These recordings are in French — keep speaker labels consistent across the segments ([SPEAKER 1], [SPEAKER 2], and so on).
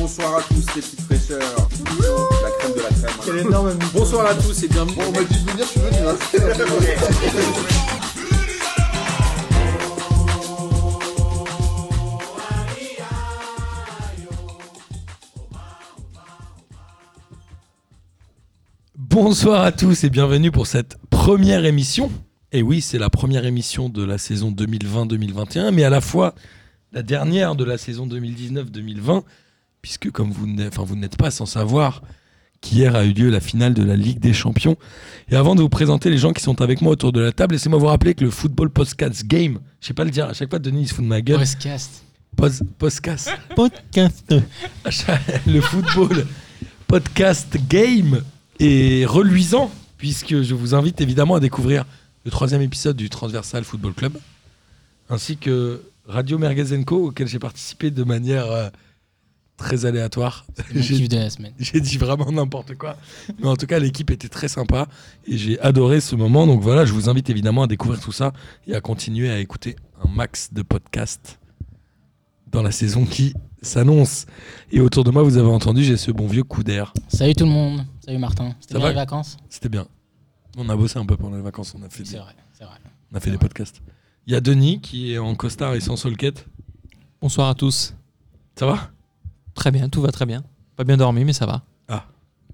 [SPEAKER 1] Bonsoir à tous les petites fraîcheurs. La crème de la crème.
[SPEAKER 2] Quel énorme
[SPEAKER 1] Bonsoir à tous et bienvenue.
[SPEAKER 3] Bon, on m'a dit de venir, je suis venu. Hein.
[SPEAKER 4] Bonsoir à tous et bienvenue pour cette première émission. Et oui, c'est la première émission de la saison 2020-2021, mais à la fois la dernière de la saison 2019-2020, puisque comme vous n'êtes enfin, vous n'êtes pas sans savoir qu'hier a eu lieu la finale de la Ligue des Champions. Et avant de vous présenter les gens qui sont avec moi autour de la table, laissez-moi vous rappeler que le Football Podcast Game, je sais pas le dire, à chaque fois Denis il se fout de ma gueule,
[SPEAKER 5] Podcast.
[SPEAKER 4] Pos- podcast,
[SPEAKER 2] podcast.
[SPEAKER 4] À chaque- le Football Podcast Game est reluisant, puisque je vous invite évidemment à découvrir le troisième épisode du Transversal Football Club, ainsi que Radio Mergazenco, auquel j'ai participé de manière euh, très aléatoire.
[SPEAKER 5] Mon
[SPEAKER 4] J'ai-
[SPEAKER 5] kiff de la semaine.
[SPEAKER 4] j'ai dit vraiment n'importe quoi. Mais en tout cas, l'équipe était très sympa et j'ai adoré ce moment. Donc voilà, je vous invite évidemment à découvrir tout ça et à continuer à écouter un max de podcasts dans la saison qui s'annonce. Et autour de moi, vous avez entendu, j'ai ce bon vieux coup d'air.
[SPEAKER 5] Salut tout le monde. Salut Martin.
[SPEAKER 4] Ça
[SPEAKER 5] C'était bien
[SPEAKER 4] va
[SPEAKER 5] les vacances
[SPEAKER 4] C'était bien. On a bossé un peu pendant les vacances, on a fait,
[SPEAKER 5] C'est
[SPEAKER 4] des,
[SPEAKER 5] vrai, c'est vrai.
[SPEAKER 4] on a fait des
[SPEAKER 5] vrai.
[SPEAKER 4] podcasts. Il y a Denis qui est en costard et sans solquette.
[SPEAKER 6] Bonsoir à tous.
[SPEAKER 4] Ça va
[SPEAKER 6] Très bien, tout va très bien. Pas bien dormi, mais ça va.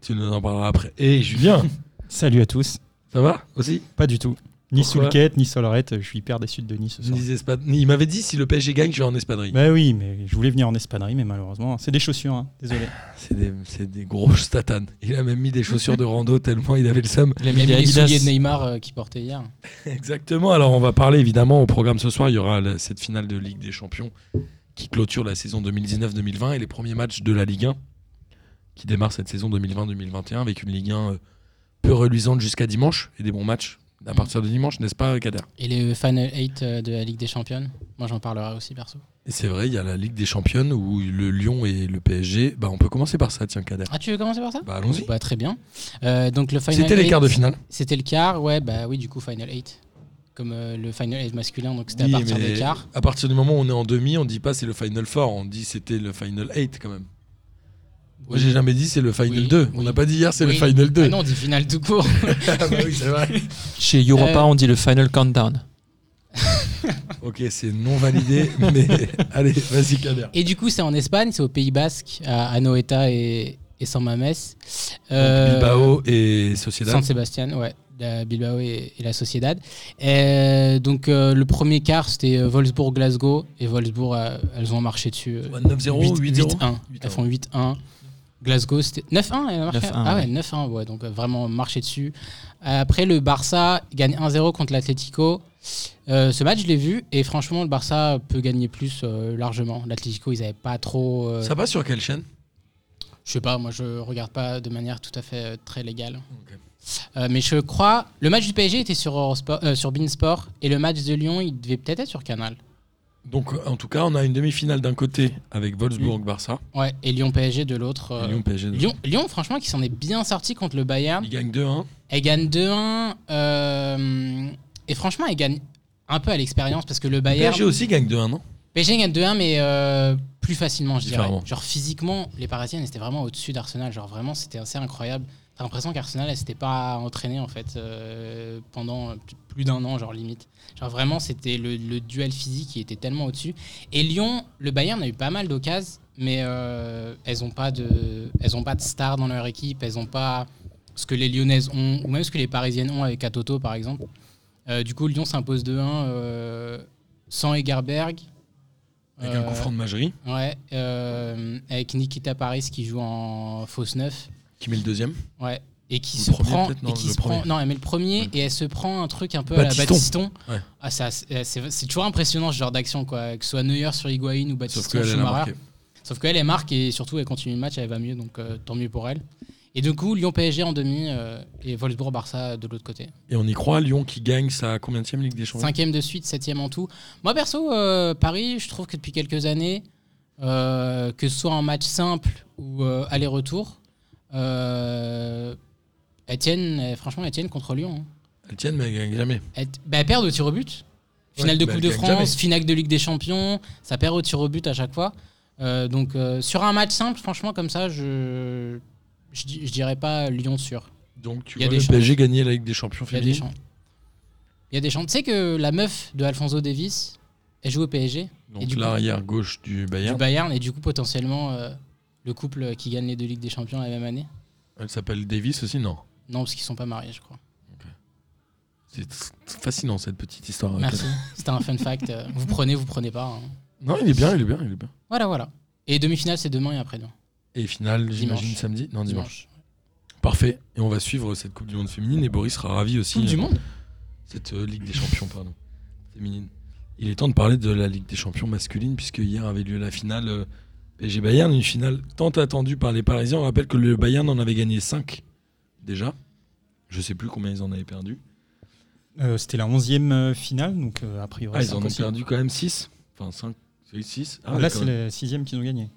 [SPEAKER 4] Tu nous en parleras après. Et Julien,
[SPEAKER 2] Salut à tous.
[SPEAKER 4] ça va aussi
[SPEAKER 2] Pas du tout. Ni
[SPEAKER 4] Pourquoi
[SPEAKER 2] Soulquette, ni Solarette. Je suis hyper déçu de Denis ce soir.
[SPEAKER 4] Ni Espad- ni- Il m'avait dit si le PSG gagne, je vais en espadrille.
[SPEAKER 2] Bah oui, mais je voulais venir en espadrille, mais malheureusement, c'est des chaussures, hein. désolé.
[SPEAKER 4] C'est des, c'est des grosses tatanes. Il a même mis des chaussures de rando tellement il avait le seum.
[SPEAKER 6] Il a
[SPEAKER 5] Il
[SPEAKER 6] mis
[SPEAKER 5] y
[SPEAKER 6] des
[SPEAKER 5] avait les
[SPEAKER 6] Adidas.
[SPEAKER 5] souliers de Neymar euh, qu'il portait hier.
[SPEAKER 4] Exactement. Alors, on va parler évidemment au programme ce soir. Il y aura la- cette finale de Ligue des Champions qui clôture la saison 2019-2020 et les premiers matchs de la Ligue 1 qui démarre cette saison 2020-2021 avec une Ligue 1 euh, peu reluisante jusqu'à dimanche et des bons matchs à partir de dimanche, n'est-ce pas, Kader
[SPEAKER 5] Et les Final 8 euh, de la Ligue des Champions. Moi j'en parlerai aussi perso.
[SPEAKER 4] Et c'est vrai, il y a la Ligue des Championnes où le Lyon et le PSG. Bah, on peut commencer par ça, tiens, Kader.
[SPEAKER 5] Ah, tu veux commencer par ça
[SPEAKER 4] Bah, allons-y.
[SPEAKER 5] Bah, Très bien. Euh, donc le Final
[SPEAKER 4] C'était les
[SPEAKER 5] Eight-
[SPEAKER 4] quarts de finale.
[SPEAKER 5] C'était le quart, ouais, bah oui, du coup, Final 8. Comme euh, le Final 8 masculin, donc c'était
[SPEAKER 4] Oui,
[SPEAKER 5] à partir
[SPEAKER 4] mais
[SPEAKER 5] des quarts.
[SPEAKER 4] À partir du moment où on est en demi, on dit pas c'est le Final Four, on dit c'était le Final 8 quand même. Moi j'ai jamais dit c'est le Final
[SPEAKER 5] Oui,
[SPEAKER 4] 2. On
[SPEAKER 5] oui.
[SPEAKER 4] n'a pas dit hier c'est
[SPEAKER 5] Oui.
[SPEAKER 4] le Final 2.
[SPEAKER 5] Ah non, on dit finale tout court.
[SPEAKER 4] Ah bah oui, c'est vrai.
[SPEAKER 6] Chez Europa,
[SPEAKER 5] Euh.
[SPEAKER 6] on dit le Final Countdown.
[SPEAKER 4] ok, c'est non validé, mais allez, vas-y Kader.
[SPEAKER 5] Et du coup, c'est en Espagne, c'est au Pays Basque, à Anoeta et, et San Mames. Euh,
[SPEAKER 4] Bilbao et Sociedad.
[SPEAKER 5] San Sebastian, ouais, la Bilbao et, et la Sociedad. Et donc euh, le premier quart, c'était euh, Wolfsburg-Glasgow et Wolfsburg, euh, elles ont marché dessus. euh,
[SPEAKER 4] 9-0,
[SPEAKER 5] 8
[SPEAKER 4] 8-0.
[SPEAKER 5] 8-1. Elles font 8-1. Glasgow, c'était 9-1. elle a marqué.
[SPEAKER 6] 9-1,
[SPEAKER 5] Ah ouais,
[SPEAKER 6] ouais.
[SPEAKER 5] 9-1. Ouais, donc euh, vraiment marché dessus. Euh, Après, le Barça gagne 1-0 contre l'Atlético. Euh, ce match, je l'ai vu. Et franchement, le Barça peut gagner plus euh, largement. L'Atlético, ils n'avaient pas trop. euh,
[SPEAKER 4] Ça passe sur quelle chaîne
[SPEAKER 5] je sais pas, moi, je regarde pas de manière tout à fait euh, très légale.
[SPEAKER 4] Ok.
[SPEAKER 5] Euh, mais je crois. Le match du PSG était sur, Eurosport, euh, sur Beansport. Et le match de Lyon, il devait peut-être être sur Canal.
[SPEAKER 4] Donc euh, en tout cas, on a une demi-finale d'un côté avec Wolfsburg-Barça.
[SPEAKER 5] Ouais, et Lyon-PSG de l'autre. euh,
[SPEAKER 4] et Lyon-PSG.
[SPEAKER 5] Lyon, hein. Lyon, franchement, qui s'en est bien sorti contre le Bayern.
[SPEAKER 4] Ils gagnent 2-1.
[SPEAKER 5] Elle gagne 2-1. euh, et franchement, elle gagne un peu à l'expérience parce que le Bayern.
[SPEAKER 4] PSG aussi gagne 2-1, non
[SPEAKER 5] PSG gagne 2-1, mais euh, plus facilement, je dirais.
[SPEAKER 4] Différemment.
[SPEAKER 5] Genre physiquement, les Parisiennes étaient vraiment au-dessus d'Arsenal. Genre vraiment, c'était assez incroyable. T'as l'impression qu'Arsenal, elle s'était pas entraînée en fait euh, pendant euh, plus d'un an, genre limite. Genre vraiment, c'était le, le duel physique qui était tellement au-dessus. Et Lyon, le Bayern a eu pas mal d'occasions, mais euh, elles ont pas de, elles ont pas de stars dans leur équipe. Elles ont pas ce que les Lyonnaises ont ou même ce que les Parisiennes ont avec Atoto par exemple. Euh, du coup, Lyon s'impose 2-1 euh, sans Egerberg.
[SPEAKER 4] Avec un
[SPEAKER 5] Euh,
[SPEAKER 4] coup franc de Majerie
[SPEAKER 5] Ouais, euh, avec Nikita Paris qui joue en fausse neuf.
[SPEAKER 4] qui met le deuxième.
[SPEAKER 5] Ouais. Et qui
[SPEAKER 4] Le
[SPEAKER 5] se
[SPEAKER 4] premier,
[SPEAKER 5] prend.
[SPEAKER 4] peut-être, non,
[SPEAKER 5] et qui
[SPEAKER 4] le
[SPEAKER 5] se prend-
[SPEAKER 4] premier.
[SPEAKER 5] non, elle met le premier
[SPEAKER 4] Ouais.
[SPEAKER 5] et elle se prend un truc un peu à la
[SPEAKER 4] Batiston.
[SPEAKER 5] Batiston.
[SPEAKER 4] Ouais.
[SPEAKER 5] Ah, ça, c'est c'est- c'est toujours impressionnant ce genre d'action, quoi. Que ce soit Neuer sur Higuain ou
[SPEAKER 4] Sauf
[SPEAKER 5] Batiston
[SPEAKER 4] qu'elle elle a
[SPEAKER 5] Schumacher.
[SPEAKER 4] marqué.
[SPEAKER 5] Sauf qu'elle, elle marque et surtout, elle continue le match, elle va mieux, donc euh, tant mieux pour elle. Et du coup, Lyon-PSG en demi euh, et Wolfsburg-Barça de l'autre côté.
[SPEAKER 4] Et on y croit, Lyon qui gagne sa combien de Ligue des Champions
[SPEAKER 5] Cinquième de suite, septième en tout. Moi, perso, euh, Paris, je trouve que depuis quelques années, euh, que ce soit en match simple ou euh, aller-retour, euh, elles tiennent, elles- franchement, elles tiennent contre Lyon. hein.
[SPEAKER 4] Elles tiennent, mais elles gagnent jamais.
[SPEAKER 5] Elles, bah, elles perdent au tir au but. Finale
[SPEAKER 4] Ouais,
[SPEAKER 5] de
[SPEAKER 4] mais
[SPEAKER 5] Coupe
[SPEAKER 4] elles
[SPEAKER 5] de
[SPEAKER 4] gagnent jamais.
[SPEAKER 5] France, finale de Ligue des Champions, ça perd au tir au but à chaque fois. Euh, donc euh, sur un match simple, franchement, comme ça, je je, di- je dirais pas Lyon sûr.
[SPEAKER 4] Donc, tu
[SPEAKER 5] Il y a
[SPEAKER 4] vois,
[SPEAKER 5] des
[SPEAKER 4] le
[SPEAKER 5] chances.
[SPEAKER 4] PSG gagné la Ligue des Champions
[SPEAKER 5] Il y a des
[SPEAKER 4] féminine.
[SPEAKER 5] champs. Il y a des champs. Tu sais que la meuf de Alfonso Davis, elle joue au PSG, Et
[SPEAKER 4] Donc,
[SPEAKER 5] du coup-
[SPEAKER 4] l'arrière gauche du
[SPEAKER 5] du
[SPEAKER 4] Bayern.
[SPEAKER 5] Bayern, et du coup potentiellement euh, le couple qui gagne les deux Ligues des Champions la même année.
[SPEAKER 4] Elle s'appelle Davis aussi, non
[SPEAKER 5] Non, parce qu'ils sont pas mariés, je crois.
[SPEAKER 4] C'est c'est fascinant cette petite histoire. euh,
[SPEAKER 5] Merci. C'était un fun fact. euh, Vous prenez, vous prenez pas. hein.
[SPEAKER 4] Non, il est bien, il est bien, il est bien.
[SPEAKER 5] Voilà, voilà. Et demi-finale, c'est demain et après-demain.
[SPEAKER 4] Et finale, j'imagine
[SPEAKER 5] Dimanche.
[SPEAKER 4] samedi Non, dimanche. Parfait. Et on va suivre cette Coupe du Monde féminine et Boris sera ravi aussi.
[SPEAKER 5] Coupe du
[SPEAKER 4] euh,
[SPEAKER 5] monde
[SPEAKER 4] Cette euh, Ligue des Champions, pardon. Féminine. Il est temps de parler de la Ligue des Champions masculine puisque hier avait lieu la finale euh, PSG Bayern, une finale tant attendue par les Parisiens. On rappelle que le Bayern en avait gagné 5 déjà. Je sais plus combien ils en avaient perdu.
[SPEAKER 2] Euh, C'était la 11e euh, finale, donc euh, a priori.
[SPEAKER 4] Ah,
[SPEAKER 2] c'est
[SPEAKER 4] ils en ont
[SPEAKER 2] impossible.
[SPEAKER 4] perdu quand même 6. Enfin 5, 6.
[SPEAKER 2] Ah, là, c'est la 6e qu'ils ont gagné.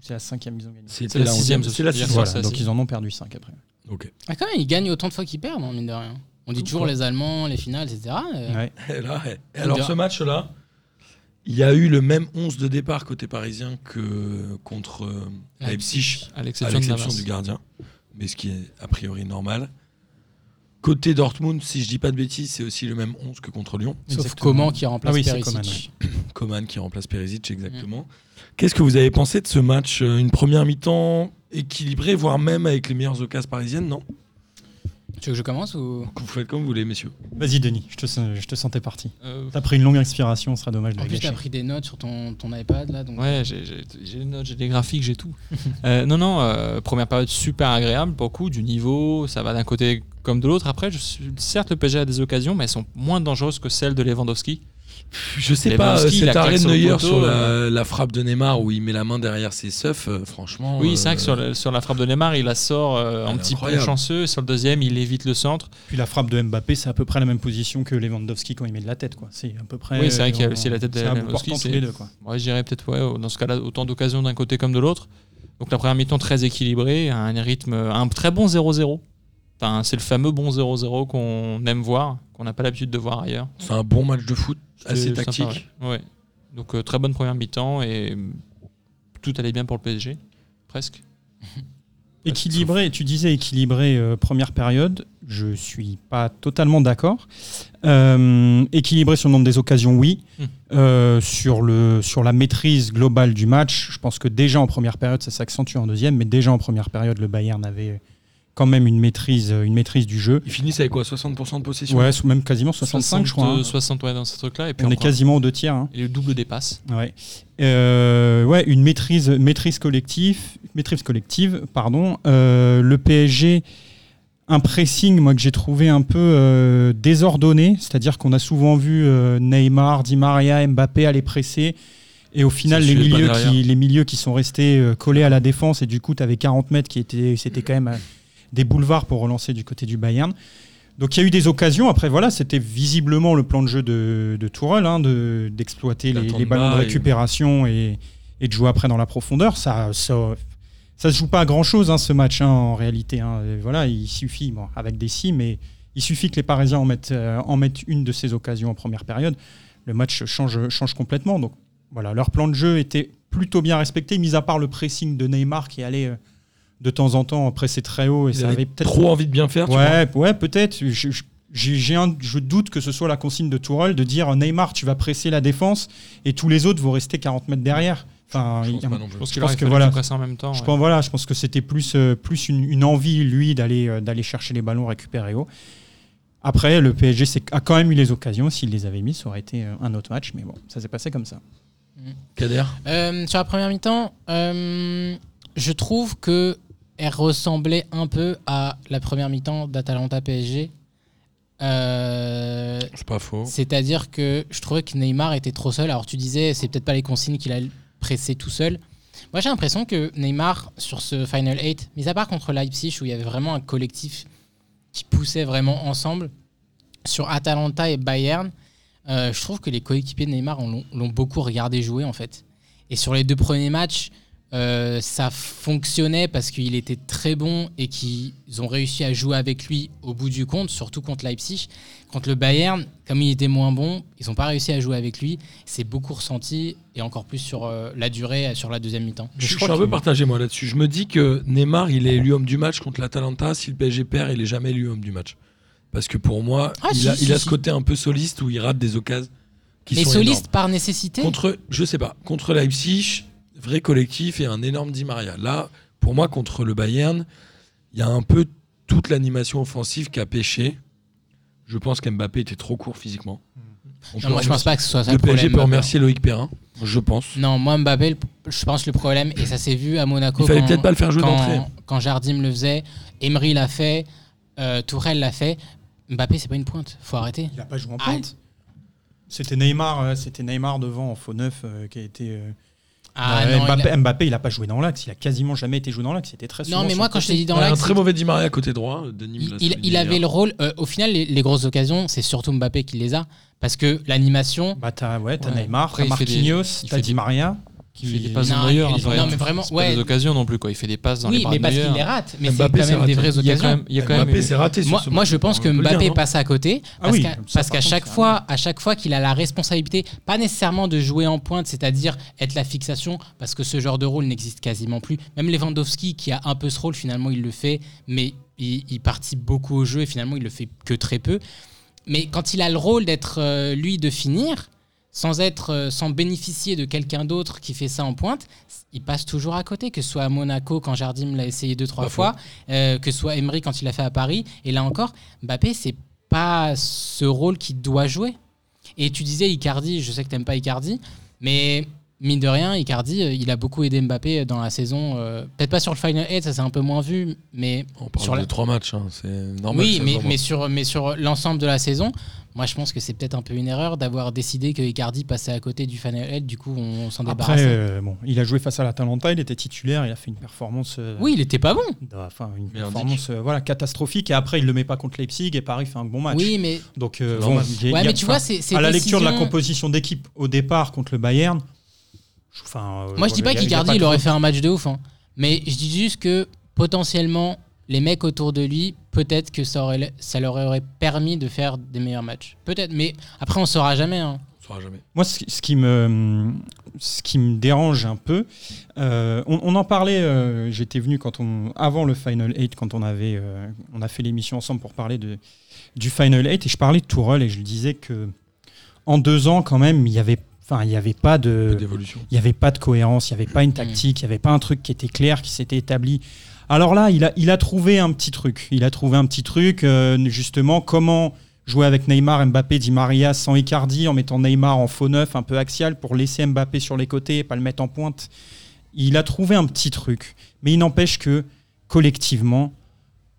[SPEAKER 2] C'est la 5e qu'ils ont gagné.
[SPEAKER 4] C'était
[SPEAKER 6] C'est la
[SPEAKER 4] la onzième,
[SPEAKER 6] sixième, ça
[SPEAKER 4] C'est la
[SPEAKER 6] se peut dire.
[SPEAKER 4] sixième.
[SPEAKER 6] ça,
[SPEAKER 2] Voilà, donc
[SPEAKER 6] c'est-
[SPEAKER 2] ils en ont perdu 5 après.
[SPEAKER 4] Ok.
[SPEAKER 5] Ah, quand même, ils gagnent autant de fois qu'ils perdent, hein, mine de rien. On dit toujours
[SPEAKER 4] Pourquoi
[SPEAKER 5] les Allemands, les finales, etc. euh,
[SPEAKER 2] Ouais.
[SPEAKER 4] Et là, ouais. Et
[SPEAKER 5] Il
[SPEAKER 4] alors
[SPEAKER 5] doit-
[SPEAKER 4] ce match-là, il y a eu le même 11 de départ côté parisien que contre euh, Leipzig,
[SPEAKER 6] à
[SPEAKER 4] à
[SPEAKER 6] l'exception de
[SPEAKER 4] l'exception
[SPEAKER 6] Navas.
[SPEAKER 4] du gardien, mais ce qui est a priori normal. Côté Dortmund, si je dis pas de bêtises, c'est aussi le même 11 que contre Lyon.
[SPEAKER 5] Sauf
[SPEAKER 2] Exactement.
[SPEAKER 5] Coman qui remplace
[SPEAKER 2] Ah oui, c'est
[SPEAKER 5] Perisic.
[SPEAKER 2] Coman, ouais.
[SPEAKER 4] Coman qui remplace Perisic exactement. Qu'est-ce que vous avez pensé de ce match Euh, Une première mi-temps équilibrée, voire même avec les meilleures occasions parisiennes, non
[SPEAKER 5] Tu veux que je commence ou
[SPEAKER 4] Vous faites comme vous voulez, messieurs.
[SPEAKER 2] Vas-y, Denis, je te, sens- je te sentais parti.
[SPEAKER 6] Euh,
[SPEAKER 2] T'as pris une longue inspiration, ce serait dommage de
[SPEAKER 5] En
[SPEAKER 2] la
[SPEAKER 5] plus, t'as
[SPEAKER 2] gâcher.
[SPEAKER 5] pris des notes sur ton, ton iPad là, donc
[SPEAKER 6] Ouais, j'ai j'ai- j'ai les notes, j'ai les graphiques, j'ai tout. Euh, non, non, euh, première période super agréable pour le coup, du niveau, ça va d'un côté comme de l'autre. Après, je suis- certes, le PSG a des occasions, mais elles sont moins dangereuses que celles de Lewandowski.
[SPEAKER 4] Je sais pas,
[SPEAKER 6] Lewandowski,
[SPEAKER 4] euh, cet
[SPEAKER 6] la claque
[SPEAKER 4] arrêt de
[SPEAKER 6] sur le
[SPEAKER 4] Neuer
[SPEAKER 6] poteau,
[SPEAKER 4] sur la, la frappe de Neymar où il met la main derrière ses seufs, euh, franchement.
[SPEAKER 6] Oui, c'est vrai que
[SPEAKER 4] euh,
[SPEAKER 6] sur, le- sur la frappe de Neymar, il la sort euh,
[SPEAKER 4] Elle
[SPEAKER 6] un
[SPEAKER 4] est
[SPEAKER 6] petit peu
[SPEAKER 4] incroyable.
[SPEAKER 6] chanceux. et Sur le deuxième, il évite le centre.
[SPEAKER 2] Puis la frappe de Mbappé, c'est à peu près la même position que Lewandowski quand il met de la tête. quoi. C'est à peu près.
[SPEAKER 6] Oui, c'est vrai
[SPEAKER 2] euh,
[SPEAKER 6] qu'il y a aussi la tête de
[SPEAKER 2] c'est à bout
[SPEAKER 6] Lewandowski,
[SPEAKER 2] portant tous
[SPEAKER 6] c'est-
[SPEAKER 2] les deux. Quoi.
[SPEAKER 6] Ouais, je dirais peut-être, ouais, dans ce cas-là, autant d'occasions d'un côté comme de l'autre. Donc la première mi-temps très équilibrée, un rythme, un très bon 0-0. Enfin, c'est le fameux bon 0-0 qu'on aime voir, qu'on n'a pas l'habitude de voir ailleurs.
[SPEAKER 4] C'est un bon match de foot, assez
[SPEAKER 6] C'était sympa,
[SPEAKER 4] tactique.
[SPEAKER 6] ouais. Ouais. Donc euh, très bonne première mi-temps et euh, tout allait bien pour le PSG, presque.
[SPEAKER 2] Équilibré, tu disais équilibré euh, première période, je suis pas totalement d'accord. Euh, équilibré sur le nombre des occasions, oui.
[SPEAKER 6] Hmm.
[SPEAKER 2] Euh, sur, le, sur la maîtrise globale du match, je pense que déjà en première période, ça s'accentue en deuxième, mais déjà en première période, le Bayern avait quand même une maîtrise, euh, une maîtrise du jeu.
[SPEAKER 4] Ils finissent avec quoi 60% de possession
[SPEAKER 2] Ouais, sou- même quasiment 65, je crois. hein.
[SPEAKER 6] 60, ouais, dans ce truc-là. Et puis
[SPEAKER 2] On est
[SPEAKER 6] prend-
[SPEAKER 2] quasiment aux deux tiers. hein.
[SPEAKER 6] Et le double dépasse.
[SPEAKER 2] Ouais. Euh, ouais, une maîtrise, maîtrise collective, maîtrise collective, pardon. Euh, le PSG, un pressing, moi que j'ai trouvé un peu euh, désordonné, c'est-à-dire qu'on a souvent vu euh, Neymar, Di Maria, Mbappé aller presser. Et au final,
[SPEAKER 4] Ça
[SPEAKER 2] les
[SPEAKER 4] suivait pas
[SPEAKER 2] milieux, qui,
[SPEAKER 4] derrière.
[SPEAKER 2] les milieux qui sont restés euh, collés à la défense, et du coup, tu avais 40 mètres qui étaient, c'était quand même euh, des boulevards pour relancer du côté du Bayern. Donc il y a eu des occasions. Après, voilà, c'était visiblement le plan de jeu de, de Tourelle, hein, de- d'exploiter les,
[SPEAKER 4] D'attendre
[SPEAKER 2] les ballons de
[SPEAKER 4] bas et-
[SPEAKER 2] récupération et, et de jouer après dans la profondeur. Ça, ça, ça se joue pas à grand chose, ce match, hein, en réalité. hein. Et Voilà, il suffit, bon, avec des si, mais il suffit que les Parisiens en mettent, euh, en mettent une de ces occasions en première période. Le match change, change complètement. Donc voilà, leur plan de jeu était plutôt bien respecté, mis à part le pressing de Neymar qui allait euh, de temps en temps presser très haut et
[SPEAKER 4] Ils
[SPEAKER 2] ça
[SPEAKER 4] avaient
[SPEAKER 2] avait peut-être
[SPEAKER 4] Trop envie de bien faire Hein, tu vois.
[SPEAKER 2] Ouais, ouais peut-être. Je, je- j'ai- j'ai un- je doute que ce soit la consigne de Tourelle de dire Neymar, tu vas presser la défense et tous les autres vont rester 40 mètres derrière. Enfin,
[SPEAKER 4] Je
[SPEAKER 2] il-
[SPEAKER 4] pense pas non plus.
[SPEAKER 6] Je pense
[SPEAKER 2] Je
[SPEAKER 6] qu'il
[SPEAKER 2] pense
[SPEAKER 6] aurait
[SPEAKER 2] que
[SPEAKER 6] fallu
[SPEAKER 2] voilà.
[SPEAKER 6] qu'il presse en même temps.
[SPEAKER 2] je
[SPEAKER 6] ouais.
[SPEAKER 2] pense, voilà, je pense que c'était plus, euh, plus une, une envie, lui, d'aller, euh, d'aller chercher les ballons récupérés haut. Après, le PSG c'est- a quand même eu les occasions. S'il les avait mis, ça aurait été euh, un autre match. Mais bon, ça s'est passé comme ça.
[SPEAKER 4] Kader
[SPEAKER 5] Euh, sur la première mi-temps, euh, je trouve que elle ressemblait un peu à la première mi-temps d'Atalanta PSG. Euh,
[SPEAKER 4] C'est pas faux.
[SPEAKER 5] C'est-à-dire que je trouvais que Neymar était trop seul. Alors tu disais, c'est peut-être pas les consignes qu'il a pressé tout seul. Moi j'ai l'impression que Neymar, sur ce Final 8, mis à part contre Leipzig où il y avait vraiment un collectif qui poussait vraiment ensemble, sur Atalanta et Bayern, euh, je trouve que les coéquipiers de Neymar on l'ont- l'ont beaucoup regardé jouer en fait. Et sur les deux premiers matchs, Euh, ça fonctionnait parce qu'il était très bon et qu'ils ont réussi à jouer avec lui au bout du compte, surtout contre Leipzig. Contre le Bayern, comme il était moins bon, ils n'ont pas réussi à jouer avec lui. C'est beaucoup ressenti et encore plus sur euh, la durée, sur la deuxième mi-temps.
[SPEAKER 4] Je,
[SPEAKER 2] Je
[SPEAKER 4] je
[SPEAKER 2] crois
[SPEAKER 4] suis un peu
[SPEAKER 2] qu'il-
[SPEAKER 4] partagé moi là-dessus. Je me dis que Neymar, il est élu homme du match contre l'Atalanta. Si le PSG perd, il est jamais élu homme du match. Parce que pour moi,
[SPEAKER 5] Ah,
[SPEAKER 4] il,
[SPEAKER 5] si,
[SPEAKER 4] a,
[SPEAKER 5] si,
[SPEAKER 4] il a
[SPEAKER 5] si.
[SPEAKER 4] ce côté un peu soliste où il rate des occasions qui
[SPEAKER 5] Mais
[SPEAKER 4] sont
[SPEAKER 5] soliste
[SPEAKER 4] énormes.
[SPEAKER 5] par nécessité
[SPEAKER 4] Contre, je sais pas, contre Leipzig, vrai collectif et un énorme Di Maria. Là, pour moi, contre le Bayern, il y a un peu toute l'animation offensive qui a pêché. Je pense qu'Mbappé était trop court physiquement. On
[SPEAKER 5] Non,
[SPEAKER 4] peut
[SPEAKER 5] moi je pense pas que ce soit ça
[SPEAKER 4] Le
[SPEAKER 5] le
[SPEAKER 4] PSG
[SPEAKER 5] problème. hein.
[SPEAKER 4] peut remercier Loïc Perrin, je pense.
[SPEAKER 5] Non, moi Mbappé, le- je pense le problème, et ça s'est vu à Monaco.
[SPEAKER 4] Il fallait
[SPEAKER 5] quand-
[SPEAKER 4] peut-être pas le faire jouer d'entrée.
[SPEAKER 5] quand, quand Jardim le faisait, Emery l'a fait, euh, Tourelle l'a fait. Mbappé, c'est pas une pointe, faut arrêter.
[SPEAKER 2] Il n'a pas joué en
[SPEAKER 5] Ah,
[SPEAKER 2] pointe. C'était Neymar, euh, c'était Neymar devant en faux neuf euh, qui a été. euh,
[SPEAKER 5] Ah
[SPEAKER 2] euh,
[SPEAKER 5] non, il a-
[SPEAKER 2] Mbappé, Mbappé, il n'a pas joué dans l'axe. Il a quasiment jamais été joué dans l'axe. C'était très
[SPEAKER 5] non,
[SPEAKER 2] souvent
[SPEAKER 5] mais
[SPEAKER 2] sur
[SPEAKER 5] moi
[SPEAKER 2] le
[SPEAKER 5] quand je
[SPEAKER 2] côté.
[SPEAKER 5] t'ai dit dans
[SPEAKER 4] Ouais, un
[SPEAKER 5] l'axe,
[SPEAKER 4] très mauvais Di Maria à côté droit. hein, Denis me
[SPEAKER 5] il,
[SPEAKER 4] l'a
[SPEAKER 5] il-
[SPEAKER 4] souligné
[SPEAKER 5] il avait
[SPEAKER 4] hier.
[SPEAKER 5] le rôle. euh, au final, les, les grosses occasions, c'est surtout Mbappé qui les a, parce que l'animation.
[SPEAKER 2] Bah, t'as ouais, t'as
[SPEAKER 6] Ouais.
[SPEAKER 2] Neymar,
[SPEAKER 6] Après,
[SPEAKER 2] t'as
[SPEAKER 6] il fait des-
[SPEAKER 2] Marquinhos,
[SPEAKER 6] il
[SPEAKER 2] t'as
[SPEAKER 6] fait
[SPEAKER 2] Di
[SPEAKER 6] des-
[SPEAKER 2] Maria.
[SPEAKER 6] Qui fait des
[SPEAKER 2] Qui-
[SPEAKER 6] passes
[SPEAKER 5] Non,
[SPEAKER 6] de Neuer.
[SPEAKER 5] il-
[SPEAKER 6] en vrai.
[SPEAKER 5] non, mais vraiment,
[SPEAKER 6] C'est pas
[SPEAKER 5] ouais.
[SPEAKER 6] des occasions non plus, quoi. Il fait des passes dans les
[SPEAKER 5] Oui,
[SPEAKER 6] bras
[SPEAKER 5] mais
[SPEAKER 6] de
[SPEAKER 5] parce qu'il
[SPEAKER 6] Neuer. hein.
[SPEAKER 5] les rate, mais c'est quand
[SPEAKER 4] Mbappé, c'est
[SPEAKER 5] même
[SPEAKER 4] raté.
[SPEAKER 5] des vraies
[SPEAKER 6] Il y a quand
[SPEAKER 5] occasions.
[SPEAKER 6] même, il y a quand même
[SPEAKER 4] Mbappé
[SPEAKER 6] eu-
[SPEAKER 4] s'est raté sur
[SPEAKER 5] Moi,
[SPEAKER 4] ce
[SPEAKER 5] moi, je
[SPEAKER 4] match, on
[SPEAKER 5] pense que
[SPEAKER 4] peut le
[SPEAKER 5] Mbappé
[SPEAKER 4] dire, hein. non
[SPEAKER 5] passe à côté
[SPEAKER 2] Ah
[SPEAKER 5] parce
[SPEAKER 2] oui,
[SPEAKER 5] qu'à
[SPEAKER 2] comme ça,
[SPEAKER 5] parce
[SPEAKER 2] par
[SPEAKER 5] qu'à
[SPEAKER 2] contre,
[SPEAKER 5] chaque
[SPEAKER 2] ça
[SPEAKER 5] fois, à chaque fois qu'il a la responsabilité, pas nécessairement de jouer en pointe, c'est-à-dire être la fixation, parce que ce genre de rôle n'existe quasiment plus. Même Lewandowski, qui a un peu ce rôle, finalement, il le fait, mais il, il participe beaucoup au jeu et finalement, il le fait que très peu. Mais quand il a le rôle d'être euh, lui de finir, sans être, euh, sans bénéficier de quelqu'un d'autre qui fait ça en pointe, il passe toujours à côté. Que ce soit à Monaco quand Jardim l'a essayé deux trois
[SPEAKER 4] Pas faux.
[SPEAKER 5] fois, euh, que ce soit Emery quand il l'a fait à Paris. Et là encore, Mbappé, c'est pas ce rôle qu'il doit jouer. Et tu disais Icardi, je sais que t'aimes pas Icardi, mais mine de rien, Icardi, euh, il a beaucoup aidé Mbappé dans la saison. euh, Peut-être pas sur le final 8, ça c'est un peu moins vu, mais
[SPEAKER 4] On parle
[SPEAKER 5] Sur
[SPEAKER 4] de
[SPEAKER 5] la-
[SPEAKER 4] trois matchs, hein, c'est normal.
[SPEAKER 5] oui,
[SPEAKER 4] ça,
[SPEAKER 5] mais,
[SPEAKER 4] vraiment.
[SPEAKER 5] mais sur, mais sur l'ensemble de la saison, moi je pense que c'est peut-être un peu une erreur d'avoir décidé que Icardi passait à côté du Final Eight, du coup on,
[SPEAKER 4] hein,
[SPEAKER 5] s'en
[SPEAKER 2] Après,
[SPEAKER 5] débarrassait.
[SPEAKER 2] euh, bon, il a joué face à l'Atalanta, il était titulaire, il a fait une performance. euh,
[SPEAKER 5] oui, il était pas bon.
[SPEAKER 2] d- Enfin, une
[SPEAKER 4] Merdique.
[SPEAKER 2] performance euh, voilà, catastrophique. Et après, il le met pas contre Leipzig et Paris fait un bon match.
[SPEAKER 5] Oui, mais,
[SPEAKER 2] Donc, euh,
[SPEAKER 4] C'est
[SPEAKER 2] bon,
[SPEAKER 4] normal.
[SPEAKER 2] Ah, il y a-
[SPEAKER 5] ouais,
[SPEAKER 2] il y a-
[SPEAKER 5] mais tu
[SPEAKER 2] enfin,
[SPEAKER 5] vois, c'est. c'est
[SPEAKER 2] à la lecture de la
[SPEAKER 5] décision-
[SPEAKER 2] composition d'équipe au départ contre le Bayern, je, enfin, euh,
[SPEAKER 5] Moi je dis pas
[SPEAKER 2] il y a- il y a
[SPEAKER 5] qu'Icardi
[SPEAKER 2] pas
[SPEAKER 5] il
[SPEAKER 2] de-
[SPEAKER 5] aurait fait un match de ouf, hein. mais je dis juste que potentiellement les mecs autour de lui, peut-être que ça, aurait, ça leur aurait permis de faire des meilleurs matchs. Peut-être, mais après on saura jamais. hein.
[SPEAKER 4] On saura jamais.
[SPEAKER 2] Moi, ce, ce qui me, ce qui me dérange un peu, euh, on, on en parlait, euh, j'étais venu quand on, avant le Final 8, quand on, avait, euh, on a fait l'émission ensemble pour parler de, du Final 8, et je parlais de Tourelle, et je disais que en deux ans, quand même, il n'y avait, enfin, il y avait pas
[SPEAKER 4] Peu
[SPEAKER 2] de
[SPEAKER 4] d'évolution.
[SPEAKER 2] il n'y avait pas de cohérence, il n'y avait pas une tactique, il n'y avait pas un truc qui était clair, qui s'était établi. Alors là, il a, il a trouvé un petit truc. Il a trouvé un petit truc, euh, justement, comment jouer avec Neymar, Mbappé, Di Maria sans Icardi, en mettant Neymar en faux neuf, un peu axial, pour laisser Mbappé sur les côtés et pas le mettre en pointe. Il a trouvé un petit truc. Mais il n'empêche que, collectivement,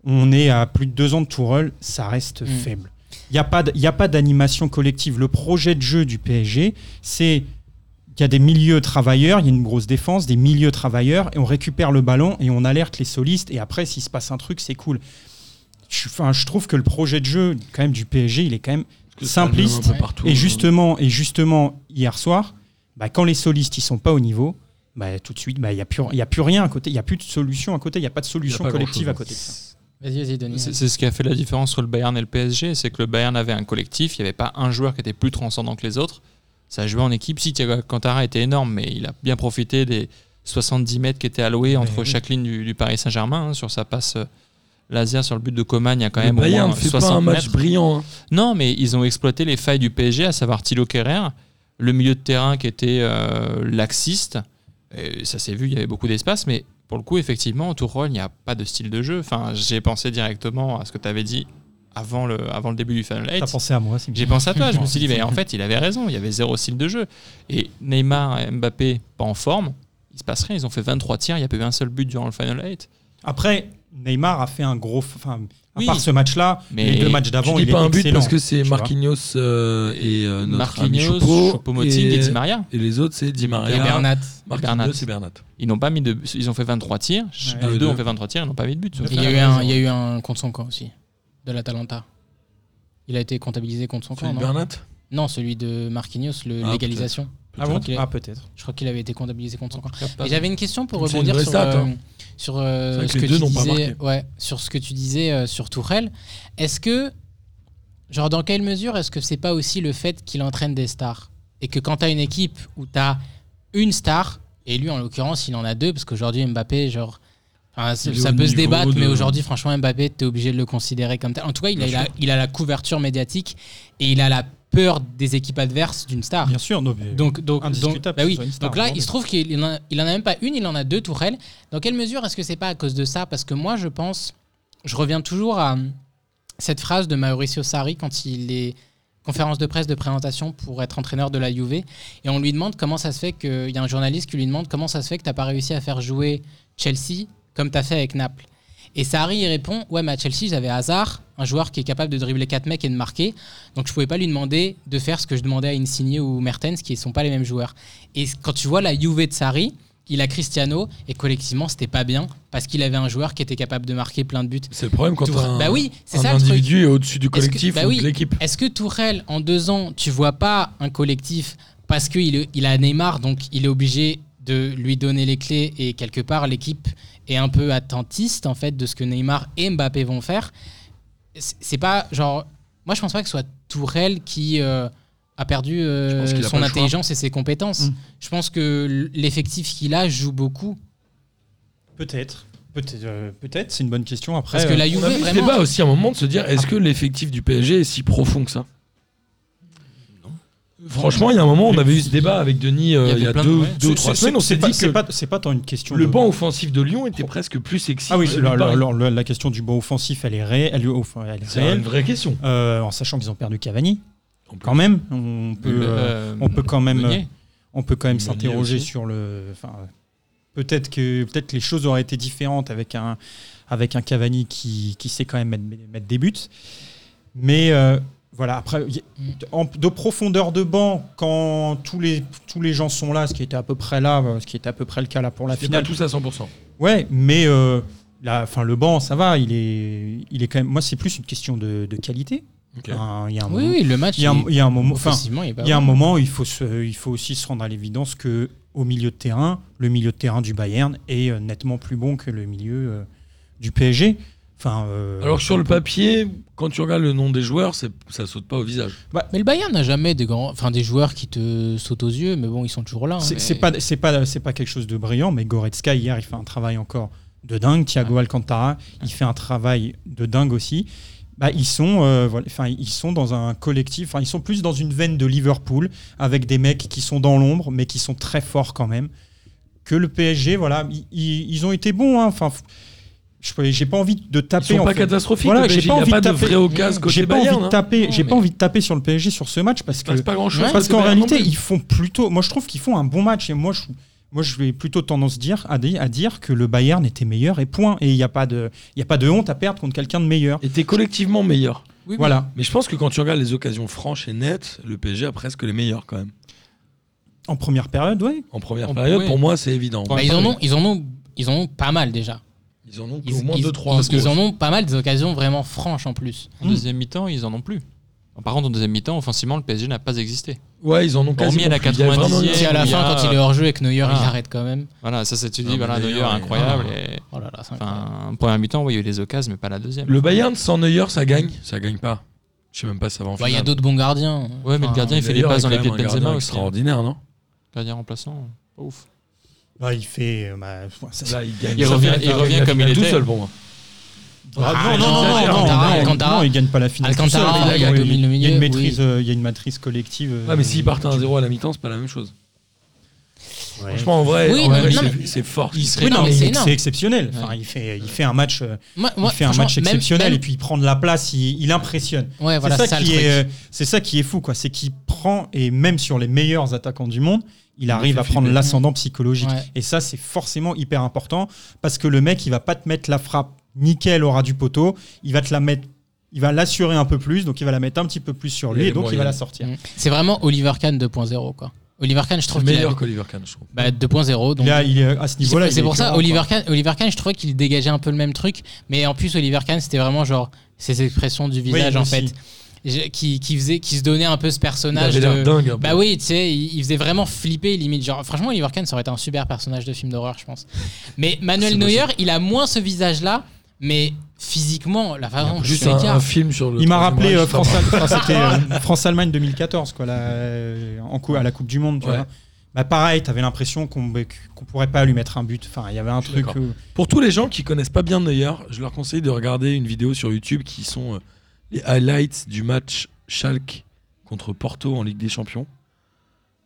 [SPEAKER 2] on est à plus de deux ans de Tourelle, ça reste
[SPEAKER 5] Mm.
[SPEAKER 2] faible. Il n'y a pas d- il y a pas d'animation collective. Le projet de jeu du PSG, c'est il y a des milieux travailleurs, il y a une grosse défense, des milieux travailleurs, et on récupère le ballon et on alerte les solistes, et après, s'il se passe un truc, c'est cool. Je, enfin, je trouve que le projet de jeu quand même, du PSG, il est quand même
[SPEAKER 4] Parce que c'est
[SPEAKER 2] simpliste.
[SPEAKER 4] un peu partout,
[SPEAKER 2] et
[SPEAKER 4] hein.
[SPEAKER 2] justement, et justement, hier soir, bah, quand les solistes ils sont pas au niveau, bah, tout de suite, bah, il n'y a, plus- il y a plus rien à côté, il n'y a plus de solution à côté, il n'y a pas de
[SPEAKER 4] Il y a
[SPEAKER 2] solution
[SPEAKER 4] pas
[SPEAKER 2] collective
[SPEAKER 4] grand-chose. hein.
[SPEAKER 2] à côté. de ça.
[SPEAKER 5] Vas-y, vas-y, Denis.
[SPEAKER 6] C'est c'est ce qui a fait la différence entre le Bayern et le PSG, c'est que le Bayern avait un collectif, il n'y avait pas un joueur qui était plus transcendant que les autres. Ça jouait en équipe. Si Thiago Alcantara était énorme, mais il a bien profité des 70 mètres qui étaient alloués entre
[SPEAKER 2] oui.
[SPEAKER 6] chaque ligne du, du Paris Saint-Germain hein, sur sa passe euh, laser sur le but de Coman. Il y a quand
[SPEAKER 4] Le
[SPEAKER 6] même au
[SPEAKER 4] Bayern
[SPEAKER 6] moins
[SPEAKER 4] ne fait
[SPEAKER 6] 60
[SPEAKER 4] pas un match
[SPEAKER 6] mètres.
[SPEAKER 4] brillant. hein.
[SPEAKER 6] Non, mais ils ont exploité les failles du PSG, à savoir Thilo Kerrer, le milieu de terrain qui était euh, laxiste. Et ça s'est vu, il y avait beaucoup d'espace, mais pour le coup, effectivement, Tourol, il n'y a pas de style de jeu. Enfin, j'ai pensé directement à ce que tu avais dit avant le, avant le début du Final
[SPEAKER 2] T'as
[SPEAKER 6] Eight.
[SPEAKER 2] pensé à moi, c'est
[SPEAKER 6] J'ai pensé à toi, je me suis dit, mais en fait, il avait raison, il y avait zéro style de jeu. Et Neymar et Mbappé, pas en forme, il se passe rien, ils ont fait 23 tirs, il n'y a pas eu un seul but durant le Final Eight.
[SPEAKER 2] Après, Neymar a fait un gros. Enfin, à
[SPEAKER 6] Oui.
[SPEAKER 2] part ce match-là,
[SPEAKER 6] Mais
[SPEAKER 2] les deux matchs
[SPEAKER 4] Tu
[SPEAKER 2] d'avant,
[SPEAKER 4] dis
[SPEAKER 2] il est
[SPEAKER 4] pas un but
[SPEAKER 2] excellent.
[SPEAKER 4] parce que c'est
[SPEAKER 2] tu vois.
[SPEAKER 4] Marquinhos euh, et euh, notre
[SPEAKER 6] Marquinhos,
[SPEAKER 4] ami Choupo,
[SPEAKER 6] Choupo-Moting et Di Maria.
[SPEAKER 4] et les autres, c'est Di Maria,
[SPEAKER 5] Et Bernat. Oh,
[SPEAKER 4] Marquinhos
[SPEAKER 6] Bernat.
[SPEAKER 4] et Bernat.
[SPEAKER 6] Ils n'ont pas mis de, ils ont fait 23 tirs.
[SPEAKER 2] Ouais.
[SPEAKER 6] les
[SPEAKER 4] Les
[SPEAKER 6] deux
[SPEAKER 4] deux.
[SPEAKER 6] ont fait 23 tirs, ils n'ont pas mis de but. sauf
[SPEAKER 5] Il y,
[SPEAKER 6] que-
[SPEAKER 5] a eu un, il y a eu un contre son camp aussi, de l'Atalanta. Il a été comptabilisé contre son
[SPEAKER 4] Celui
[SPEAKER 5] camp,
[SPEAKER 4] de
[SPEAKER 5] non
[SPEAKER 4] Bernat
[SPEAKER 5] Non, celui de Marquinhos, le-
[SPEAKER 4] Ah,
[SPEAKER 5] l'égalisation.
[SPEAKER 6] Ah bon
[SPEAKER 5] Ok.
[SPEAKER 2] Ah, peut-être.
[SPEAKER 5] Je crois qu'il avait été comptabilisé contre son camp.
[SPEAKER 4] Je capte pas.
[SPEAKER 5] Et j'avais une question pour
[SPEAKER 4] C'est une
[SPEAKER 5] rebondir
[SPEAKER 4] vraie
[SPEAKER 5] sur,
[SPEAKER 4] stat,
[SPEAKER 5] euh,
[SPEAKER 4] hein.
[SPEAKER 5] sur, euh,
[SPEAKER 4] C'est vrai que
[SPEAKER 5] ce que
[SPEAKER 4] les deux
[SPEAKER 5] tu
[SPEAKER 4] n'ont pas
[SPEAKER 5] disais,
[SPEAKER 4] marqué.
[SPEAKER 5] ouais, sur ce que tu disais euh, sur Tourelle. Est-ce que, genre, dans quelle mesure est-ce que c'est pas aussi le fait qu'il entraîne des stars et que quand t'as une équipe où t'as une star et lui en l'occurrence il en a deux parce qu'aujourd'hui Mbappé, genre, enfin, c'est-
[SPEAKER 4] Il est
[SPEAKER 5] ça
[SPEAKER 4] au
[SPEAKER 5] peut se
[SPEAKER 4] niveau
[SPEAKER 5] débattre,
[SPEAKER 4] de-
[SPEAKER 5] mais aujourd'hui franchement Mbappé, t'es obligé de le considérer comme tel. En tout cas, il
[SPEAKER 4] Bien
[SPEAKER 5] a, il a- il a la couverture médiatique et il a la peur des équipes adverses d'une star.
[SPEAKER 2] Bien sûr, non, mais-
[SPEAKER 5] Donc, donc, donc,
[SPEAKER 2] Indiscutable
[SPEAKER 5] bah
[SPEAKER 2] que ce
[SPEAKER 5] oui.
[SPEAKER 2] soit une star
[SPEAKER 5] donc là,
[SPEAKER 2] aujourd'hui.
[SPEAKER 5] il se trouve qu'il en, a- il en a même pas une, il en a deux tourelles. Dans quelle mesure est-ce que c'est pas à cause de ça Parce que moi, je pense, je reviens toujours à hum, cette phrase de Mauricio Sarri quand il est conférence de presse de présentation pour être entraîneur de la Juve et on lui demande comment ça se fait que il y a un journaliste qui lui demande comment ça se fait que t'as pas réussi à faire jouer Chelsea comme t'as fait avec Naples et Sarri il répond ouais mais à Chelsea j'avais Hazard un joueur qui est capable de dribbler 4 mecs et de marquer donc je pouvais pas lui demander de faire ce que je demandais à Insigne ou Mertens qui sont pas les mêmes joueurs et quand tu vois la Juve de Sarri il a Cristiano et collectivement c'était pas bien parce qu'il avait un joueur qui était capable de marquer plein de buts
[SPEAKER 4] C'est le problème quand
[SPEAKER 5] Toure-
[SPEAKER 4] t'as un,
[SPEAKER 5] Bah oui, c'est
[SPEAKER 4] un
[SPEAKER 5] ça le truc.
[SPEAKER 4] individu est au-dessus du
[SPEAKER 5] que-
[SPEAKER 4] collectif
[SPEAKER 5] bah
[SPEAKER 4] ou
[SPEAKER 5] oui.
[SPEAKER 4] de l'équipe.
[SPEAKER 5] Est-ce que Tourelle, en deux ans, tu vois pas un collectif parce qu'il il a Neymar, donc il est obligé de lui donner les clés et quelque part l'équipe est un peu attentiste en fait de ce que Neymar et Mbappé vont faire. C'est c'est pas genre, moi je pense pas que ce soit Tourelle qui euh, a perdu euh,
[SPEAKER 4] Je pense qu'il a pas
[SPEAKER 5] son
[SPEAKER 4] le choix.
[SPEAKER 5] intelligence et ses compétences.
[SPEAKER 2] Mm.
[SPEAKER 5] Je pense que l- l'effectif qu'il a joue beaucoup
[SPEAKER 2] Peut-être. Peut-être, euh, peut-être, c'est une bonne question. Après,
[SPEAKER 5] parce que
[SPEAKER 2] euh,
[SPEAKER 5] la Juve
[SPEAKER 4] On a vu ce
[SPEAKER 5] vraiment.
[SPEAKER 4] débat aussi à un moment de se dire
[SPEAKER 6] Ah.
[SPEAKER 4] est-ce que l'effectif du PSG est si profond que ça Franchement, il y a un moment, on avait eu ce débat avec Denis euh,
[SPEAKER 6] Il y
[SPEAKER 4] il
[SPEAKER 6] avait
[SPEAKER 4] y a
[SPEAKER 6] plein
[SPEAKER 4] deux,
[SPEAKER 6] de- ouais.
[SPEAKER 4] deux ou
[SPEAKER 2] c'est-
[SPEAKER 4] trois
[SPEAKER 2] c'est-
[SPEAKER 4] semaines. On
[SPEAKER 2] c'est
[SPEAKER 4] s'est
[SPEAKER 2] pas-
[SPEAKER 4] dit
[SPEAKER 2] c'est
[SPEAKER 4] que
[SPEAKER 2] pas, c'est pas tant une question.
[SPEAKER 4] le
[SPEAKER 2] de-
[SPEAKER 4] banc offensif de Lyon était presque plus sexy.
[SPEAKER 2] Ah oui,
[SPEAKER 4] que
[SPEAKER 2] c'est-
[SPEAKER 4] le
[SPEAKER 2] la,
[SPEAKER 4] Paris.
[SPEAKER 2] la- la- la question du banc offensif, elle est, ré- elle, est au- enfin, elle est
[SPEAKER 4] C'est
[SPEAKER 2] réelle.
[SPEAKER 4] une vraie question.
[SPEAKER 2] Euh, en sachant qu'ils ont perdu Cavani, quand même. On peut,
[SPEAKER 6] Le-
[SPEAKER 2] euh,
[SPEAKER 6] euh,
[SPEAKER 2] on peut quand même,
[SPEAKER 6] Meunier.
[SPEAKER 2] on peut quand même
[SPEAKER 4] Meunier
[SPEAKER 2] s'interroger
[SPEAKER 4] aussi.
[SPEAKER 2] sur le. enfin, euh, Peut-être que peut-être que les choses auraient été différentes avec un avec un Cavani qui, qui sait quand même mettre, mettre des buts. Mais euh, voilà, après y- en- de profondeur de banc quand tous les tous les gens sont là, ce qui était à peu près là, euh, ce qui était à peu près le cas là pour la
[SPEAKER 4] C'était pas
[SPEAKER 2] finale.
[SPEAKER 4] tous à 100%.
[SPEAKER 2] Ouais, mais euh, la, fin, le banc, ça va, il est il est quand même. Moi, c'est plus une question de, de qualité.
[SPEAKER 4] Ok.
[SPEAKER 2] Un- Il y a un
[SPEAKER 5] Oui,
[SPEAKER 2] moment-
[SPEAKER 5] oui, le match.
[SPEAKER 2] il y a un- il y a un moment. enfin,
[SPEAKER 5] offensivement, il est pas
[SPEAKER 2] il y a un
[SPEAKER 5] bon.
[SPEAKER 2] moment, il faut, se- il faut aussi se rendre à l'évidence que au milieu de terrain, le milieu de terrain du Bayern est euh, nettement plus bon que le milieu euh, du PSG. Enfin, euh,
[SPEAKER 4] Alors sur le papier, quand tu regardes le nom des joueurs, c'est- ça saute pas au visage.
[SPEAKER 5] Mais le Bayern n'a jamais des grands, enfin des joueurs qui te sautent aux yeux, mais bon, ils sont toujours là. hein,
[SPEAKER 2] c'est
[SPEAKER 5] mais-
[SPEAKER 2] c'est pas, c'est pas, c'est pas quelque chose de brillant, mais Goretzka hier, il fait un travail encore de dingue. Thiago Alcantara, il fait un travail de dingue aussi. Bah, ils sont, euh, voilà, enfin, ils sont dans un collectif. Enfin, ils sont plus dans une veine de Liverpool avec des mecs qui sont dans l'ombre, mais qui sont très forts quand même. Que le PSG, voilà, i- i- ils, ont été bons. hein. Enfin, f- je peux- j'ai pas envie de
[SPEAKER 4] Ils
[SPEAKER 2] taper.
[SPEAKER 4] sont
[SPEAKER 2] en
[SPEAKER 4] pas
[SPEAKER 2] fait.
[SPEAKER 4] catastrophiques.
[SPEAKER 2] Voilà,
[SPEAKER 4] le
[SPEAKER 2] j'ai
[SPEAKER 4] PSG,
[SPEAKER 2] pas
[SPEAKER 4] il y a
[SPEAKER 2] envie
[SPEAKER 4] pas
[SPEAKER 2] de
[SPEAKER 4] de
[SPEAKER 2] taper-
[SPEAKER 4] vraie occasion côté
[SPEAKER 2] J'ai pas
[SPEAKER 4] Bayern.
[SPEAKER 2] envie de
[SPEAKER 4] hein.
[SPEAKER 2] taper. J'ai
[SPEAKER 5] Non,
[SPEAKER 2] pas
[SPEAKER 5] mais-
[SPEAKER 2] envie de taper sur le PSG sur ce match parce
[SPEAKER 4] Il se
[SPEAKER 2] que
[SPEAKER 4] passe pas grand chose.
[SPEAKER 2] parce qu'en réalité, ils font plutôt. Moi, je trouve qu'ils font un bon match. Et moi, je, moi, je vais plutôt tendance dire, à, di- à dire que le Bayern était meilleur et point. Et il n'y a, pas de- il y a pas de honte à perdre contre quelqu'un de meilleur.
[SPEAKER 4] étaient collectivement meilleurs.
[SPEAKER 5] Oui,
[SPEAKER 2] Voilà.
[SPEAKER 4] Mais je pense que quand tu regardes les occasions franches et nettes, le PSG a presque les meilleurs quand même.
[SPEAKER 2] En première période, ouais.
[SPEAKER 4] En première
[SPEAKER 6] On-
[SPEAKER 4] période,
[SPEAKER 6] oui.
[SPEAKER 4] pour moi, c'est évident.
[SPEAKER 5] mais-
[SPEAKER 6] Ouais,
[SPEAKER 5] bah, ils en
[SPEAKER 6] pardon.
[SPEAKER 5] ont, ils en ont, ils en ont pas mal déjà.
[SPEAKER 4] Ils en ont
[SPEAKER 5] Ils,
[SPEAKER 4] au moins
[SPEAKER 5] ils-
[SPEAKER 4] 2-3.
[SPEAKER 5] Ils, ils en ont pas mal des occasions vraiment franches en plus.
[SPEAKER 2] euh, hmm.
[SPEAKER 6] En deuxième mi-temps, ils en ont plus. Par contre, en deuxième mi-temps, offensivement, le PSG n'a pas existé.
[SPEAKER 4] Ouais, ils en ont
[SPEAKER 6] Hormis
[SPEAKER 4] quasiment
[SPEAKER 6] à la
[SPEAKER 4] plus. Il y avait
[SPEAKER 6] 90e.
[SPEAKER 4] vraiment-
[SPEAKER 5] Si à la
[SPEAKER 6] il y
[SPEAKER 5] fin,
[SPEAKER 6] a-
[SPEAKER 5] quand il est hors jeu et que Neuer
[SPEAKER 6] Ah.
[SPEAKER 5] il arrête quand même.
[SPEAKER 6] Voilà, ça, c'est tu
[SPEAKER 4] Non,
[SPEAKER 6] dis,
[SPEAKER 4] mais
[SPEAKER 6] voilà, Neuer,
[SPEAKER 4] Neuer est-
[SPEAKER 6] incroyable. Et...
[SPEAKER 5] Oh là là, c'est incroyable.
[SPEAKER 6] Enfin, en première mi-temps, oui, il y a eu des occasions, mais pas la deuxième.
[SPEAKER 4] Le Bayern sans Neuer, ça gagne Ça gagne pas. Je sais même pas si ça va en
[SPEAKER 6] Bah,
[SPEAKER 5] Ouais, Bah, Il y a
[SPEAKER 4] finale.
[SPEAKER 5] d'autres bons gardiens.
[SPEAKER 6] Ouais, mais le
[SPEAKER 5] Enfin,
[SPEAKER 6] gardien, il fait des
[SPEAKER 4] Neuer
[SPEAKER 6] passes dans
[SPEAKER 4] est
[SPEAKER 6] les
[SPEAKER 4] quand
[SPEAKER 6] pieds de
[SPEAKER 4] même un gardien
[SPEAKER 6] Benzema aussi. hein.
[SPEAKER 4] extraordinaire, non
[SPEAKER 6] Gardien remplaçant, pas ouf.
[SPEAKER 2] Bah, il fait. euh, bah, pff, ça, c'est-
[SPEAKER 4] Là, il gagne.
[SPEAKER 6] Il revient-
[SPEAKER 4] gagne
[SPEAKER 6] il
[SPEAKER 4] la
[SPEAKER 6] revient
[SPEAKER 4] finale
[SPEAKER 6] comme il
[SPEAKER 4] tout
[SPEAKER 6] était.
[SPEAKER 4] seul pour moi.
[SPEAKER 5] Ah,
[SPEAKER 4] non, non, non,
[SPEAKER 2] j'exagère.
[SPEAKER 5] Alcantara,
[SPEAKER 2] Non,
[SPEAKER 5] Alcantara.
[SPEAKER 2] non, il gagne pas la finale. tout
[SPEAKER 5] Alcantara,
[SPEAKER 2] seul, mais
[SPEAKER 4] il a
[SPEAKER 2] il,
[SPEAKER 5] dominé le
[SPEAKER 2] il y a
[SPEAKER 5] milieu,
[SPEAKER 2] une maîtrise, euh, il y a une matrice collective. euh,
[SPEAKER 4] Ouais, Ah, mais s'ils partent à 1-0 à la mi-temps, c'est pas la même chose.
[SPEAKER 2] ouais.
[SPEAKER 4] Franchement, en vrai,
[SPEAKER 5] Oui,
[SPEAKER 4] en
[SPEAKER 5] non,
[SPEAKER 4] vrai,
[SPEAKER 5] non,
[SPEAKER 4] c'est-
[SPEAKER 5] mais-
[SPEAKER 4] c'est fort.
[SPEAKER 2] Il-
[SPEAKER 5] Oui,
[SPEAKER 2] oui,
[SPEAKER 5] non,
[SPEAKER 2] non,
[SPEAKER 5] mais
[SPEAKER 2] mais
[SPEAKER 5] c'est
[SPEAKER 2] il-
[SPEAKER 5] énorme.
[SPEAKER 2] c'est exceptionnel. Enfin, il fait, il fait un match, euh,
[SPEAKER 5] Moi,
[SPEAKER 2] il
[SPEAKER 5] moi,
[SPEAKER 2] fait un
[SPEAKER 5] franchement,
[SPEAKER 2] match
[SPEAKER 5] même-
[SPEAKER 2] exceptionnel
[SPEAKER 5] même-
[SPEAKER 2] et puis il prend de la place, il- il impressionne.
[SPEAKER 5] Ouais, voilà,
[SPEAKER 2] c'est
[SPEAKER 5] c'est
[SPEAKER 2] ça,
[SPEAKER 5] ça le
[SPEAKER 2] qui
[SPEAKER 5] truc.
[SPEAKER 2] est, euh, c'est ça qui est fou, quoi. C'est qu'il prend, et même sur les meilleurs attaquants du monde, il arrive
[SPEAKER 4] fait
[SPEAKER 2] à prendre
[SPEAKER 4] flipper.
[SPEAKER 2] l'ascendant psychologique.
[SPEAKER 5] Ouais.
[SPEAKER 2] Et ça, c'est forcément hyper important parce que le mec, il va pas te mettre la frappe nickel au ras du poteau. Il va te la mettre, il va l'assurer un peu plus, donc il va la mettre un petit peu plus sur
[SPEAKER 4] Il
[SPEAKER 2] lui
[SPEAKER 4] a
[SPEAKER 2] et
[SPEAKER 4] les
[SPEAKER 2] donc il
[SPEAKER 4] moyens.
[SPEAKER 2] va la sortir.
[SPEAKER 5] Mm. C'est vraiment Oliver Kahn 2.0 quoi. Oliver Kahn, je
[SPEAKER 4] C'est
[SPEAKER 5] trouve qu'il a
[SPEAKER 4] meilleur qu'Oliver Kahn, je trouve.
[SPEAKER 5] bah, 2.0 donc.
[SPEAKER 2] Il a- il est à ce
[SPEAKER 5] C'est
[SPEAKER 2] niveau-là.
[SPEAKER 5] pour-
[SPEAKER 2] il
[SPEAKER 5] c'est
[SPEAKER 2] est
[SPEAKER 5] pour ça,
[SPEAKER 2] écœurant,
[SPEAKER 5] Oliver
[SPEAKER 2] quoi.
[SPEAKER 5] Kahn, Oliver Kahn, je trouvais qu'il dégageait un peu le même truc, mais en plus, Oliver Kahn, c'était vraiment genre ses expressions du
[SPEAKER 2] Oui,
[SPEAKER 5] visage en
[SPEAKER 2] aussi.
[SPEAKER 5] fait. j'ai- qui, qui, faisait, qui se donnait un peu ce
[SPEAKER 4] Il
[SPEAKER 5] personnage.
[SPEAKER 4] avait l'air
[SPEAKER 5] de-
[SPEAKER 4] dingue. un peu.
[SPEAKER 5] Bah oui, tu sais, il, il faisait vraiment flipper limite. Genre, franchement, Oliver Kahn, ça aurait été un super personnage de film d'horreur, je pense. Mais Manuel
[SPEAKER 4] C'est
[SPEAKER 5] Neuer, il a moins ce visage-là, mais physiquement, la façon dont
[SPEAKER 4] Juste
[SPEAKER 5] il
[SPEAKER 4] un,
[SPEAKER 5] s'écarte.
[SPEAKER 4] un film sur le.
[SPEAKER 2] Il m'a
[SPEAKER 4] troisième
[SPEAKER 2] rappelé
[SPEAKER 4] Reich,
[SPEAKER 2] euh,
[SPEAKER 4] je sais pas.
[SPEAKER 2] France, enfin, c'était, euh, France-Allemagne 2014, quoi, la- euh, en cou- à la Coupe du Monde. Tu
[SPEAKER 4] Ouais.
[SPEAKER 2] vois. Bah, pareil, t'avais l'impression qu'on bah, qu'on pourrait pas lui mettre un but. Enfin, il y avait un
[SPEAKER 4] Je suis
[SPEAKER 2] truc.
[SPEAKER 4] d'accord.
[SPEAKER 2] euh,
[SPEAKER 4] Pour tous les gens qui connaissent pas bien Neuer, je leur conseille de regarder une vidéo sur YouTube qui sont euh, les highlights du match Schalke contre Porto en Ligue des Champions.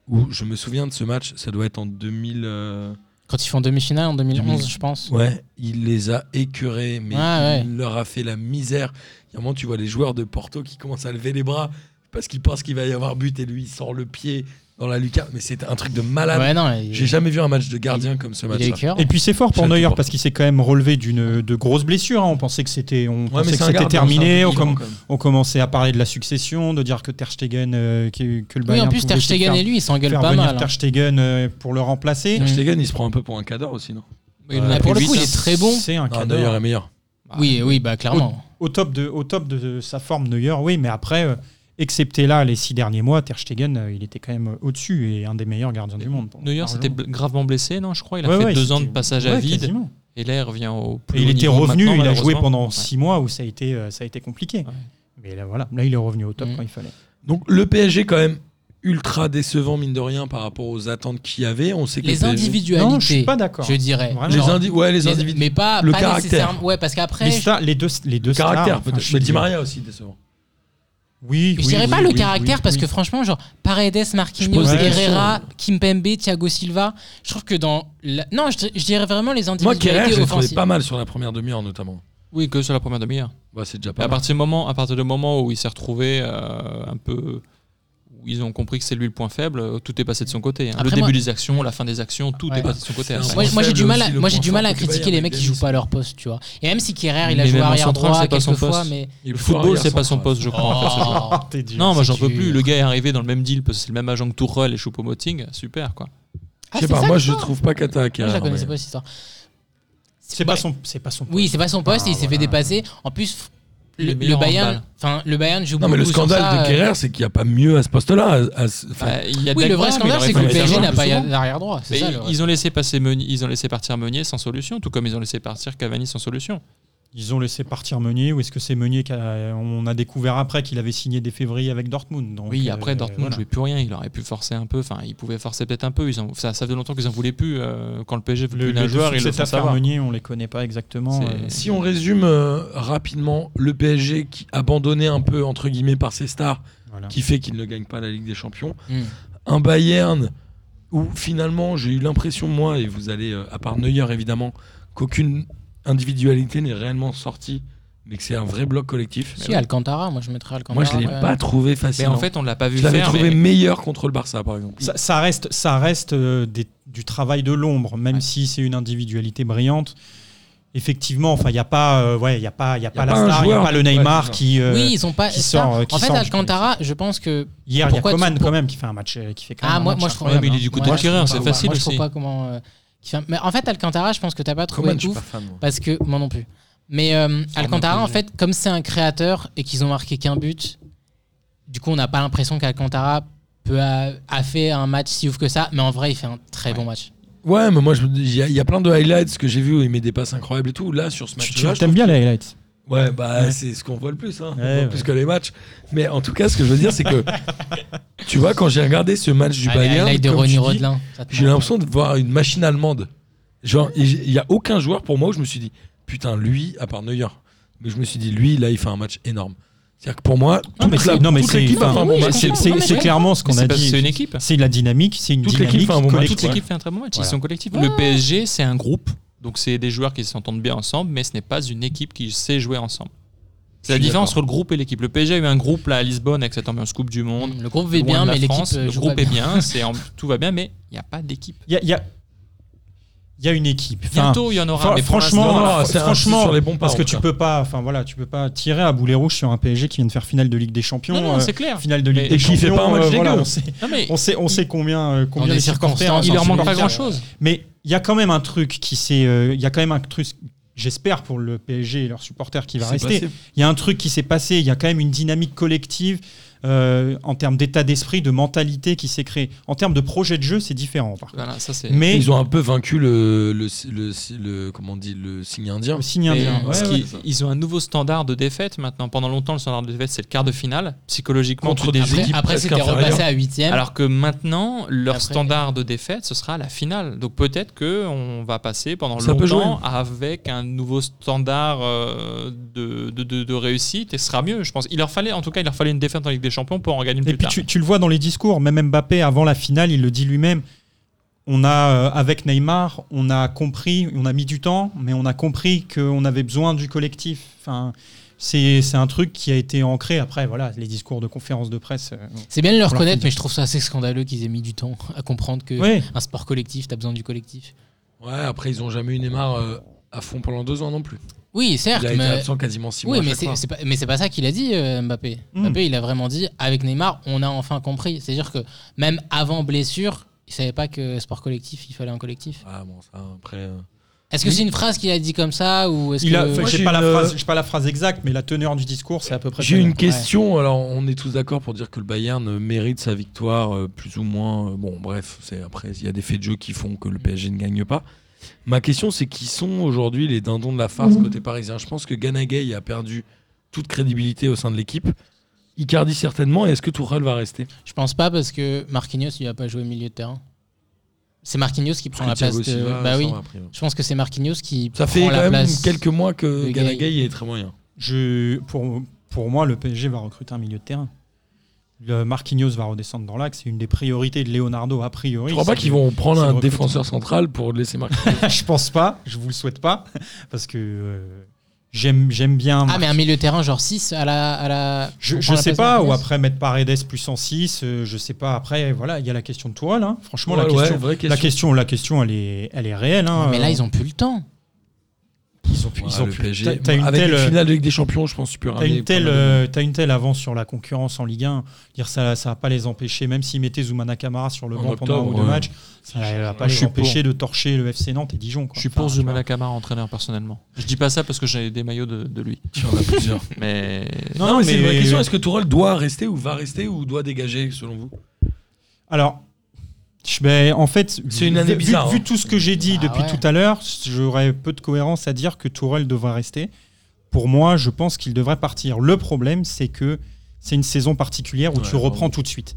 [SPEAKER 4] Où je me souviens de ce match, ça doit être en 2000. euh,
[SPEAKER 5] Quand ils font demi-finale en 2011,
[SPEAKER 4] 2000.
[SPEAKER 5] je pense.
[SPEAKER 4] Ouais, il les a écœurés, mais
[SPEAKER 5] Ouais, ouais.
[SPEAKER 4] il leur a fait la misère. Il y a un moment, tu vois les joueurs de Porto qui commencent à lever les bras parce qu'ils pensent qu'il va y avoir but et lui, il sort le pied dans la lucarne. Mais c'est un truc de
[SPEAKER 2] bah,
[SPEAKER 4] malade.
[SPEAKER 5] Ouais, non, il,
[SPEAKER 4] J'ai jamais vu un match de gardien comme ce
[SPEAKER 5] il a eu
[SPEAKER 4] match-là.
[SPEAKER 5] cœur.
[SPEAKER 2] Et puis c'est fort pour
[SPEAKER 4] Château
[SPEAKER 2] Neuer
[SPEAKER 4] Porto.
[SPEAKER 2] parce qu'il s'est quand même relevé d'une de grosses blessures. hein. On pensait que c'était,
[SPEAKER 4] Ouais,
[SPEAKER 2] on
[SPEAKER 4] mais
[SPEAKER 2] pensait que
[SPEAKER 4] c'est un
[SPEAKER 2] c'était
[SPEAKER 4] gardien, c'est
[SPEAKER 2] terminé.
[SPEAKER 4] un
[SPEAKER 2] On,
[SPEAKER 4] peu vivant,
[SPEAKER 2] com-
[SPEAKER 4] quand même.
[SPEAKER 2] on commençait à parler de la succession, de dire que Ter Stegen, euh, que, que
[SPEAKER 5] Oui,
[SPEAKER 2] le Bayern
[SPEAKER 5] en plus,
[SPEAKER 2] pouvait
[SPEAKER 5] Ter
[SPEAKER 2] essayer de
[SPEAKER 5] Stegen
[SPEAKER 2] faire-
[SPEAKER 5] et lui, ils s'engueulent
[SPEAKER 2] faire
[SPEAKER 5] pas
[SPEAKER 2] venir
[SPEAKER 5] mal. hein.
[SPEAKER 2] Ter Stegen euh, pour le remplacer. Euh,
[SPEAKER 4] Ter
[SPEAKER 5] Mm.
[SPEAKER 4] Stegen, il se prend un peu pour un cador aussi, non
[SPEAKER 6] Il en a
[SPEAKER 5] Ah, pour
[SPEAKER 6] pris
[SPEAKER 5] le coup,
[SPEAKER 6] huit,
[SPEAKER 5] il est
[SPEAKER 6] hein.
[SPEAKER 5] très bon.
[SPEAKER 2] C'est un
[SPEAKER 4] Non,
[SPEAKER 2] cadre.
[SPEAKER 4] Ah, Neuer est meilleur.
[SPEAKER 5] Oui, oui, bah clairement.
[SPEAKER 2] au top de au top de sa forme Neuer, oui, mais après, euh, excepté là les six derniers mois, Ter Stegen, euh, il était quand même au-dessus et un des meilleurs gardiens du monde.
[SPEAKER 6] Neuer s'était bl- gravement blessé, non Je crois. Il a
[SPEAKER 2] Ouais,
[SPEAKER 6] fait
[SPEAKER 2] ouais,
[SPEAKER 6] deux ans de
[SPEAKER 2] c'était-
[SPEAKER 6] passage à
[SPEAKER 2] Ouais,
[SPEAKER 6] vide.
[SPEAKER 2] quasiment.
[SPEAKER 6] Et là, il revient au plus
[SPEAKER 2] Et il
[SPEAKER 6] haut
[SPEAKER 2] était
[SPEAKER 6] niveau
[SPEAKER 2] revenu,
[SPEAKER 6] maintenant,
[SPEAKER 2] il a joué
[SPEAKER 6] malheureusement.
[SPEAKER 2] pendant
[SPEAKER 6] Ouais.
[SPEAKER 2] six mois où ça a été euh, ça a été compliqué.
[SPEAKER 6] Ouais.
[SPEAKER 2] Mais là voilà, là il est revenu au top
[SPEAKER 5] Mm.
[SPEAKER 2] quand il fallait.
[SPEAKER 4] Donc le PSG quand même ultra décevant mine de rien par rapport aux attentes qu'il y avait. On sait que
[SPEAKER 5] Les
[SPEAKER 4] le PSG
[SPEAKER 5] individualités.
[SPEAKER 2] Non, je suis pas d'accord.
[SPEAKER 5] Je dirais.
[SPEAKER 2] Vraiment.
[SPEAKER 4] les
[SPEAKER 5] Genre,
[SPEAKER 4] indi- ouais les
[SPEAKER 5] les-
[SPEAKER 4] individus,
[SPEAKER 5] Mais pas,
[SPEAKER 4] Le
[SPEAKER 5] pas
[SPEAKER 4] caractère.
[SPEAKER 5] nécessairement. Ouais, parce qu'après,
[SPEAKER 2] les,
[SPEAKER 5] je-
[SPEAKER 2] stars, les deux les deux
[SPEAKER 4] le caractère
[SPEAKER 2] stars, enfin,
[SPEAKER 4] peut-être.
[SPEAKER 2] je
[SPEAKER 4] Mais
[SPEAKER 2] te
[SPEAKER 4] Di
[SPEAKER 2] dis-
[SPEAKER 4] Maria aussi décevant.
[SPEAKER 2] Oui,
[SPEAKER 5] Je
[SPEAKER 2] oui,
[SPEAKER 5] dirais
[SPEAKER 2] oui,
[SPEAKER 5] pas
[SPEAKER 2] oui,
[SPEAKER 5] le
[SPEAKER 2] oui,
[SPEAKER 5] caractère
[SPEAKER 2] oui,
[SPEAKER 5] parce
[SPEAKER 2] oui.
[SPEAKER 5] que franchement, genre Paredes, Marquinhos,
[SPEAKER 4] la question.
[SPEAKER 5] Herrera, Kimpembe, Thiago Silva, je trouve que dans la- non, je, je dirais vraiment les
[SPEAKER 4] Moi Kerrer,
[SPEAKER 5] individualités
[SPEAKER 4] je le trouvais
[SPEAKER 5] offensives.
[SPEAKER 4] pas mal sur la première demi-heure notamment.
[SPEAKER 6] Oui, que sur la première demi-heure.
[SPEAKER 4] Bah, c'est déjà
[SPEAKER 6] Et
[SPEAKER 4] pas
[SPEAKER 6] à
[SPEAKER 4] mal.
[SPEAKER 6] partir du moment, à partir du moment où il s'est retrouvé euh, un peu, où ils ont compris que c'est lui le point faible, euh, tout est passé de son côté. hein.
[SPEAKER 5] Après,
[SPEAKER 6] le début
[SPEAKER 5] moi-
[SPEAKER 6] des actions, la fin des actions, tout
[SPEAKER 5] Ouais.
[SPEAKER 6] est passé de son côté.
[SPEAKER 4] C'est
[SPEAKER 6] hein.
[SPEAKER 4] un
[SPEAKER 5] Moi,
[SPEAKER 4] point
[SPEAKER 5] moi, j'ai
[SPEAKER 4] faible
[SPEAKER 5] du mal,
[SPEAKER 4] euh, aussi,
[SPEAKER 5] à,
[SPEAKER 4] le
[SPEAKER 5] moi j'ai
[SPEAKER 4] point
[SPEAKER 5] du mal à
[SPEAKER 4] fort que
[SPEAKER 5] critiquer
[SPEAKER 4] Bayern
[SPEAKER 5] les mecs qui
[SPEAKER 4] gagne,
[SPEAKER 5] jouent pas à leur poste, tu vois. Et même si Kerrer, il a
[SPEAKER 6] Mais
[SPEAKER 5] joué
[SPEAKER 6] même en
[SPEAKER 5] arrière
[SPEAKER 6] central,
[SPEAKER 5] droit
[SPEAKER 6] c'est pas son
[SPEAKER 5] quelques fois,
[SPEAKER 6] poste.
[SPEAKER 5] mais Ah,
[SPEAKER 4] Il est
[SPEAKER 6] Le
[SPEAKER 4] fort
[SPEAKER 6] football,
[SPEAKER 4] arrière
[SPEAKER 6] c'est pas son
[SPEAKER 4] central.
[SPEAKER 6] poste, Oh, je crois. en fait, ce genre.
[SPEAKER 5] Oh.
[SPEAKER 2] Ah, t'es dur.
[SPEAKER 6] Non, moi
[SPEAKER 5] c'est
[SPEAKER 6] j'en peux
[SPEAKER 5] dur.
[SPEAKER 6] plus. Le gars est arrivé dans le même deal parce que c'est le même agent que Tourelle et Choupo-Moting. Super quoi.
[SPEAKER 5] Ah,
[SPEAKER 4] Je sais
[SPEAKER 5] c'est
[SPEAKER 4] pas,
[SPEAKER 5] ça,
[SPEAKER 4] moi
[SPEAKER 5] le
[SPEAKER 4] je
[SPEAKER 5] point
[SPEAKER 4] trouve pas Kata
[SPEAKER 5] Moi, je la
[SPEAKER 4] Kerrer.
[SPEAKER 5] connaissais
[SPEAKER 4] mais-
[SPEAKER 5] pas cette histoire. Bah,
[SPEAKER 2] c'est
[SPEAKER 5] Ouais.
[SPEAKER 2] pas son c'est pas son
[SPEAKER 5] Oui,
[SPEAKER 2] poste.
[SPEAKER 5] c'est pas son poste,
[SPEAKER 2] Ah,
[SPEAKER 5] et il s'est fait
[SPEAKER 2] voilà.
[SPEAKER 5] dépasser. En plus, f-
[SPEAKER 6] Il
[SPEAKER 5] le,
[SPEAKER 6] est
[SPEAKER 5] le
[SPEAKER 6] meilleur en
[SPEAKER 5] Bayern,
[SPEAKER 6] balle.
[SPEAKER 5] enfin le Bayern joue
[SPEAKER 4] Non mais le
[SPEAKER 5] beaucoup sur ça,
[SPEAKER 4] scandale de
[SPEAKER 5] euh,
[SPEAKER 4] Kerrer, c'est qu'il n'y a pas mieux à ce poste-là. à- à ce- enfin,
[SPEAKER 6] Bah, il y a
[SPEAKER 5] Oui, le
[SPEAKER 6] Dagba,
[SPEAKER 5] vrai
[SPEAKER 6] mais
[SPEAKER 5] scandale,
[SPEAKER 6] il aurait
[SPEAKER 5] c'est que
[SPEAKER 6] fallu
[SPEAKER 5] le
[SPEAKER 4] les
[SPEAKER 5] PSG
[SPEAKER 4] avoir
[SPEAKER 5] n'a
[SPEAKER 4] plus
[SPEAKER 5] pas
[SPEAKER 4] souvent.
[SPEAKER 5] d'arrière droit. C'est
[SPEAKER 6] Mais
[SPEAKER 5] ça.
[SPEAKER 6] ils,
[SPEAKER 5] le-
[SPEAKER 6] ils ont laissé passer Meunier, ils ont laissé partir Meunier sans solution, tout comme ils ont laissé partir Cavani sans solution.
[SPEAKER 2] Ils ont laissé partir Meunier ou est-ce que c'est Meunier qu'on a découvert après qu'il avait signé dès février avec Dortmund. donc,
[SPEAKER 6] oui,
[SPEAKER 2] euh,
[SPEAKER 6] après Dortmund
[SPEAKER 2] voilà.
[SPEAKER 6] jouait plus rien, il aurait pu forcer un peu, enfin il pouvait forcer peut-être un peu. Ils en- ça, ça faisait longtemps qu'ils en voulaient plus. euh, quand le PSG veut
[SPEAKER 2] Le,
[SPEAKER 6] plus
[SPEAKER 2] le
[SPEAKER 6] d'un joueur, ils le font
[SPEAKER 2] cette affaire
[SPEAKER 6] savoir.
[SPEAKER 2] Meunier, on les connaît pas exactement.
[SPEAKER 6] C'est-
[SPEAKER 2] euh,
[SPEAKER 4] Si on résume euh, rapidement, le PSG qui abandonné un peu entre guillemets par ses stars,
[SPEAKER 2] voilà.
[SPEAKER 4] qui fait qu'il ne gagne pas la Ligue des Champions.
[SPEAKER 5] Mm.
[SPEAKER 4] un Bayern où finalement j'ai eu l'impression, moi, et vous allez, euh, à part Neuer évidemment, qu'aucune individualité n'est réellement sortie, mais que c'est un vrai bloc collectif.
[SPEAKER 5] Si Alcantara, moi je mettrais Alcantara.
[SPEAKER 4] moi, je ne l'ai
[SPEAKER 5] ouais.
[SPEAKER 4] pas trouvé
[SPEAKER 6] Mais
[SPEAKER 4] facile.
[SPEAKER 6] en fait, on l'a pas vu
[SPEAKER 4] je l'avais
[SPEAKER 6] faire.
[SPEAKER 4] trouvé
[SPEAKER 6] mais-
[SPEAKER 4] meilleur contre le Barça, par exemple.
[SPEAKER 2] ça, ça reste, ça reste euh, des- du travail de l'ombre, même
[SPEAKER 6] Ouais.
[SPEAKER 2] si c'est une individualité brillante. Effectivement, enfin, il n'y a pas, euh, ouais, il y a pas, il y a pas la
[SPEAKER 4] pas un
[SPEAKER 2] star, il n'y a
[SPEAKER 4] joueur.
[SPEAKER 2] pas le
[SPEAKER 4] Ouais,
[SPEAKER 2] Neymar
[SPEAKER 4] c'est ça.
[SPEAKER 2] qui. euh,
[SPEAKER 5] Oui, ils ont pas.
[SPEAKER 2] qui
[SPEAKER 5] ça,
[SPEAKER 2] sort, euh, qui
[SPEAKER 5] en fait,
[SPEAKER 2] sort, je
[SPEAKER 5] Alcantara, je pense que.
[SPEAKER 2] Hier, il y a
[SPEAKER 5] Pourquoi tu-
[SPEAKER 2] Coman
[SPEAKER 5] pour-
[SPEAKER 2] quand même qui fait un match, euh, qui fait quand
[SPEAKER 5] Ah,
[SPEAKER 2] même un
[SPEAKER 5] moi,
[SPEAKER 2] match
[SPEAKER 5] moi je trouve.
[SPEAKER 2] incroyable,
[SPEAKER 6] mais il est du
[SPEAKER 2] hein.
[SPEAKER 6] coup de
[SPEAKER 5] Moi,
[SPEAKER 6] Kerrer,
[SPEAKER 5] je
[SPEAKER 6] c'est
[SPEAKER 5] trouve pas-
[SPEAKER 6] facile
[SPEAKER 5] moi, je trouve
[SPEAKER 6] aussi.
[SPEAKER 5] pas comment. euh, qu'il fait- Mais en fait, Alcantara, je pense que t'as pas trouvé
[SPEAKER 4] Coman, je suis
[SPEAKER 5] ouf
[SPEAKER 4] pas fan. moi.
[SPEAKER 5] parce que moi non plus. Mais
[SPEAKER 6] Ah,
[SPEAKER 5] euh, Alcantara, en
[SPEAKER 6] inconnu.
[SPEAKER 5] fait, comme c'est un créateur et qu'ils ont marqué qu'un but, du coup, on n'a pas l'impression qu'Alcantara peut a, a fait un match si ouf que ça. Mais en vrai, il fait un très bon match.
[SPEAKER 4] Ouais, mais moi, je me dis, il y, a- il y a plein de highlights que j'ai vu où il met des passes incroyables et tout. Là, sur ce
[SPEAKER 2] Tu,
[SPEAKER 4] match-là,
[SPEAKER 2] tu aimes bien les highlights.
[SPEAKER 4] Ouais, bah
[SPEAKER 2] Ouais.
[SPEAKER 4] c'est ce qu'on voit le plus, hein. On
[SPEAKER 2] Ouais,
[SPEAKER 4] voit
[SPEAKER 2] ouais.
[SPEAKER 4] plus que les matchs. Mais en tout cas, ce que je veux dire, c'est que tu vois, quand j'ai regardé ce match du
[SPEAKER 5] Ah, les
[SPEAKER 4] Bayern,
[SPEAKER 5] highlights de
[SPEAKER 4] comme
[SPEAKER 5] Ronny
[SPEAKER 4] tu dis,
[SPEAKER 5] Rodelin. ça te
[SPEAKER 4] j'ai
[SPEAKER 5] manque.
[SPEAKER 4] l'impression de voir une machine allemande. Genre, il n'y a aucun joueur pour moi où je me suis dit, putain, lui, à part Neuer, mais je me suis dit, lui, là, il fait un match énorme. C'est-à-dire que pour moi,
[SPEAKER 2] Non, mais
[SPEAKER 4] toute la-
[SPEAKER 2] c'est- non, mais
[SPEAKER 4] toute
[SPEAKER 2] c'est-
[SPEAKER 4] l'équipe a fait un
[SPEAKER 2] enfin,
[SPEAKER 4] bon
[SPEAKER 5] oui,
[SPEAKER 4] match.
[SPEAKER 5] je
[SPEAKER 2] c'est-
[SPEAKER 5] comprends,
[SPEAKER 2] c'est
[SPEAKER 5] mais
[SPEAKER 2] c'est
[SPEAKER 5] je
[SPEAKER 2] clairement ce qu'on
[SPEAKER 6] Mais
[SPEAKER 2] a
[SPEAKER 6] c'est parce que C'est une
[SPEAKER 2] dit.
[SPEAKER 6] équipe. hein.
[SPEAKER 2] C'est la dynamique, c'est une
[SPEAKER 4] Toute l'équipe
[SPEAKER 2] dynamique
[SPEAKER 4] fait un bon match.
[SPEAKER 6] Toute
[SPEAKER 2] collective.
[SPEAKER 6] l'équipe fait un très bon match.
[SPEAKER 2] Voilà.
[SPEAKER 6] Ils sont collectifs. Le PSG, c'est un groupe. Donc, c'est des joueurs qui s'entendent bien ensemble, mais ce n'est pas une équipe qui sait jouer ensemble. C'est la
[SPEAKER 4] Je suis
[SPEAKER 6] différence
[SPEAKER 4] d'accord.
[SPEAKER 6] entre le groupe et l'équipe. Le PSG a eu un groupe là à Lisbonne avec cette ambiance Coupe du Monde.
[SPEAKER 5] Le groupe va
[SPEAKER 6] loin
[SPEAKER 5] bien,
[SPEAKER 6] de la
[SPEAKER 5] mais l'équipe
[SPEAKER 6] France.
[SPEAKER 5] euh,
[SPEAKER 6] Le
[SPEAKER 5] joue
[SPEAKER 6] groupe
[SPEAKER 5] pas bien.
[SPEAKER 6] est bien, c'est en- tout va bien, mais il n'y a pas d'équipe.
[SPEAKER 2] Il y a, il y a- il y a une équipe. Enfin,
[SPEAKER 6] Bientôt, il y en aura.
[SPEAKER 2] fran-
[SPEAKER 6] mais pour
[SPEAKER 2] franchement,
[SPEAKER 6] l'instant,
[SPEAKER 4] Ah, Non, non, c'est un-
[SPEAKER 2] franchement,
[SPEAKER 4] c'est sur les bons pas,
[SPEAKER 2] parce
[SPEAKER 4] en
[SPEAKER 2] que
[SPEAKER 4] tout
[SPEAKER 2] tu
[SPEAKER 4] cas.
[SPEAKER 2] peux pas, enfin voilà, tu peux pas tirer à boulet rouge sur un PSG qui vient de faire finale de Ligue des Champions,
[SPEAKER 6] non, non,
[SPEAKER 2] euh,
[SPEAKER 6] c'est clair.
[SPEAKER 2] finale de Ligue
[SPEAKER 6] Mais-
[SPEAKER 2] des
[SPEAKER 4] Et qui
[SPEAKER 2] Champions.
[SPEAKER 4] fait pas un match
[SPEAKER 2] euh, voilà,
[SPEAKER 4] dégueu.
[SPEAKER 2] on sait,
[SPEAKER 6] Non, mais
[SPEAKER 2] on sait, on sait combien, euh,
[SPEAKER 5] Dans
[SPEAKER 2] combien
[SPEAKER 5] des
[SPEAKER 2] les supporters. hein,
[SPEAKER 5] circonstances,
[SPEAKER 6] il leur manque pas
[SPEAKER 5] supporters,
[SPEAKER 6] grand chose.
[SPEAKER 2] Mais il y a quand même un truc qui s'est, euh, il y a quand même un truc, j'espère pour le PSG et leurs supporters qui va
[SPEAKER 4] C'est
[SPEAKER 2] rester.
[SPEAKER 4] passé.
[SPEAKER 2] Il y a un truc qui s'est passé, il y a quand même une dynamique collective euh, en termes d'état d'esprit, de mentalité qui s'est créée. En termes de projet de jeu, c'est différent. Par contre.
[SPEAKER 6] Voilà, ça c'est.
[SPEAKER 2] Mais
[SPEAKER 4] Ils ont un peu vaincu le, le, le- le- comment on dit, le signe indien.
[SPEAKER 2] le signe
[SPEAKER 6] Mais,
[SPEAKER 2] indien,
[SPEAKER 6] euh,
[SPEAKER 2] ouais,
[SPEAKER 6] ce
[SPEAKER 2] ouais.
[SPEAKER 6] qui- ils ont un nouveau standard de défaite maintenant. Pendant longtemps, le standard de défaite, c'est le quart de finale. Psychologiquement,
[SPEAKER 4] Contre des
[SPEAKER 6] tu te-
[SPEAKER 4] équipes
[SPEAKER 5] Après, après,
[SPEAKER 4] presque
[SPEAKER 5] c'était
[SPEAKER 4] inférieures.
[SPEAKER 5] repassé à 8
[SPEAKER 6] Alors que maintenant, leur
[SPEAKER 5] Après-
[SPEAKER 6] standard de défaite, ce sera la finale. Donc peut-être que on va passer pendant
[SPEAKER 4] Ça peut
[SPEAKER 6] longtemps avec un nouveau standard euh, de, de, de- de réussite et ce sera mieux, je pense. Il leur fallait, en tout cas, il leur fallait une défaite en Ligue des Champions pour en gagner une
[SPEAKER 2] Et
[SPEAKER 6] plus
[SPEAKER 2] puis
[SPEAKER 6] tard.
[SPEAKER 2] tu, tu le vois dans les discours, même Mbappé avant la finale, il le dit lui-même. On a euh, avec Neymar, on a compris, on a mis du temps, mais on a compris qu'on avait besoin du collectif. Enfin, c'est c'est un truc qui a été ancré. Après, voilà, les discours de conférences de presse. euh,
[SPEAKER 5] C'est bien de le
[SPEAKER 2] Voilà.
[SPEAKER 5] reconnaître, mais je trouve ça assez scandaleux qu'ils aient mis du temps à comprendre que
[SPEAKER 2] ouais.
[SPEAKER 5] un sport collectif, t'as besoin du collectif.
[SPEAKER 4] Ouais, après, ils ont jamais eu Neymar euh, à fond pendant deux ans non plus.
[SPEAKER 5] Oui, certes,
[SPEAKER 2] Ah,
[SPEAKER 4] Il a été
[SPEAKER 5] mais.
[SPEAKER 4] absent quasiment six mois.
[SPEAKER 5] Oui,
[SPEAKER 4] à
[SPEAKER 5] mais
[SPEAKER 4] chaque
[SPEAKER 5] c'est
[SPEAKER 4] fois.
[SPEAKER 5] c'est pas, mais c'est pas ça qu'il a dit, euh, Mbappé.
[SPEAKER 2] Mm.
[SPEAKER 5] Mbappé, il a vraiment dit avec Neymar, on a enfin compris. C'est-à-dire que même avant blessure, il savait pas que sport collectif, il fallait un collectif.
[SPEAKER 4] Ah bon, ça, après. euh,
[SPEAKER 5] Est-ce que c'est une phrase qu'il a dit comme ça ou est-ce
[SPEAKER 2] Il a,
[SPEAKER 5] que-
[SPEAKER 2] enfin,
[SPEAKER 4] Moi,
[SPEAKER 2] j'ai
[SPEAKER 4] j'ai
[SPEAKER 2] pas, la
[SPEAKER 4] une,
[SPEAKER 2] phrase-
[SPEAKER 4] euh,
[SPEAKER 2] j'ai pas la phrase exacte, mais la teneur du discours, c'est à peu près.
[SPEAKER 4] J'ai
[SPEAKER 2] ça.
[SPEAKER 4] une question. Alors, on est tous d'accord pour dire que le Bayern euh, mérite sa victoire, euh, plus ou moins. euh, Bon, bref, c'est après, il y a des faits de jeu qui font que le PSG ne gagne pas. Ma question, c'est qui sont aujourd'hui les dindons de la farce côté parisien Je pense que Ganagay a perdu toute crédibilité au sein de l'équipe. Icardi certainement. Et Est-ce que Tourelle va rester
[SPEAKER 5] Je pense pas parce que Marquinhos, il va pas jouer milieu de terrain. C'est Marquinhos qui prend la
[SPEAKER 4] Parce que
[SPEAKER 5] place de.
[SPEAKER 4] Thiago Silva,
[SPEAKER 5] bah
[SPEAKER 4] ça
[SPEAKER 5] oui.
[SPEAKER 4] va après, ouais.
[SPEAKER 5] Je pense que c'est Marquinhos qui
[SPEAKER 4] Ça
[SPEAKER 5] prend
[SPEAKER 4] fait
[SPEAKER 5] la
[SPEAKER 4] quand même
[SPEAKER 5] place.
[SPEAKER 4] quelques mois que
[SPEAKER 5] de Gay.
[SPEAKER 4] Ganagay est très moyen.
[SPEAKER 2] Je, pour, pour moi, le PSG va recruter un milieu de terrain. Le Marquinhos va redescendre dans l'axe. C'est une des priorités de Leonardo, a priori.
[SPEAKER 4] Je crois pas
[SPEAKER 2] C'est-
[SPEAKER 4] qu'ils vont prendre
[SPEAKER 2] c'est
[SPEAKER 4] un
[SPEAKER 2] le recrutement.
[SPEAKER 4] défenseur central pour laisser marquer.
[SPEAKER 2] je pense pas, je vous le souhaite pas, parce que euh, j'aime j'aime bien.
[SPEAKER 5] Ah, mais un milieu de terrain genre 6 à la. À la
[SPEAKER 2] je,
[SPEAKER 5] pour
[SPEAKER 2] je
[SPEAKER 5] prendre la
[SPEAKER 2] sais
[SPEAKER 5] place
[SPEAKER 2] pas,
[SPEAKER 5] de
[SPEAKER 2] ou
[SPEAKER 5] Marquinhos
[SPEAKER 2] après mettre Paredes plus en 6, euh, je sais pas. Après, voilà, il y a la question de toi, là. Franchement, la,
[SPEAKER 4] Ouais, ouais,
[SPEAKER 2] question,
[SPEAKER 4] vraie
[SPEAKER 2] la question, la question, elle est, elle est réelle. hein.
[SPEAKER 5] Mais là, ils ont plus le temps.
[SPEAKER 2] ils ont, pu-
[SPEAKER 4] Ouais,
[SPEAKER 2] ils ont
[SPEAKER 4] le
[SPEAKER 2] pu-
[SPEAKER 4] PSG.
[SPEAKER 2] t'as- t'as une
[SPEAKER 4] Bah, Avec
[SPEAKER 2] telle, euh,
[SPEAKER 4] une finale de Ligue des Champions, je pense que tu peux
[SPEAKER 2] t'as
[SPEAKER 4] ramener
[SPEAKER 2] une telle,
[SPEAKER 4] pas mal de-
[SPEAKER 2] euh, t'as une telle avance sur la concurrence en Ligue 1. Dire ça, ça va pas les empêcher, même s'ils mettaient Zoumana Kamara sur le
[SPEAKER 4] En
[SPEAKER 2] banc pendant
[SPEAKER 4] octobre,
[SPEAKER 2] deux
[SPEAKER 4] ouais.
[SPEAKER 2] matchs, ça va pas
[SPEAKER 6] Je
[SPEAKER 2] les
[SPEAKER 6] suis
[SPEAKER 2] empêcher de torcher le FC Nantes et Dijon. quoi.
[SPEAKER 6] Je suis
[SPEAKER 2] Enfin,
[SPEAKER 6] pour
[SPEAKER 2] tu
[SPEAKER 6] Zoumana Kamara, entraîneur personnellement. Je dis pas ça parce que j'ai des maillots de, de lui.
[SPEAKER 4] Il y en a plusieurs.
[SPEAKER 6] Mais
[SPEAKER 4] Non, mais, c'est une vraie
[SPEAKER 2] mais- euh,
[SPEAKER 4] question. Est-ce que Tourelle doit rester ou va rester ou doit dégager, selon vous
[SPEAKER 2] Alors, je- ben, en fait,
[SPEAKER 4] C'est
[SPEAKER 2] vu-
[SPEAKER 4] une année
[SPEAKER 2] vu,
[SPEAKER 4] bizarre,
[SPEAKER 2] vu
[SPEAKER 4] hein.
[SPEAKER 2] tout ce que j'ai dit
[SPEAKER 5] Ah
[SPEAKER 2] depuis
[SPEAKER 5] ouais.
[SPEAKER 2] tout à l'heure, j'aurais peu de cohérence à dire que Tourelle devrait rester. Pour moi, je pense qu'il devrait partir. Le problème, c'est que c'est une saison particulière où
[SPEAKER 4] Ouais,
[SPEAKER 2] tu reprends
[SPEAKER 4] vraiment.
[SPEAKER 2] tout de suite.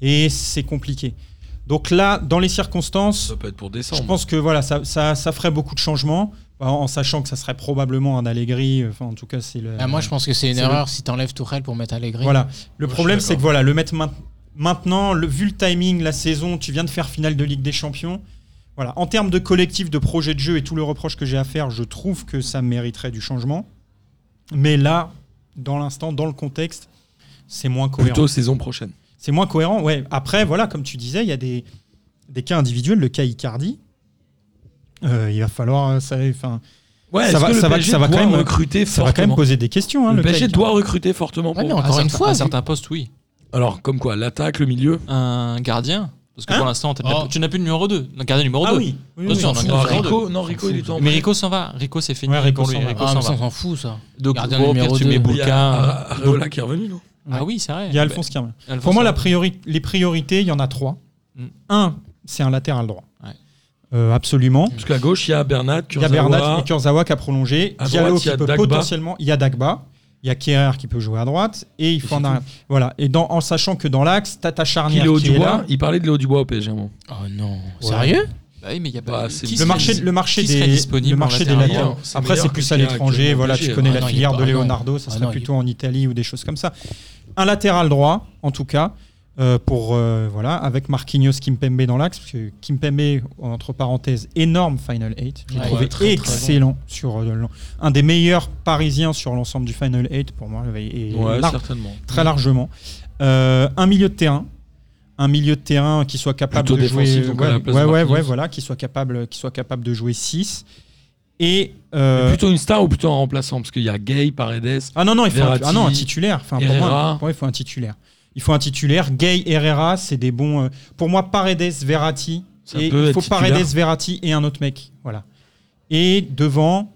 [SPEAKER 2] Et c'est compliqué. Donc là, dans les circonstances,
[SPEAKER 4] Ça peut être pour
[SPEAKER 2] je
[SPEAKER 4] décembre.
[SPEAKER 2] pense que voilà, ça, ça, ça ferait beaucoup de changements, en, en sachant que ça serait probablement un Allegri. Enfin, en tout cas, c'est le.
[SPEAKER 5] Bah, moi, je pense que c'est une
[SPEAKER 2] c'est
[SPEAKER 5] erreur si t'enlèves Tourelle pour mettre Allegri.
[SPEAKER 2] Voilà. Le
[SPEAKER 4] Moi,
[SPEAKER 2] problème,
[SPEAKER 4] je suis
[SPEAKER 2] c'est que voilà, le mettre main- maintenant, le, vu le timing, la saison, tu viens de faire finale de Ligue des Champions. Voilà. En termes de collectif, de projet de jeu et tout le reproche que j'ai à faire, je trouve que ça mériterait du changement. Mais là, dans l'instant, dans le contexte, c'est moins cohérent.
[SPEAKER 4] Plutôt saison prochaine.
[SPEAKER 2] C'est moins cohérent, ouais. Après, voilà, comme tu disais, il y a des, des cas individuels, le cas Icardi. Euh, il va falloir. euh, Ça, enfin,
[SPEAKER 4] Ouais,
[SPEAKER 2] Ça
[SPEAKER 4] est-ce
[SPEAKER 2] va-
[SPEAKER 4] que le
[SPEAKER 2] ça va-
[SPEAKER 4] PSG
[SPEAKER 2] ça va
[SPEAKER 4] doit
[SPEAKER 2] quand même-
[SPEAKER 4] recruter
[SPEAKER 2] ça va quand même
[SPEAKER 4] fortement
[SPEAKER 2] poser des questions. hein,
[SPEAKER 4] Le
[SPEAKER 2] cas
[SPEAKER 4] PSG
[SPEAKER 2] Icardi.
[SPEAKER 4] doit recruter fortement
[SPEAKER 5] Ouais, mais
[SPEAKER 4] pour.
[SPEAKER 5] encore
[SPEAKER 6] à
[SPEAKER 5] une
[SPEAKER 6] certains-
[SPEAKER 5] fois,
[SPEAKER 6] à
[SPEAKER 5] vu-
[SPEAKER 6] certains postes, oui.
[SPEAKER 4] Alors, comme quoi, l'attaque, le milieu
[SPEAKER 6] Un gardien, parce que
[SPEAKER 2] Hein
[SPEAKER 6] pour l'instant, t'as-
[SPEAKER 5] Oh.
[SPEAKER 6] tu n'as plus de numéro 2. Un gardien numéro
[SPEAKER 2] Ah
[SPEAKER 6] 2.
[SPEAKER 2] oui, oui,
[SPEAKER 6] Bien
[SPEAKER 2] oui.
[SPEAKER 6] sûr, on en
[SPEAKER 4] Non,
[SPEAKER 6] gagne zéro deux.
[SPEAKER 4] Rico, non, Rico, il est en
[SPEAKER 6] Mais Rico s'en va. Rico, c'est fini
[SPEAKER 2] Ouais, Rico
[SPEAKER 6] pour lui.
[SPEAKER 2] s'en va.
[SPEAKER 6] Rico
[SPEAKER 5] Ah, mais
[SPEAKER 6] s'en
[SPEAKER 5] ça, on
[SPEAKER 6] va.
[SPEAKER 5] s'en fout, ça.
[SPEAKER 6] Donc,
[SPEAKER 5] Gardien
[SPEAKER 6] au pire,
[SPEAKER 5] numéro
[SPEAKER 6] tu
[SPEAKER 5] deux.
[SPEAKER 6] mets
[SPEAKER 4] Il y
[SPEAKER 6] Boulka.
[SPEAKER 4] a
[SPEAKER 6] Ah,
[SPEAKER 4] Ar- Areola qui est revenu, non
[SPEAKER 6] oui, c'est vrai.
[SPEAKER 2] ah. Il y a Alphonse Kirman.
[SPEAKER 6] Bah, Alphonse
[SPEAKER 2] Pour moi,
[SPEAKER 6] Armand.
[SPEAKER 2] la priori- les priorités, il y en a trois.
[SPEAKER 6] Mm.
[SPEAKER 2] Un, c'est un latéral droit.
[SPEAKER 6] Ouais.
[SPEAKER 2] Euh, absolument.
[SPEAKER 4] Parce qu'à gauche, il y a Bernat,
[SPEAKER 2] Il y a
[SPEAKER 4] Mm. Kurzawa.
[SPEAKER 2] Bernat et Kurzawa qui a prolongé.
[SPEAKER 4] À
[SPEAKER 2] Diallo
[SPEAKER 4] droite, il
[SPEAKER 2] qui
[SPEAKER 4] y a
[SPEAKER 2] peut
[SPEAKER 4] Dagba.
[SPEAKER 2] potentiellement. Il y a Dagba. Il y a Kerrer qui peut jouer à droite. Et il faut en arrière. Voilà. Et dans, en sachant que dans l'axe, t'as ta charnière
[SPEAKER 4] Léo
[SPEAKER 2] qui est
[SPEAKER 4] Dubois.
[SPEAKER 2] là.
[SPEAKER 4] Il parlait de Léo Dubois au PSG. à un moment.
[SPEAKER 5] Oh non. Sérieux
[SPEAKER 6] Bah oui, mais il y a
[SPEAKER 4] Bah,
[SPEAKER 6] pas.
[SPEAKER 4] c'est-
[SPEAKER 6] qui
[SPEAKER 2] Le
[SPEAKER 6] serait-
[SPEAKER 2] marché, le marché
[SPEAKER 6] qui
[SPEAKER 2] des,
[SPEAKER 6] serait disponible
[SPEAKER 2] le
[SPEAKER 6] en
[SPEAKER 2] marché des
[SPEAKER 6] latéral
[SPEAKER 2] latéraux.
[SPEAKER 4] droit C'est
[SPEAKER 2] Après,
[SPEAKER 4] meilleur
[SPEAKER 2] c'est
[SPEAKER 4] que
[SPEAKER 2] plus
[SPEAKER 4] ce
[SPEAKER 2] à
[SPEAKER 4] qu'il y a
[SPEAKER 2] l'étranger.
[SPEAKER 4] actuellement
[SPEAKER 2] Voilà,
[SPEAKER 4] au
[SPEAKER 2] tu
[SPEAKER 4] PSG.
[SPEAKER 2] connais
[SPEAKER 5] Ah
[SPEAKER 2] la
[SPEAKER 5] non, il est
[SPEAKER 2] filière
[SPEAKER 5] pas-
[SPEAKER 2] de
[SPEAKER 5] ah non.
[SPEAKER 2] Leonardo. Ça
[SPEAKER 5] Ah
[SPEAKER 2] serait
[SPEAKER 5] non, il est-
[SPEAKER 2] plutôt en Italie ou des choses comme ça. Un latéral droit, en tout cas. euh, pour euh, voilà avec Marquinhos Kimpembe dans l'axe parce que Kimpembe entre parenthèses énorme Final 8 j'ai
[SPEAKER 5] Ouais,
[SPEAKER 2] trouvé
[SPEAKER 5] ouais, très, très
[SPEAKER 2] excellent sur euh, l'en- un des meilleurs parisiens sur l'ensemble du Final 8 pour moi et, et
[SPEAKER 4] Ouais,
[SPEAKER 2] lar-
[SPEAKER 4] certainement.
[SPEAKER 2] très largement Euh, un milieu de terrain un milieu de terrain qui soit capable
[SPEAKER 4] Plutôt
[SPEAKER 2] de jouer
[SPEAKER 4] défensif, donc, à
[SPEAKER 2] ouais
[SPEAKER 4] la place
[SPEAKER 2] ouais,
[SPEAKER 4] de
[SPEAKER 2] ouais,
[SPEAKER 4] Marquinhos.
[SPEAKER 2] ouais, voilà qui soit capable qui soit capable de jouer 6 et
[SPEAKER 4] Mais
[SPEAKER 2] euh,
[SPEAKER 4] Plutôt une star ou plutôt un remplaçant Parce qu'il y a Gay, Paredes.
[SPEAKER 2] ah non, non, il faut un,
[SPEAKER 4] Verratti,
[SPEAKER 2] ah non, un titulaire. Enfin, pour,
[SPEAKER 4] Herrera.
[SPEAKER 2] moi, pour moi, il faut un titulaire. Il faut un titulaire. Gay, Herrera, c'est des bons. euh, pour moi, Paredes, Verratti.
[SPEAKER 4] Ça
[SPEAKER 2] et
[SPEAKER 4] peut
[SPEAKER 2] il
[SPEAKER 4] être
[SPEAKER 2] faut
[SPEAKER 4] titulaire.
[SPEAKER 2] Paredes, Verratti et un autre mec. Voilà. Et devant,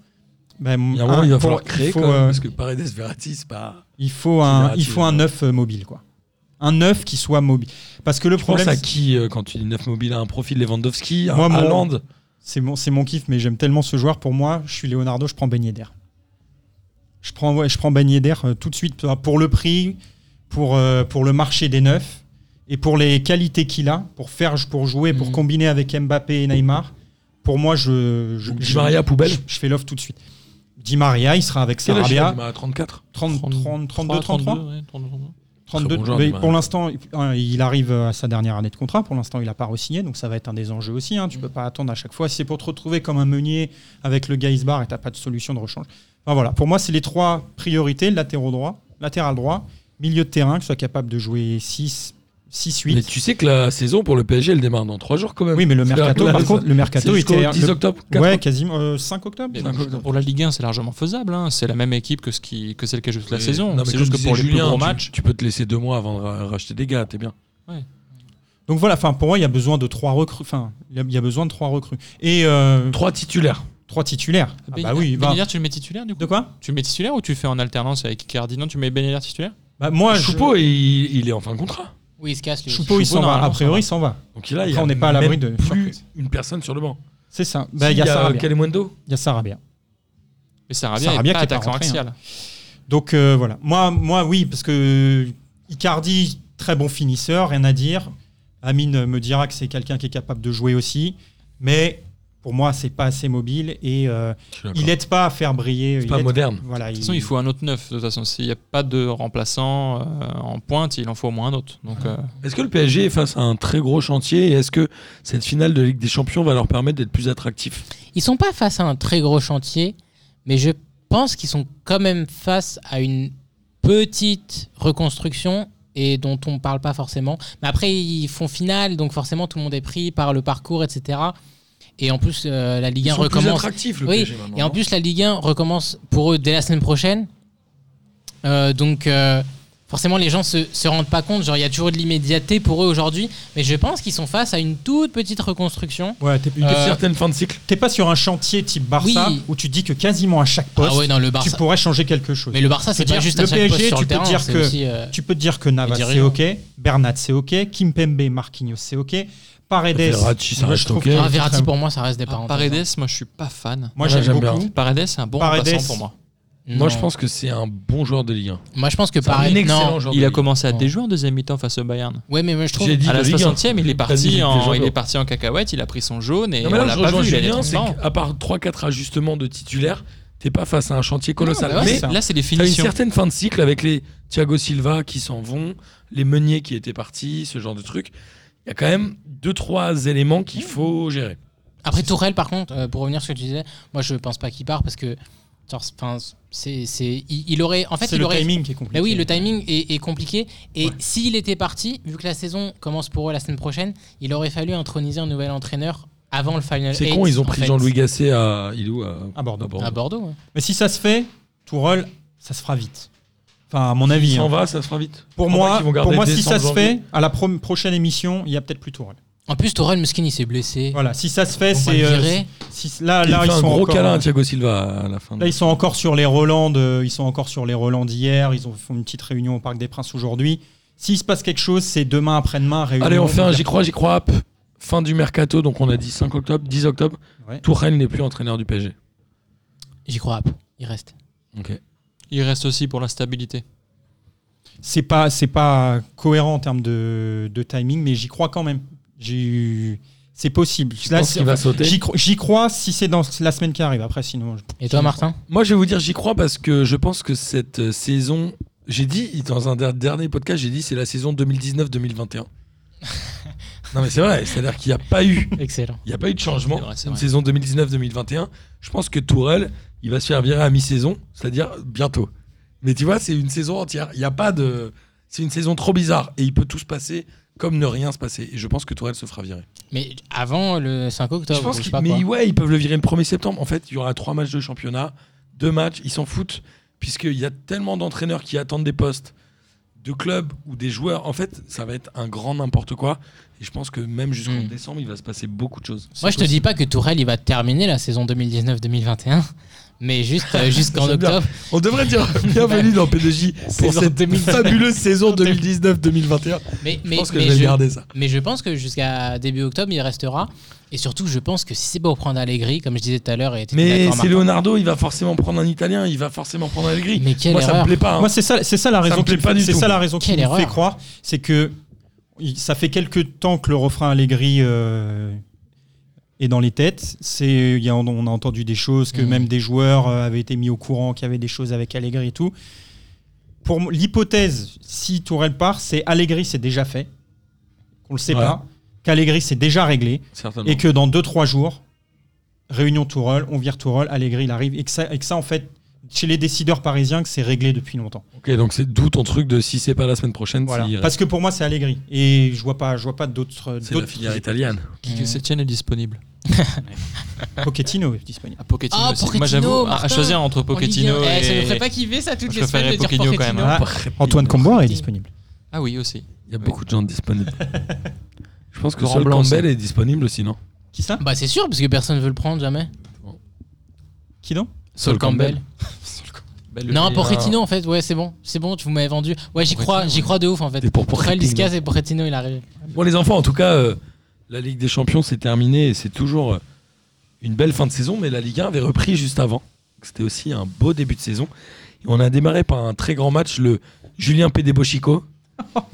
[SPEAKER 2] Ben,
[SPEAKER 4] Il y a un moment, il va
[SPEAKER 2] pour-
[SPEAKER 4] falloir créer
[SPEAKER 2] il faut,
[SPEAKER 4] quand même,
[SPEAKER 2] euh,
[SPEAKER 4] parce que Paredes Verratti, c'est pas.
[SPEAKER 2] il faut un, il
[SPEAKER 4] Verratti,
[SPEAKER 2] faut un neuf euh, mobile, quoi. Un neuf qui soit mobile. Parce que le
[SPEAKER 4] Je
[SPEAKER 2] problème,
[SPEAKER 4] pense à
[SPEAKER 2] c'est-
[SPEAKER 4] qui euh, quand tu dis 9 mobile à un profil Lewandowski, un
[SPEAKER 2] Moi, mon-
[SPEAKER 4] Haaland.
[SPEAKER 2] c'est mon, c'est mon kiff, mais j'aime tellement ce joueur. Pour moi, je suis Leonardo, je prends Ben Yedder. Je prends, ouais, je prends Ben Yedder euh, tout de suite pour- pour le prix, pour, euh, pour le marché des neufs et pour les qualités qu'il a, pour faire, pour jouer, pour
[SPEAKER 6] Mhm.
[SPEAKER 2] combiner avec Mbappé et Neymar. Pour moi, je, je,
[SPEAKER 4] Donc, Di
[SPEAKER 2] je-
[SPEAKER 4] Maria, poubelle.
[SPEAKER 2] je, je fais l'off tout de suite. Di Maria, il sera avec
[SPEAKER 4] Quel âge il a,
[SPEAKER 2] Sarabia.
[SPEAKER 4] Di Maria 34.
[SPEAKER 2] 30, 32, 33
[SPEAKER 6] ouais, 32.
[SPEAKER 2] 32,
[SPEAKER 4] Très bon joueur,
[SPEAKER 2] mais
[SPEAKER 4] Neymar.
[SPEAKER 2] pour l'instant, euh, il arrive à sa dernière année de contrat. Pour l'instant, il n'a pas re-signé, donc ça va être un des enjeux aussi. hein. Tu
[SPEAKER 4] Mm.
[SPEAKER 2] peux pas attendre à chaque fois. Si c'est pour te retrouver comme un meunier avec le Gaisbar et t'as pas de solution de rechange. Enfin, voilà. Pour moi, c'est les trois priorités latéraux droit, latéral droit, milieu de terrain, que soit capable de jouer 6, 6 8.
[SPEAKER 4] Mais tu sais que la saison pour le PSG, elle démarre dans 3 jours quand même.
[SPEAKER 2] Oui, mais le
[SPEAKER 4] C'est
[SPEAKER 2] mercato,
[SPEAKER 4] la-
[SPEAKER 2] par
[SPEAKER 4] la-
[SPEAKER 2] contre, le mercato
[SPEAKER 4] C'est jusqu'au
[SPEAKER 2] était.
[SPEAKER 4] 10
[SPEAKER 2] le-
[SPEAKER 4] octobre 4
[SPEAKER 2] ouais,
[SPEAKER 4] octobre.
[SPEAKER 2] quasiment. euh, 5 octobre
[SPEAKER 6] Mais
[SPEAKER 4] Cinq octobre.
[SPEAKER 6] Pour la Ligue 1, c'est largement faisable. hein. C'est la même équipe que, ce qui, que celle qui a joué toute la
[SPEAKER 4] Mais-
[SPEAKER 6] saison.
[SPEAKER 4] Euh, non, mais
[SPEAKER 6] C'est
[SPEAKER 4] comme
[SPEAKER 6] juste que
[SPEAKER 4] disait
[SPEAKER 6] pour les plus
[SPEAKER 4] Julien,
[SPEAKER 6] gros
[SPEAKER 4] tu-
[SPEAKER 6] matchs,
[SPEAKER 4] Tu peux te laisser 2 mois avant de ra- racheter des gars, t'es bien.
[SPEAKER 2] Donc voilà, enfin, pour moi, il y a besoin de trois recrues. Enfin, il y a- il y a besoin de trois recrues. Et euh,
[SPEAKER 4] 3 titulaires.
[SPEAKER 2] trois titulaires. Ah
[SPEAKER 6] Ben
[SPEAKER 2] bah oui,
[SPEAKER 6] Yedder-
[SPEAKER 2] bah-
[SPEAKER 6] Ben Yedder, tu le mets titulaire du coup
[SPEAKER 2] De quoi
[SPEAKER 6] Tu le mets titulaire ou tu le fais en alternance avec Icardi Non, tu mets Ben Yedder titulaire
[SPEAKER 2] Bah, moi, je-
[SPEAKER 4] Choupo, il, il est en fin de contrat.
[SPEAKER 5] Oui, il se casse lui.
[SPEAKER 2] Choupo, il
[SPEAKER 6] Choupo,
[SPEAKER 2] s'en va.
[SPEAKER 6] normalement,
[SPEAKER 2] A priori, il
[SPEAKER 6] s'en
[SPEAKER 2] s'en va.
[SPEAKER 4] Donc là, il y
[SPEAKER 2] Après,
[SPEAKER 4] a
[SPEAKER 2] on n'est pas à l'abri
[SPEAKER 4] même
[SPEAKER 2] de
[SPEAKER 4] plus
[SPEAKER 2] surprise.
[SPEAKER 4] une personne sur le banc.
[SPEAKER 2] C'est ça. Bah, il y a Sarabia.
[SPEAKER 4] Kalemundo.
[SPEAKER 2] Il y a Sarabia.
[SPEAKER 6] Mais Sarabia,
[SPEAKER 2] Sarabia
[SPEAKER 6] est pas
[SPEAKER 2] qui est pas
[SPEAKER 6] attaquant
[SPEAKER 2] rentré,
[SPEAKER 6] axial.
[SPEAKER 2] Donc euh, voilà. Moi, moi, oui, parce que euh, Icardi, très bon finisseur, rien à dire. Amine me dira que c'est quelqu'un qui est capable de jouer aussi, mais pour moi, c'est pas assez mobile et euh, il aide pas à faire briller.
[SPEAKER 4] C'est
[SPEAKER 2] il
[SPEAKER 4] pas
[SPEAKER 2] aide-
[SPEAKER 4] moderne.
[SPEAKER 2] Voilà.
[SPEAKER 6] De toute façon, il faut un autre neuf. De toute façon, s'il n'y a pas de remplaçant euh, en pointe, il en faut au moins un autre. Donc, euh,
[SPEAKER 4] Est-ce que le PSG est face à un très gros chantier et est-ce que cette finale de Ligue des Champions va leur permettre d'être plus attractifs
[SPEAKER 5] Ils sont pas face à un très gros chantier, mais je pense qu'ils sont quand même face à une petite reconstruction et dont on parle pas forcément. Mais après, ils font finale, donc forcément tout le monde est pris par le parcours, etc. Et en plus, euh, la Ligue
[SPEAKER 4] Ils
[SPEAKER 5] 1
[SPEAKER 4] sont plus
[SPEAKER 5] recommence.
[SPEAKER 4] attractifs le
[SPEAKER 5] Oui,
[SPEAKER 4] PSG maintenant.
[SPEAKER 5] Et en
[SPEAKER 4] non
[SPEAKER 5] plus, la Ligue 1 recommence pour eux dès la semaine prochaine. Euh, donc, euh, forcément, les gens se, se rendent pas compte. Genre, il y a toujours de l'immédiateté pour eux aujourd'hui. Mais je pense qu'ils sont face à une toute petite reconstruction.
[SPEAKER 2] Ouais, t'es
[SPEAKER 4] une
[SPEAKER 5] Euh,
[SPEAKER 4] certaine fin de cycle.
[SPEAKER 2] t'es pas sur un chantier type Barça
[SPEAKER 5] Oui.
[SPEAKER 2] où tu dis que quasiment à chaque poste,
[SPEAKER 5] ah ouais, non, le
[SPEAKER 2] tu
[SPEAKER 5] Barça.
[SPEAKER 2] pourrais changer quelque chose.
[SPEAKER 5] Mais le Barça, c'est
[SPEAKER 2] Je veux
[SPEAKER 5] pas
[SPEAKER 2] dire,
[SPEAKER 5] juste
[SPEAKER 2] le
[SPEAKER 5] à chaque
[SPEAKER 2] PSG,
[SPEAKER 5] poste sur
[SPEAKER 2] tu
[SPEAKER 5] le
[SPEAKER 2] peux
[SPEAKER 5] terrain.
[SPEAKER 2] dire
[SPEAKER 5] c'est
[SPEAKER 2] que
[SPEAKER 5] aussi, euh,
[SPEAKER 2] Tu peux te dire que Navas
[SPEAKER 5] dit
[SPEAKER 2] c'est
[SPEAKER 5] rien.
[SPEAKER 2] ok, Bernat c'est ok, Kimpembe, Marquinhos c'est ok, Paredes.
[SPEAKER 4] Verratti, ça
[SPEAKER 2] moi,
[SPEAKER 4] reste
[SPEAKER 2] je trouve
[SPEAKER 4] ok.
[SPEAKER 2] que-
[SPEAKER 5] Ah, Verratti, pour moi, ça reste des parents.
[SPEAKER 6] Paredes, moi, je suis pas fan.
[SPEAKER 2] Moi
[SPEAKER 4] Ouais, j'aime
[SPEAKER 2] j'aime beaucoup.
[SPEAKER 4] bien.
[SPEAKER 6] Paredes, c'est un bon
[SPEAKER 2] Paredes.
[SPEAKER 6] remplaçant pour moi.
[SPEAKER 4] Moi, je pense que c'est un bon joueur de Ligue 1.
[SPEAKER 5] hein. Moi, je pense que
[SPEAKER 4] C'est un
[SPEAKER 5] Paredes.
[SPEAKER 4] excellent
[SPEAKER 5] Non.
[SPEAKER 4] joueur.
[SPEAKER 6] Il
[SPEAKER 4] de
[SPEAKER 6] a
[SPEAKER 4] Ligue un.
[SPEAKER 6] commencé à
[SPEAKER 5] Non.
[SPEAKER 6] déjouer en deuxième mi-temps face au Bayern.
[SPEAKER 5] Ouais, mais moi, je trouve.
[SPEAKER 4] J'ai dit
[SPEAKER 6] À la
[SPEAKER 4] de Ligue 1.
[SPEAKER 6] 60e, il est
[SPEAKER 4] T'as dit
[SPEAKER 6] parti
[SPEAKER 4] des
[SPEAKER 6] en,
[SPEAKER 4] joueurs.
[SPEAKER 6] il est parti en cacahuète, il a pris son jaune et
[SPEAKER 4] Non, mais là,
[SPEAKER 6] on
[SPEAKER 4] où
[SPEAKER 6] l'a
[SPEAKER 4] je
[SPEAKER 6] pas
[SPEAKER 4] rejoins
[SPEAKER 6] vu. Il a les
[SPEAKER 4] Julien, c'est
[SPEAKER 6] 30 ans.
[SPEAKER 4] qu'à part 3-4 ajustements de titulaires, t'es pas face à un chantier colossal.
[SPEAKER 5] Non, bah ouais,
[SPEAKER 4] mais
[SPEAKER 2] c'est ça.
[SPEAKER 6] Là, Ah c'est des
[SPEAKER 4] t'as une
[SPEAKER 6] finitions.
[SPEAKER 4] certaine fin de cycle avec les Thiago Silva qui s'en vont, les Meunier qui étaient partis, ce genre de truc. Il y a quand même 2-3 éléments qu'il faut gérer.
[SPEAKER 5] Après Tourelle, par contre, euh, pour revenir sur ce que tu disais, moi je pense pas qu'il part parce que, genre, c'est- enfin, c'est, c'est- il, il aurait, en fait,
[SPEAKER 2] c'est
[SPEAKER 5] il
[SPEAKER 2] le
[SPEAKER 5] aurait,
[SPEAKER 2] timing qui est compliqué.
[SPEAKER 5] Bah oui, le timing est, est compliqué. Et s'il était parti, vu que la saison commence pour eux la semaine prochaine, il aurait fallu introniser un nouvel entraîneur avant le final.
[SPEAKER 4] C'est
[SPEAKER 5] Eight,
[SPEAKER 4] con, ils ont
[SPEAKER 5] en
[SPEAKER 4] pris
[SPEAKER 5] fait.
[SPEAKER 4] Jean-Louis Gasset à. Il est où à-
[SPEAKER 2] À Bordeaux.
[SPEAKER 4] à Bordeaux.
[SPEAKER 5] à Bordeaux. ouais.
[SPEAKER 2] Ah, Mais si ça se fait, Tourelle, ça se fera vite. Enfin, à mon avis.
[SPEAKER 4] Il s'en
[SPEAKER 2] hein.
[SPEAKER 4] va, ça se fera vite.
[SPEAKER 2] Pour
[SPEAKER 4] Je crois pas
[SPEAKER 2] moi,
[SPEAKER 4] qu'ils vont garder
[SPEAKER 2] pour moi, si
[SPEAKER 4] décembre,
[SPEAKER 2] ça se
[SPEAKER 4] janvier.
[SPEAKER 2] fait, à la pro- prochaine émission, il y a peut-être plus Tourelle.
[SPEAKER 5] En plus, Torel Muskin il s'est blessé.
[SPEAKER 2] Voilà, si ça se fait,
[SPEAKER 5] On va le
[SPEAKER 2] c'est euh,
[SPEAKER 5] virer.
[SPEAKER 2] si- là,
[SPEAKER 4] Il
[SPEAKER 2] là
[SPEAKER 4] fait
[SPEAKER 2] ils
[SPEAKER 4] un
[SPEAKER 2] sont
[SPEAKER 4] gros
[SPEAKER 2] encore, hein. euh,
[SPEAKER 4] câlin à Thiago Silva à la fin. de-
[SPEAKER 2] Là, ils sont encore sur les Roland, de- ils sont encore sur les Roland d'hier. Ils ont font une petite réunion au Parc des Princes aujourd'hui. S'il se passe quelque chose, c'est demain, après-demain, réunion.
[SPEAKER 4] Allez, on fait un
[SPEAKER 2] dire-
[SPEAKER 4] J'y crois, j'y crois. hop. Fin du mercato, donc on a dit 5 octobre, 10 octobre.
[SPEAKER 2] Ouais.
[SPEAKER 4] Touraine n'est plus entraîneur du PSG.
[SPEAKER 5] J'y crois. Il reste.
[SPEAKER 4] Ok.
[SPEAKER 6] Il reste aussi pour la stabilité.
[SPEAKER 2] c'est pas c'est pas cohérent en termes de, de timing, mais j'y crois quand même. J'ai eu- c'est possible.
[SPEAKER 4] Tu
[SPEAKER 2] Là,
[SPEAKER 4] penses
[SPEAKER 2] c'est-
[SPEAKER 4] qu'il va sauter
[SPEAKER 2] J'y cro- j'y crois si c'est dans la semaine qui arrive. Après, sinon, je-
[SPEAKER 5] Et toi, Martin
[SPEAKER 4] Moi, je vais vous dire, j'y crois parce que je pense que cette euh, saison. J'ai dit, dans un der- dernier podcast, j'ai dit c'est la saison 2019-2021. non, mais c'est vrai, c'est-à-dire qu'il n'y a pas eu.
[SPEAKER 5] Excellent.
[SPEAKER 4] Il n'y a pas eu de changement.
[SPEAKER 6] C'est vrai, c'est
[SPEAKER 4] Une
[SPEAKER 6] vrai.
[SPEAKER 4] saison 2019-2021. Je pense que Tourelle, il va se faire virer à mi-saison, c'est-à-dire bientôt. Mais tu vois, c'est une saison entière. Il n'y a pas de. C'est une saison trop bizarre et il peut tout se passer comme ne rien se passer. Et je pense que Tourelle se fera virer.
[SPEAKER 5] Mais avant le 5 octobre,
[SPEAKER 4] je pense
[SPEAKER 5] ou je sais
[SPEAKER 4] qu'il-
[SPEAKER 5] pas quoi.
[SPEAKER 4] mais ouais, ils peuvent le virer le 1er septembre. En fait, il y aura trois matchs de championnat, deux matchs. Ils s'en foutent puisqu'il y a tellement d'entraîneurs qui attendent des postes, de clubs ou des joueurs. En fait, ça va être un grand n'importe quoi. Et je pense que même jusqu'en
[SPEAKER 6] Hmm.
[SPEAKER 5] Mm.
[SPEAKER 4] décembre, il va se passer beaucoup de choses.
[SPEAKER 5] Moi, je te dis pas que Tourelle il va terminer la saison 2019-2021, mais juste euh, jusqu'en
[SPEAKER 4] J'aime bien.
[SPEAKER 5] octobre.
[SPEAKER 4] On devrait dire bienvenue dans PDJ pour
[SPEAKER 5] Saison
[SPEAKER 4] cette
[SPEAKER 5] 2000.
[SPEAKER 4] fabuleuse saison 2019-2021.
[SPEAKER 5] Mais,
[SPEAKER 4] Je
[SPEAKER 5] mais-
[SPEAKER 4] pense que
[SPEAKER 5] mais
[SPEAKER 4] je vais
[SPEAKER 5] je-
[SPEAKER 4] garder ça.
[SPEAKER 5] Mais je pense que jusqu'à début octobre, il restera. Et surtout, je pense que si c'est pas au prendre Allegri, comme je disais tout à l'heure, et t'étais
[SPEAKER 4] Mais
[SPEAKER 5] d'accord,
[SPEAKER 4] c'est
[SPEAKER 5] Martin.
[SPEAKER 4] Leonardo, il va forcément prendre un Italien, il va forcément prendre un Allegri.
[SPEAKER 5] Mais quelle
[SPEAKER 4] Moi, ça me
[SPEAKER 5] erreur.
[SPEAKER 4] plaît pas. hein.
[SPEAKER 2] Moi, c'est ça, c'est ça la
[SPEAKER 4] Ça me
[SPEAKER 2] raison
[SPEAKER 4] plaît
[SPEAKER 2] qui-
[SPEAKER 4] pas du
[SPEAKER 2] c'est
[SPEAKER 4] tout.
[SPEAKER 2] ça la raison qui
[SPEAKER 5] Quelle
[SPEAKER 2] me fait
[SPEAKER 5] erreur.
[SPEAKER 2] croire, c'est que il- ça fait quelques temps que le refrain Allegri euh, est dans les têtes. C'est, il y a, on a entendu des choses
[SPEAKER 4] Mm.
[SPEAKER 2] que
[SPEAKER 5] Mhm.
[SPEAKER 2] même des joueurs euh, avaient été mis au courant, qu'il y avait des choses avec Allegri et tout. Pour m- l'hypothèse, si Tourelle part, c'est Allegri, c'est déjà fait, qu'on le sait
[SPEAKER 4] Ouais. Ah
[SPEAKER 2] pas, qu'Allegri, c'est déjà réglé
[SPEAKER 4] Certainement.
[SPEAKER 2] et que dans 2-3 jours, réunion Tourelle, on vire Tourelle, Allegri, il arrive, et que ça, et que ça en fait, chez les décideurs parisiens, que c'est réglé depuis longtemps.
[SPEAKER 4] Ok, donc c'est d'où ton truc de si c'est pas la semaine prochaine,
[SPEAKER 2] Voilà.
[SPEAKER 4] s'il reste.
[SPEAKER 2] Parce que pour moi, c'est Allegri. Et je vois pas, je vois pas d'autres.
[SPEAKER 4] c'est la
[SPEAKER 2] d'autres-
[SPEAKER 4] filière italienne.
[SPEAKER 6] Que cette chaîne est disponible.
[SPEAKER 2] Pochettino est disponible.
[SPEAKER 6] Ah, Pochettino.
[SPEAKER 5] Ah,
[SPEAKER 6] aussi. Moi,
[SPEAKER 5] Pochettino,
[SPEAKER 6] j'avoue, à- à
[SPEAKER 5] Martin.
[SPEAKER 6] choisir entre
[SPEAKER 5] En Ligue
[SPEAKER 6] Pochettino
[SPEAKER 5] un.
[SPEAKER 6] et.
[SPEAKER 5] Eh, Ça ne ferait pas kiffer ça toutes
[SPEAKER 6] Je
[SPEAKER 5] les semaines
[SPEAKER 6] préférais
[SPEAKER 5] de dire
[SPEAKER 6] Pochettino, quand
[SPEAKER 5] Pochettino.
[SPEAKER 6] même, hein.
[SPEAKER 2] Ah, Antoine Comboire est disponible.
[SPEAKER 6] Ah oui, aussi.
[SPEAKER 4] Il y a beaucoup de gens disponibles. Je pense que
[SPEAKER 6] Laurent
[SPEAKER 4] Sol
[SPEAKER 6] Blanc
[SPEAKER 4] Campbell
[SPEAKER 6] aussi.
[SPEAKER 4] est disponible aussi, non
[SPEAKER 2] Qui ça
[SPEAKER 5] Bah c'est sûr, parce que personne veut le prendre jamais.
[SPEAKER 2] Qui donc
[SPEAKER 4] Sol Campbell.
[SPEAKER 6] Bah, le-
[SPEAKER 5] Non,
[SPEAKER 6] le-
[SPEAKER 5] Pochettino en fait, ouais c'est bon, c'est bon, tu vous m'avez vendu. Ouais j'y crois, j'y crois de ouf en fait.
[SPEAKER 4] T'es pour Pochettino.
[SPEAKER 5] Après il se casse et Pochettino il arrive.
[SPEAKER 4] Bon, les enfants, en tout cas, euh, la Ligue des Champions s'est terminée et c'est toujours euh, une belle fin de saison, mais la Ligue 1 avait repris juste avant. C'était aussi un beau début de saison. Et on a démarré par un très grand match, le Julien Pédébochico.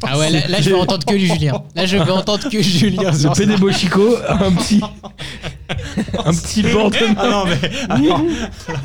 [SPEAKER 5] Ah ouais, là, là, je veux entendre que Julien. Là je veux entendre que Julien.
[SPEAKER 4] Le
[SPEAKER 5] sur ça.
[SPEAKER 4] Pédébochico, un petit. un petit banc de
[SPEAKER 2] Ah non, mais. alors,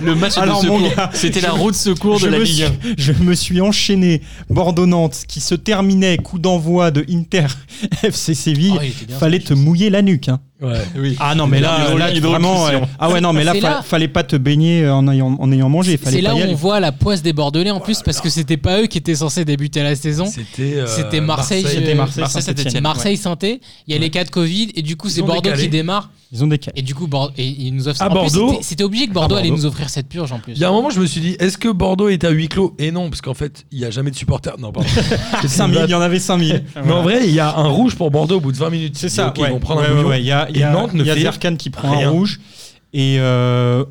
[SPEAKER 6] Le match
[SPEAKER 2] Alors,
[SPEAKER 6] de
[SPEAKER 2] mon
[SPEAKER 6] secours.
[SPEAKER 2] gars,
[SPEAKER 6] C'était la
[SPEAKER 2] je-
[SPEAKER 6] route secours de
[SPEAKER 2] je,
[SPEAKER 6] la
[SPEAKER 2] me
[SPEAKER 6] Ligue
[SPEAKER 2] suis, je me suis enchaîné Bordeaux-Nantes qui se terminait coup d'envoi de Inter FC
[SPEAKER 4] Ah
[SPEAKER 2] Séville.
[SPEAKER 5] Oh, il était bien,
[SPEAKER 2] Fallait
[SPEAKER 5] ce
[SPEAKER 2] te mouiller la nuque. hein.
[SPEAKER 4] Ouais.
[SPEAKER 2] Ah non mais là,
[SPEAKER 6] Hydro-
[SPEAKER 2] là,
[SPEAKER 6] hydrocution.
[SPEAKER 2] vraiment euh, ah ouais non mais là,
[SPEAKER 5] C'est
[SPEAKER 2] fa-
[SPEAKER 5] là-
[SPEAKER 2] fallait pas te baigner en ayant en ayant mangé fallait
[SPEAKER 5] C'est là
[SPEAKER 2] pas
[SPEAKER 5] où
[SPEAKER 2] y aller.
[SPEAKER 5] on voit la poisse des Bordelais en plus parce que c'était pas eux qui étaient censés débuter la saison.
[SPEAKER 4] C'était euh,
[SPEAKER 5] C'était Marseille,
[SPEAKER 2] C'était
[SPEAKER 5] euh,
[SPEAKER 2] Marseille,
[SPEAKER 6] Marseille,
[SPEAKER 2] Saint-Étienne.
[SPEAKER 6] Saint-Étienne.
[SPEAKER 5] Marseille santé, il y a les cas de Covid et du coup
[SPEAKER 4] Ils
[SPEAKER 5] c'est
[SPEAKER 4] ont
[SPEAKER 5] Bordeaux
[SPEAKER 4] décalé.
[SPEAKER 5] qui démarre
[SPEAKER 2] Ils ont décalé.
[SPEAKER 5] et du coup Bordeaux et ils nous offrent
[SPEAKER 2] Ah,
[SPEAKER 4] À
[SPEAKER 5] en plus,
[SPEAKER 4] Bordeaux-
[SPEAKER 5] c'était- c'était obligé que Bordeaux,
[SPEAKER 4] À
[SPEAKER 5] allait
[SPEAKER 4] Ah, Bordeaux.
[SPEAKER 5] nous offrir cette purge en plus.
[SPEAKER 4] Il y a un moment, je me suis dit, est-ce que Bordeaux est à huis clos Et non, parce qu'en fait, il n'y a jamais de supporters. Non, pardon. C'est
[SPEAKER 2] 5000,
[SPEAKER 4] une
[SPEAKER 2] il y en avait 5000.
[SPEAKER 4] Mais en vrai, il y a un rouge pour Bordeaux au bout de 20 minutes.
[SPEAKER 2] c'est ça.
[SPEAKER 4] Ok,
[SPEAKER 2] ouais.
[SPEAKER 4] Ils vont prendre
[SPEAKER 2] Ouais,
[SPEAKER 4] un
[SPEAKER 2] ouais,
[SPEAKER 4] bouillon.
[SPEAKER 2] ouais. Il y a, il y
[SPEAKER 4] Et
[SPEAKER 2] a-
[SPEAKER 4] Nantes ne
[SPEAKER 2] il y a
[SPEAKER 4] fait
[SPEAKER 2] Zerkan qui prend
[SPEAKER 4] rien.
[SPEAKER 2] un rouge et euh,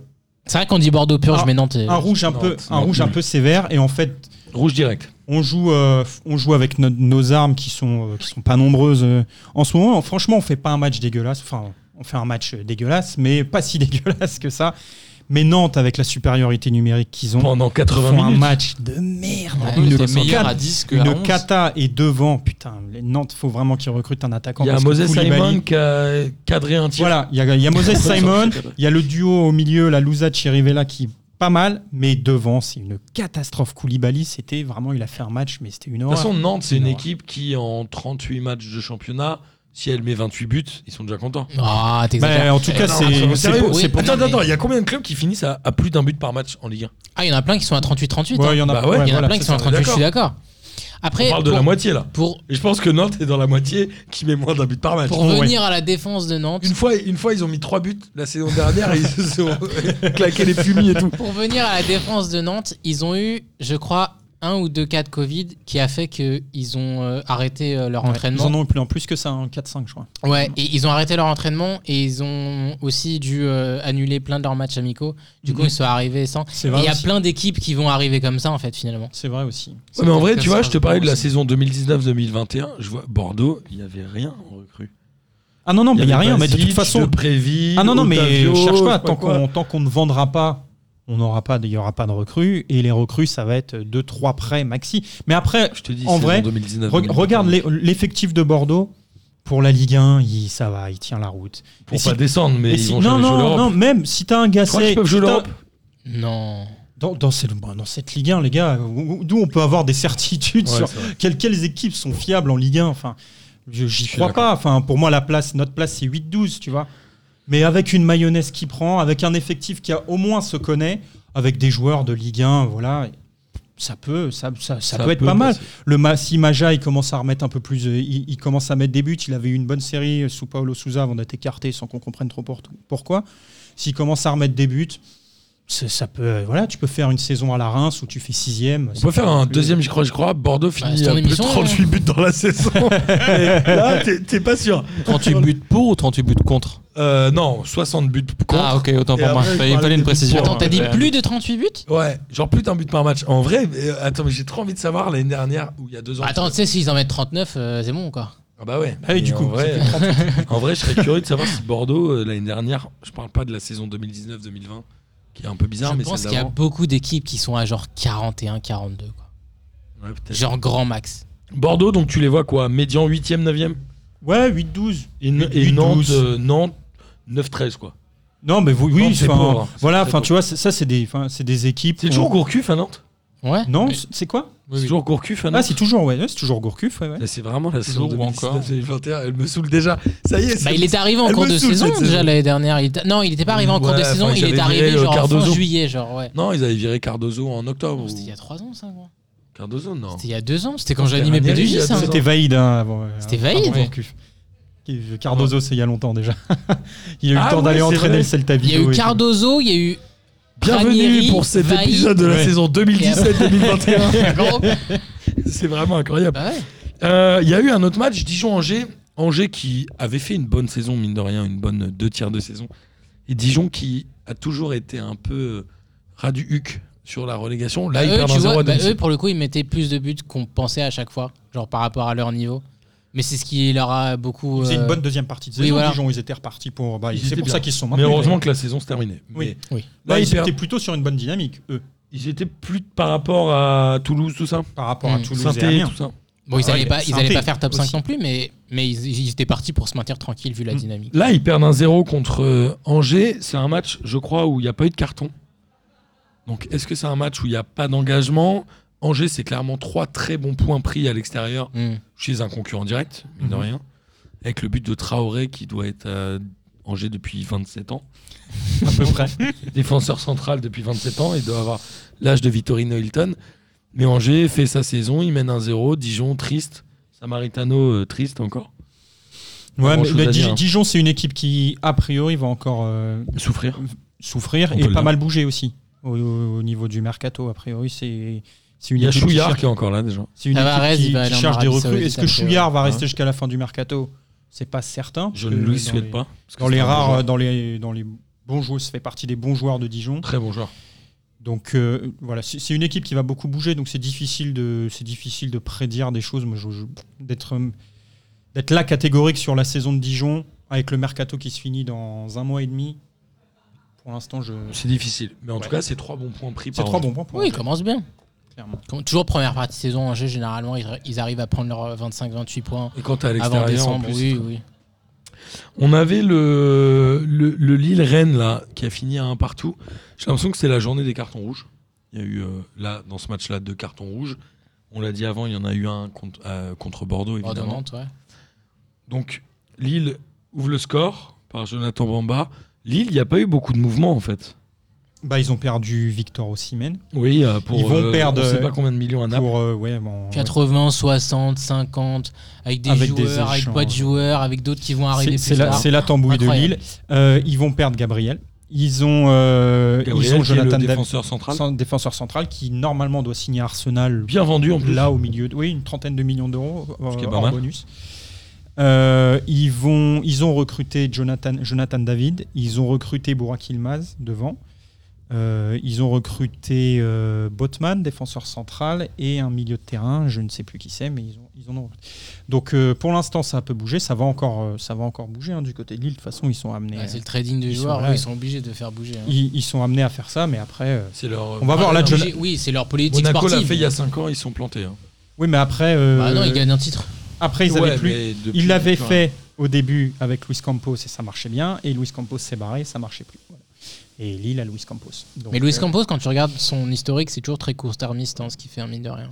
[SPEAKER 5] C'est vrai qu'on dit Bordeaux purge mais non t'es-
[SPEAKER 2] un rouge un
[SPEAKER 4] Nantes,
[SPEAKER 2] peu, un
[SPEAKER 4] Nantes,
[SPEAKER 2] rouge un
[SPEAKER 4] oui.
[SPEAKER 2] peu sévère. Et en fait,
[SPEAKER 4] Rouge direct.
[SPEAKER 2] on joue, euh, on joue avec no- nos armes qui sont, euh, qui sont pas nombreuses euh, en ce moment. Franchement, on fait pas un match dégueulasse. Enfin, on fait un match euh, dégueulasse, mais pas si dégueulasse que ça. Mais Nantes, avec la supériorité numérique qu'ils ont,
[SPEAKER 4] Pendant
[SPEAKER 2] font
[SPEAKER 4] 80
[SPEAKER 2] un
[SPEAKER 4] minutes.
[SPEAKER 2] match de merde.
[SPEAKER 6] Ouais,
[SPEAKER 2] Une
[SPEAKER 6] ils étaient
[SPEAKER 2] cata-
[SPEAKER 6] meilleurs à 10 que à
[SPEAKER 2] Une
[SPEAKER 6] 11.
[SPEAKER 2] cata et devant, putain, les Nantes, faut vraiment qu'ils recrutent un attaquant.
[SPEAKER 4] Il y a
[SPEAKER 2] parce que
[SPEAKER 4] Moses
[SPEAKER 2] Koulibaly-
[SPEAKER 4] Simon qui a cadré un tir.
[SPEAKER 2] Voilà, il y, a- il y a Moses Simon, il y a le duo au milieu, la Louza Chirivella qui est pas mal, mais devant, c'est une catastrophe. Koulibaly, c'était vraiment, il a fait un match, mais c'était une
[SPEAKER 4] De toute
[SPEAKER 2] horreur.
[SPEAKER 4] façon, Nantes, c'est une
[SPEAKER 2] Non.
[SPEAKER 4] équipe qui, en 38 matchs de championnat, si elle met 28 buts, ils sont déjà contents.
[SPEAKER 5] Ah t'exagères.
[SPEAKER 2] Bah, en tout
[SPEAKER 4] Non,
[SPEAKER 2] cas, c'est
[SPEAKER 4] attends,
[SPEAKER 2] c'est
[SPEAKER 4] sérieux,
[SPEAKER 2] pour.
[SPEAKER 5] oui.
[SPEAKER 2] c'est pour-
[SPEAKER 4] Attends,
[SPEAKER 5] Non,
[SPEAKER 4] attends,
[SPEAKER 5] mais-
[SPEAKER 4] il y a combien de clubs qui finissent à, à plus d'un but par match en Ligue 1
[SPEAKER 5] Ah il y en a plein qui sont à 38-38. hein.
[SPEAKER 2] Ouais, il y en a,
[SPEAKER 4] Bah
[SPEAKER 2] ouais,
[SPEAKER 4] ouais,
[SPEAKER 5] Il y en a
[SPEAKER 2] voilà,
[SPEAKER 5] plein qui
[SPEAKER 2] c'est
[SPEAKER 5] sont à
[SPEAKER 4] ça, on est
[SPEAKER 5] 38, je suis d'accord.
[SPEAKER 4] On
[SPEAKER 5] Après,
[SPEAKER 4] parle de
[SPEAKER 5] pour,
[SPEAKER 4] la moitié, là.
[SPEAKER 5] pour,
[SPEAKER 4] Et je pense que Nantes est dans la moitié qui met moins d'un but par match.
[SPEAKER 5] pour
[SPEAKER 2] Ouais.
[SPEAKER 5] venir à la défense de Nantes,
[SPEAKER 4] Une fois, une fois, ils ont mis 3 buts la saison dernière et ils se sont claqués les fumis et tout.
[SPEAKER 5] pour venir à la défense de Nantes, ils ont eu, je crois, un ou deux cas de Covid qui a fait qu'ils ont euh, arrêté euh, leur
[SPEAKER 2] Ouais, Ils
[SPEAKER 5] entraînement.
[SPEAKER 2] en ont plus, en plus que ça, hein, 4-5, je crois.
[SPEAKER 5] Ouais, et ils ont arrêté leur entraînement et ils ont aussi dû euh, annuler plein de leurs matchs amicaux. Du coup,
[SPEAKER 2] Mhm. ben,
[SPEAKER 5] ils sont arrivés sans.
[SPEAKER 2] C'est
[SPEAKER 5] Et
[SPEAKER 2] vrai.
[SPEAKER 5] il y a
[SPEAKER 2] aussi.
[SPEAKER 5] plein d'équipes qui vont arriver comme ça, en fait, finalement.
[SPEAKER 2] C'est vrai aussi.
[SPEAKER 4] Ouais, mais en vrai, tu vois,
[SPEAKER 6] Ça,
[SPEAKER 4] je te parlais de la
[SPEAKER 6] aussi.
[SPEAKER 4] saison 2019-2021. Je vois Bordeaux, il n'y avait rien en recrue.
[SPEAKER 2] Ah non, non, mais il n'y a
[SPEAKER 4] avait
[SPEAKER 2] rien, mais de
[SPEAKER 4] Basic,
[SPEAKER 2] toute façon.
[SPEAKER 4] Prévi,
[SPEAKER 2] Ah non, non, mais
[SPEAKER 4] Otavio,
[SPEAKER 2] je cherche pas.
[SPEAKER 4] sais
[SPEAKER 2] Tant
[SPEAKER 4] quoi.
[SPEAKER 2] qu'on tant qu'on ne vendra pas, on n'aura pas, il n'y aura pas de recrues. Et les recrues, ça va être 2-3 prêts maxi. Mais après,
[SPEAKER 4] Je te dis,
[SPEAKER 2] En
[SPEAKER 4] saison
[SPEAKER 2] vrai,
[SPEAKER 4] 2019,
[SPEAKER 2] Reg- Regarde l'e- l'effectif de Bordeaux pour la Ligue 1, il, ça va, il tient la route.
[SPEAKER 4] Pour
[SPEAKER 2] Et
[SPEAKER 4] pas
[SPEAKER 2] si-
[SPEAKER 4] descendre, mais
[SPEAKER 2] et
[SPEAKER 4] ils
[SPEAKER 2] si-
[SPEAKER 4] vont
[SPEAKER 2] non,
[SPEAKER 4] jouer
[SPEAKER 2] non,
[SPEAKER 4] l'Europe.
[SPEAKER 2] non, même si t'as un gars
[SPEAKER 4] Tu crois qu'ils peuvent jouer l'Europe
[SPEAKER 5] Non.
[SPEAKER 2] dans, dans, cette, bah, dans cette Ligue 1, les gars, où- où- d'où on peut avoir des certitudes
[SPEAKER 4] Ouais,
[SPEAKER 2] sur
[SPEAKER 4] c'est vrai.
[SPEAKER 2] quelles, quelles équipes sont fiables en Ligue 1 enfin, je- J'y
[SPEAKER 4] Je suis
[SPEAKER 2] crois pas. Enfin, pour moi, la place, notre place, c'est 8-12, tu vois. Mais avec une mayonnaise qui prend, avec un effectif qui a au moins se connaît, avec des joueurs de Ligue 1, voilà, ça peut, ça, ça- ça peut être pas mal.
[SPEAKER 4] passer.
[SPEAKER 2] Le Ma- si Maja, il commence à remettre un peu plus, euh, il, il commence à mettre des buts. Il avait eu une bonne série euh, sous Paolo Souza avant d'être écarté sans qu'on comprenne trop pour- pourquoi. S'il commence à remettre des buts, c'est- ça peut, euh, voilà, tu peux faire une saison à la Reims où tu fais sixième.
[SPEAKER 4] On
[SPEAKER 2] c'est
[SPEAKER 4] peut faire
[SPEAKER 2] pas non
[SPEAKER 4] un
[SPEAKER 2] plus-
[SPEAKER 4] deuxième, je crois, je crois. Bordeaux finit
[SPEAKER 5] Bah, c'est ton
[SPEAKER 4] à plus de
[SPEAKER 5] émission, hein.
[SPEAKER 4] 38 buts dans la saison. Là, t'es- t'es pas sûr.
[SPEAKER 6] 38 buts pour ou 38 buts contre
[SPEAKER 4] Euh, non, 60 buts contre.
[SPEAKER 6] Ah, ok, autant
[SPEAKER 4] Et
[SPEAKER 6] pour moi.
[SPEAKER 4] après,
[SPEAKER 6] Fallait-
[SPEAKER 4] il parlait
[SPEAKER 6] Il fallait une
[SPEAKER 4] des buts
[SPEAKER 6] précision. hein.
[SPEAKER 4] pour.
[SPEAKER 5] Attends, t'as dit
[SPEAKER 6] Ouais.
[SPEAKER 5] plus de 38 buts
[SPEAKER 4] Ouais, genre plus d'un but par match. En vrai, euh, attends, mais j'ai trop envie de savoir l'année dernière ou il y a deux ans.
[SPEAKER 5] Attends, tu sais, s'ils en mettent 39, euh, c'est bon ou quoi
[SPEAKER 4] Ah bah ouais. Mais
[SPEAKER 2] Allez, du
[SPEAKER 4] en
[SPEAKER 2] coup,
[SPEAKER 4] vrai,
[SPEAKER 2] ça fait
[SPEAKER 4] En vrai, je serais curieux de savoir si Bordeaux, euh, l'année dernière, je parle pas de la saison 2019-2020, qui est un peu bizarre,
[SPEAKER 5] Je
[SPEAKER 4] mais
[SPEAKER 5] pense
[SPEAKER 4] celle
[SPEAKER 5] qu'il y a
[SPEAKER 4] d'avant.
[SPEAKER 5] beaucoup d'équipes qui sont à genre 41, 42. Quoi.
[SPEAKER 4] Ouais, peut-être.
[SPEAKER 5] Genre grand max.
[SPEAKER 4] Bordeaux, donc tu les vois quoi Médian 8ème, 9ème
[SPEAKER 2] Ouais, 8-12.
[SPEAKER 4] Et, N- et
[SPEAKER 2] 8-12.
[SPEAKER 4] Nantes, euh, Nantes 9-13, quoi.
[SPEAKER 2] Non, mais vous- oui,
[SPEAKER 4] Non, c'est
[SPEAKER 2] enfin,
[SPEAKER 4] pauvre, hein.
[SPEAKER 2] voilà,
[SPEAKER 4] C'est
[SPEAKER 2] enfin,
[SPEAKER 4] très
[SPEAKER 2] tu vois, c'est- ça, c'est des, enfin, c'est des équipes.
[SPEAKER 4] C'est
[SPEAKER 2] où-
[SPEAKER 4] toujours Gourcuff à Nantes
[SPEAKER 5] Ouais
[SPEAKER 2] Non,
[SPEAKER 5] Mais-
[SPEAKER 2] c'est- c'est quoi
[SPEAKER 6] Oui,
[SPEAKER 4] C'est
[SPEAKER 6] oui.
[SPEAKER 4] toujours Gourcuff à
[SPEAKER 2] Ah,
[SPEAKER 4] Nantes
[SPEAKER 2] c'est toujours, ouais, ouais, c'est toujours Gourcuff, ouais, ouais.
[SPEAKER 4] Là, C'est vraiment la saison
[SPEAKER 6] Toujours ou encore.
[SPEAKER 4] 2019-2021, elle me saoule déjà. Ça y est,
[SPEAKER 5] Bah,
[SPEAKER 4] c'est
[SPEAKER 5] il est arrivé en
[SPEAKER 4] Elle
[SPEAKER 5] cours
[SPEAKER 4] me
[SPEAKER 5] de
[SPEAKER 4] saoule,
[SPEAKER 5] saison
[SPEAKER 4] cette
[SPEAKER 5] déjà
[SPEAKER 4] saison.
[SPEAKER 5] l'année dernière. Il était- Non, il était pas arrivé en cours de
[SPEAKER 4] Ouais,
[SPEAKER 5] saison,
[SPEAKER 4] enfin,
[SPEAKER 5] il
[SPEAKER 4] j'avais
[SPEAKER 5] est arrivé
[SPEAKER 4] viré, euh,
[SPEAKER 5] genre fin
[SPEAKER 4] Cardozo.
[SPEAKER 5] juillet, genre ouais.
[SPEAKER 4] Non, ils avaient viré Cardozo en octobre.
[SPEAKER 5] C'était il y
[SPEAKER 4] ou-
[SPEAKER 5] a 3 ans ça, gros.
[SPEAKER 4] Cardozo, non.
[SPEAKER 5] C'était il y a 2 ans, c'était quand
[SPEAKER 4] C'était
[SPEAKER 5] j'animais
[SPEAKER 4] Ranieri, il y
[SPEAKER 5] PDJ
[SPEAKER 4] a
[SPEAKER 5] ça.
[SPEAKER 4] deux ans.
[SPEAKER 2] C'était Vaïd hein, avant. euh,
[SPEAKER 5] C'était
[SPEAKER 2] avant
[SPEAKER 5] Vaïd
[SPEAKER 2] Gourcuff. Qui- Cardozo, c'est il y a longtemps déjà. il a eu
[SPEAKER 4] Ah
[SPEAKER 2] le temps
[SPEAKER 4] ouais,
[SPEAKER 2] d'aller
[SPEAKER 4] c'est
[SPEAKER 2] entraîner
[SPEAKER 4] vrai.
[SPEAKER 2] le Celta
[SPEAKER 5] Il y a
[SPEAKER 2] Vigo
[SPEAKER 5] eu
[SPEAKER 2] et tout.
[SPEAKER 5] Cardozo, il y a eu
[SPEAKER 4] Bienvenue
[SPEAKER 5] Ranieri,
[SPEAKER 4] pour cet
[SPEAKER 5] Vaïd.
[SPEAKER 4] épisode de la
[SPEAKER 2] Ouais.
[SPEAKER 4] saison 2017-2021.
[SPEAKER 5] Gros.
[SPEAKER 4] c'est vraiment incroyable.
[SPEAKER 5] Bah ouais.
[SPEAKER 4] Euh, Il y a eu un autre match, Dijon-Angers. Angers qui avait fait une bonne saison, mine de rien, une bonne deux tiers de saison. Et Dijon qui a toujours été un peu euh, ras du huc sur la relégation. Là, ils
[SPEAKER 5] Eux,
[SPEAKER 4] perdent
[SPEAKER 5] tu
[SPEAKER 4] un 0
[SPEAKER 5] vois,
[SPEAKER 4] à
[SPEAKER 5] bah,
[SPEAKER 4] domicile.
[SPEAKER 5] eux pour le coup, ils mettaient plus de buts qu'on pensait à chaque fois, genre par rapport à leur niveau. Mais c'est ce qui leur a beaucoup
[SPEAKER 2] C'est
[SPEAKER 5] euh,
[SPEAKER 2] une bonne deuxième partie de
[SPEAKER 5] Oui,
[SPEAKER 2] saison.
[SPEAKER 5] voilà.
[SPEAKER 2] Dijon, ils étaient repartis pour. bah,
[SPEAKER 4] Ils
[SPEAKER 2] c'est
[SPEAKER 4] étaient
[SPEAKER 2] pour
[SPEAKER 4] bien.
[SPEAKER 2] ça qu'ils se sont
[SPEAKER 4] Mais
[SPEAKER 2] maintenus.
[SPEAKER 4] heureusement que la saison se terminait.
[SPEAKER 2] Oui.
[SPEAKER 4] Mais
[SPEAKER 5] Oui.
[SPEAKER 4] Là,
[SPEAKER 2] Bah,
[SPEAKER 4] ils,
[SPEAKER 2] ils
[SPEAKER 4] perdent.
[SPEAKER 2] étaient plutôt sur une bonne dynamique, eux,
[SPEAKER 4] Ils étaient plus par rapport à Toulouse, tout ça.
[SPEAKER 2] par rapport à
[SPEAKER 5] Mm.
[SPEAKER 2] Toulouse et
[SPEAKER 4] Saint-Étienne,
[SPEAKER 2] Amiens.
[SPEAKER 4] tout ça.
[SPEAKER 5] Bon, ils
[SPEAKER 2] Ah ouais,
[SPEAKER 5] n'allaient
[SPEAKER 2] il y a
[SPEAKER 5] pas, ils allaient
[SPEAKER 2] Saint-Étienne
[SPEAKER 5] pas faire top 5
[SPEAKER 2] aussi.
[SPEAKER 5] non plus, mais, mais ils, ils étaient partis pour se maintenir tranquille vu la
[SPEAKER 2] Mm.
[SPEAKER 5] dynamique.
[SPEAKER 4] Là, ils perdent un 0 contre euh, Angers. C'est un match, je crois, où il n'y a pas eu de carton. Donc, est-ce que c'est un match où il n'y a pas d'engagement Angers, c'est clairement trois très bons points pris à l'extérieur
[SPEAKER 5] Mm.
[SPEAKER 4] chez un concurrent direct, mine de
[SPEAKER 2] Mhm.
[SPEAKER 4] rien, avec le but de Traoré qui doit être à Angers depuis 27 ans, à peu près. Défenseur central depuis 27 ans, il doit avoir l'âge de Vittorino Hilton. Mais Angers fait sa saison, il mène un 0 Dijon triste, Samaritano euh, triste encore,
[SPEAKER 2] Ouais, mais,
[SPEAKER 4] grand-chose
[SPEAKER 2] mais
[SPEAKER 4] à dire,
[SPEAKER 2] Dij-
[SPEAKER 4] hein.
[SPEAKER 2] Dijon, c'est une équipe qui, a priori, va encore euh,
[SPEAKER 4] souffrir.
[SPEAKER 2] souffrir
[SPEAKER 4] On peut
[SPEAKER 2] et
[SPEAKER 4] le
[SPEAKER 2] pas
[SPEAKER 4] dire.
[SPEAKER 2] mal bouger aussi au, au- au niveau du mercato. A priori, c'est c'est
[SPEAKER 4] Il
[SPEAKER 2] une
[SPEAKER 4] y a
[SPEAKER 2] équipe qui
[SPEAKER 4] Chouillard
[SPEAKER 2] cherche-
[SPEAKER 4] qui est encore là déjà.
[SPEAKER 2] c'est une
[SPEAKER 5] Tavares,
[SPEAKER 2] équipe
[SPEAKER 5] il
[SPEAKER 2] qui,
[SPEAKER 5] va
[SPEAKER 2] qui
[SPEAKER 5] aller en
[SPEAKER 2] cherche des
[SPEAKER 5] Arabie
[SPEAKER 2] recrues.
[SPEAKER 5] Saoudite
[SPEAKER 2] Est-ce que
[SPEAKER 5] après,
[SPEAKER 2] Chouillard va
[SPEAKER 4] ouais.
[SPEAKER 2] rester jusqu'à la fin du mercato C'est pas certain.
[SPEAKER 4] Je
[SPEAKER 2] parce
[SPEAKER 4] ne
[SPEAKER 2] que
[SPEAKER 4] lui
[SPEAKER 2] dans
[SPEAKER 4] souhaite
[SPEAKER 2] les-
[SPEAKER 4] pas. parce que
[SPEAKER 2] Dans les
[SPEAKER 4] c'est un bon
[SPEAKER 2] rares,
[SPEAKER 4] joueur.
[SPEAKER 2] euh, dans les dans les bons joueurs, ça fait partie des bons joueurs de Dijon.
[SPEAKER 4] Très bon joueur.
[SPEAKER 2] Donc euh, voilà, c'est c'est une équipe qui va beaucoup bouger, donc c'est difficile de c'est difficile de prédire des choses. Moi, je- je- d'être euh, d'être là catégorique sur la saison de Dijon avec le mercato qui se finit dans un mois et demi. Pour l'instant, je
[SPEAKER 4] C'est difficile. Mais en
[SPEAKER 2] Ouais.
[SPEAKER 4] tout cas, c'est trois bons points pris
[SPEAKER 2] c'est
[SPEAKER 4] par
[SPEAKER 2] trois
[SPEAKER 4] Angers.
[SPEAKER 2] bons points pour
[SPEAKER 5] Oui,
[SPEAKER 2] Angers,
[SPEAKER 5] ils commencent bien.
[SPEAKER 2] clairement.
[SPEAKER 5] Comme- toujours première partie de saison, Angers, généralement, ils, ils arrivent à prendre leurs 25-28 points
[SPEAKER 4] Et quand t'es à
[SPEAKER 5] avant
[SPEAKER 4] l'extérieur, en
[SPEAKER 5] décembre.
[SPEAKER 4] plus,
[SPEAKER 5] Oui, oui.
[SPEAKER 4] On avait le, le, le Lille-Rennes là, qui a fini à un partout. J'ai l'impression que c'est la journée des cartons rouges. Il y a eu euh, là, dans ce match-là, deux cartons rouges. On l'a dit avant, il y en a eu un contre, euh, contre Bordeaux, évidemment.
[SPEAKER 5] Bordeaux-Nantes, Oh, ouais.
[SPEAKER 4] Donc Lille ouvre le score par Jonathan Bamba. Lille, il n'y a pas eu beaucoup de mouvements en fait.
[SPEAKER 2] Bah, ils ont perdu Victor Osimhen
[SPEAKER 4] Oui, euh, pour
[SPEAKER 2] Ils vont
[SPEAKER 4] euh,
[SPEAKER 2] perdre,
[SPEAKER 4] on sait
[SPEAKER 2] euh,
[SPEAKER 4] pas combien de millions à Naples.
[SPEAKER 2] pour euh, ouais, bon, ouais.
[SPEAKER 5] 80, 60, 50, avec des
[SPEAKER 2] Avec des
[SPEAKER 5] joueurs, avec
[SPEAKER 2] échanges.
[SPEAKER 5] pas de joueurs, avec d'autres qui vont arriver
[SPEAKER 2] C'est-
[SPEAKER 5] plus
[SPEAKER 2] c'est la
[SPEAKER 5] tard.
[SPEAKER 2] c'est la tambouille de
[SPEAKER 5] Incroyable.
[SPEAKER 2] Lille. Euh, ils vont perdre Gabriel. Ils ont euh,
[SPEAKER 4] Gabriel,
[SPEAKER 2] ils ont
[SPEAKER 4] qui est
[SPEAKER 2] Jonathan
[SPEAKER 4] le
[SPEAKER 2] Dav-
[SPEAKER 4] défenseur central.
[SPEAKER 2] cent- défenseur central qui normalement doit signer à Arsenal
[SPEAKER 4] Bien vendu en plus.
[SPEAKER 2] là au milieu, de- oui, une trentaine de millions d'euros euh,
[SPEAKER 4] Ce qui est pas
[SPEAKER 2] hors
[SPEAKER 4] mal.
[SPEAKER 2] bonus. Euh, ils, vont, ils ont recruté Jonathan, Jonathan David, ils ont recruté Burak Ilmaz devant, Euh, ils ont recruté euh, Botman, défenseur central, et un milieu de terrain, je ne sais plus qui c'est, mais ils, ont, ils en ont recruté. Donc euh, pour l'instant, ça a peu bougé, ça va encore, euh, ça va encore bouger hein, du côté de Lille, de toute façon, ils sont amenés,
[SPEAKER 5] Ouais, c'est le trading des
[SPEAKER 2] Ils sont
[SPEAKER 5] joueurs,
[SPEAKER 2] là,
[SPEAKER 5] eux,
[SPEAKER 2] ouais.
[SPEAKER 5] ils sont obligés de faire bouger. hein.
[SPEAKER 2] ils, ils sont amenés à faire ça, mais après. euh,
[SPEAKER 4] C'est leur.
[SPEAKER 2] on va voir, là,
[SPEAKER 5] Ah,
[SPEAKER 2] Jona-
[SPEAKER 5] obligé- Oui, c'est leur politique
[SPEAKER 4] Monaco l'a
[SPEAKER 5] sportive.
[SPEAKER 4] fait il y a 5 ans, ils sont plantés. hein.
[SPEAKER 2] Oui, mais après. euh,
[SPEAKER 5] Bah non, ils gagnent un titre.
[SPEAKER 2] Après, ils avaient
[SPEAKER 4] Ouais,
[SPEAKER 2] plus.
[SPEAKER 4] mais depuis,
[SPEAKER 2] Il l'avait
[SPEAKER 4] plus rien.
[SPEAKER 2] fait au début avec Luis Campos et ça marchait bien, et Luis Campos s'est barré, ça marchait plus. Voilà. Et Lille à Luis Campos. Donc,
[SPEAKER 5] Mais Luis
[SPEAKER 2] euh,
[SPEAKER 5] Campos, quand tu regardes son historique, c'est toujours très court-termiste, hein, ce qui fait un mine de rien.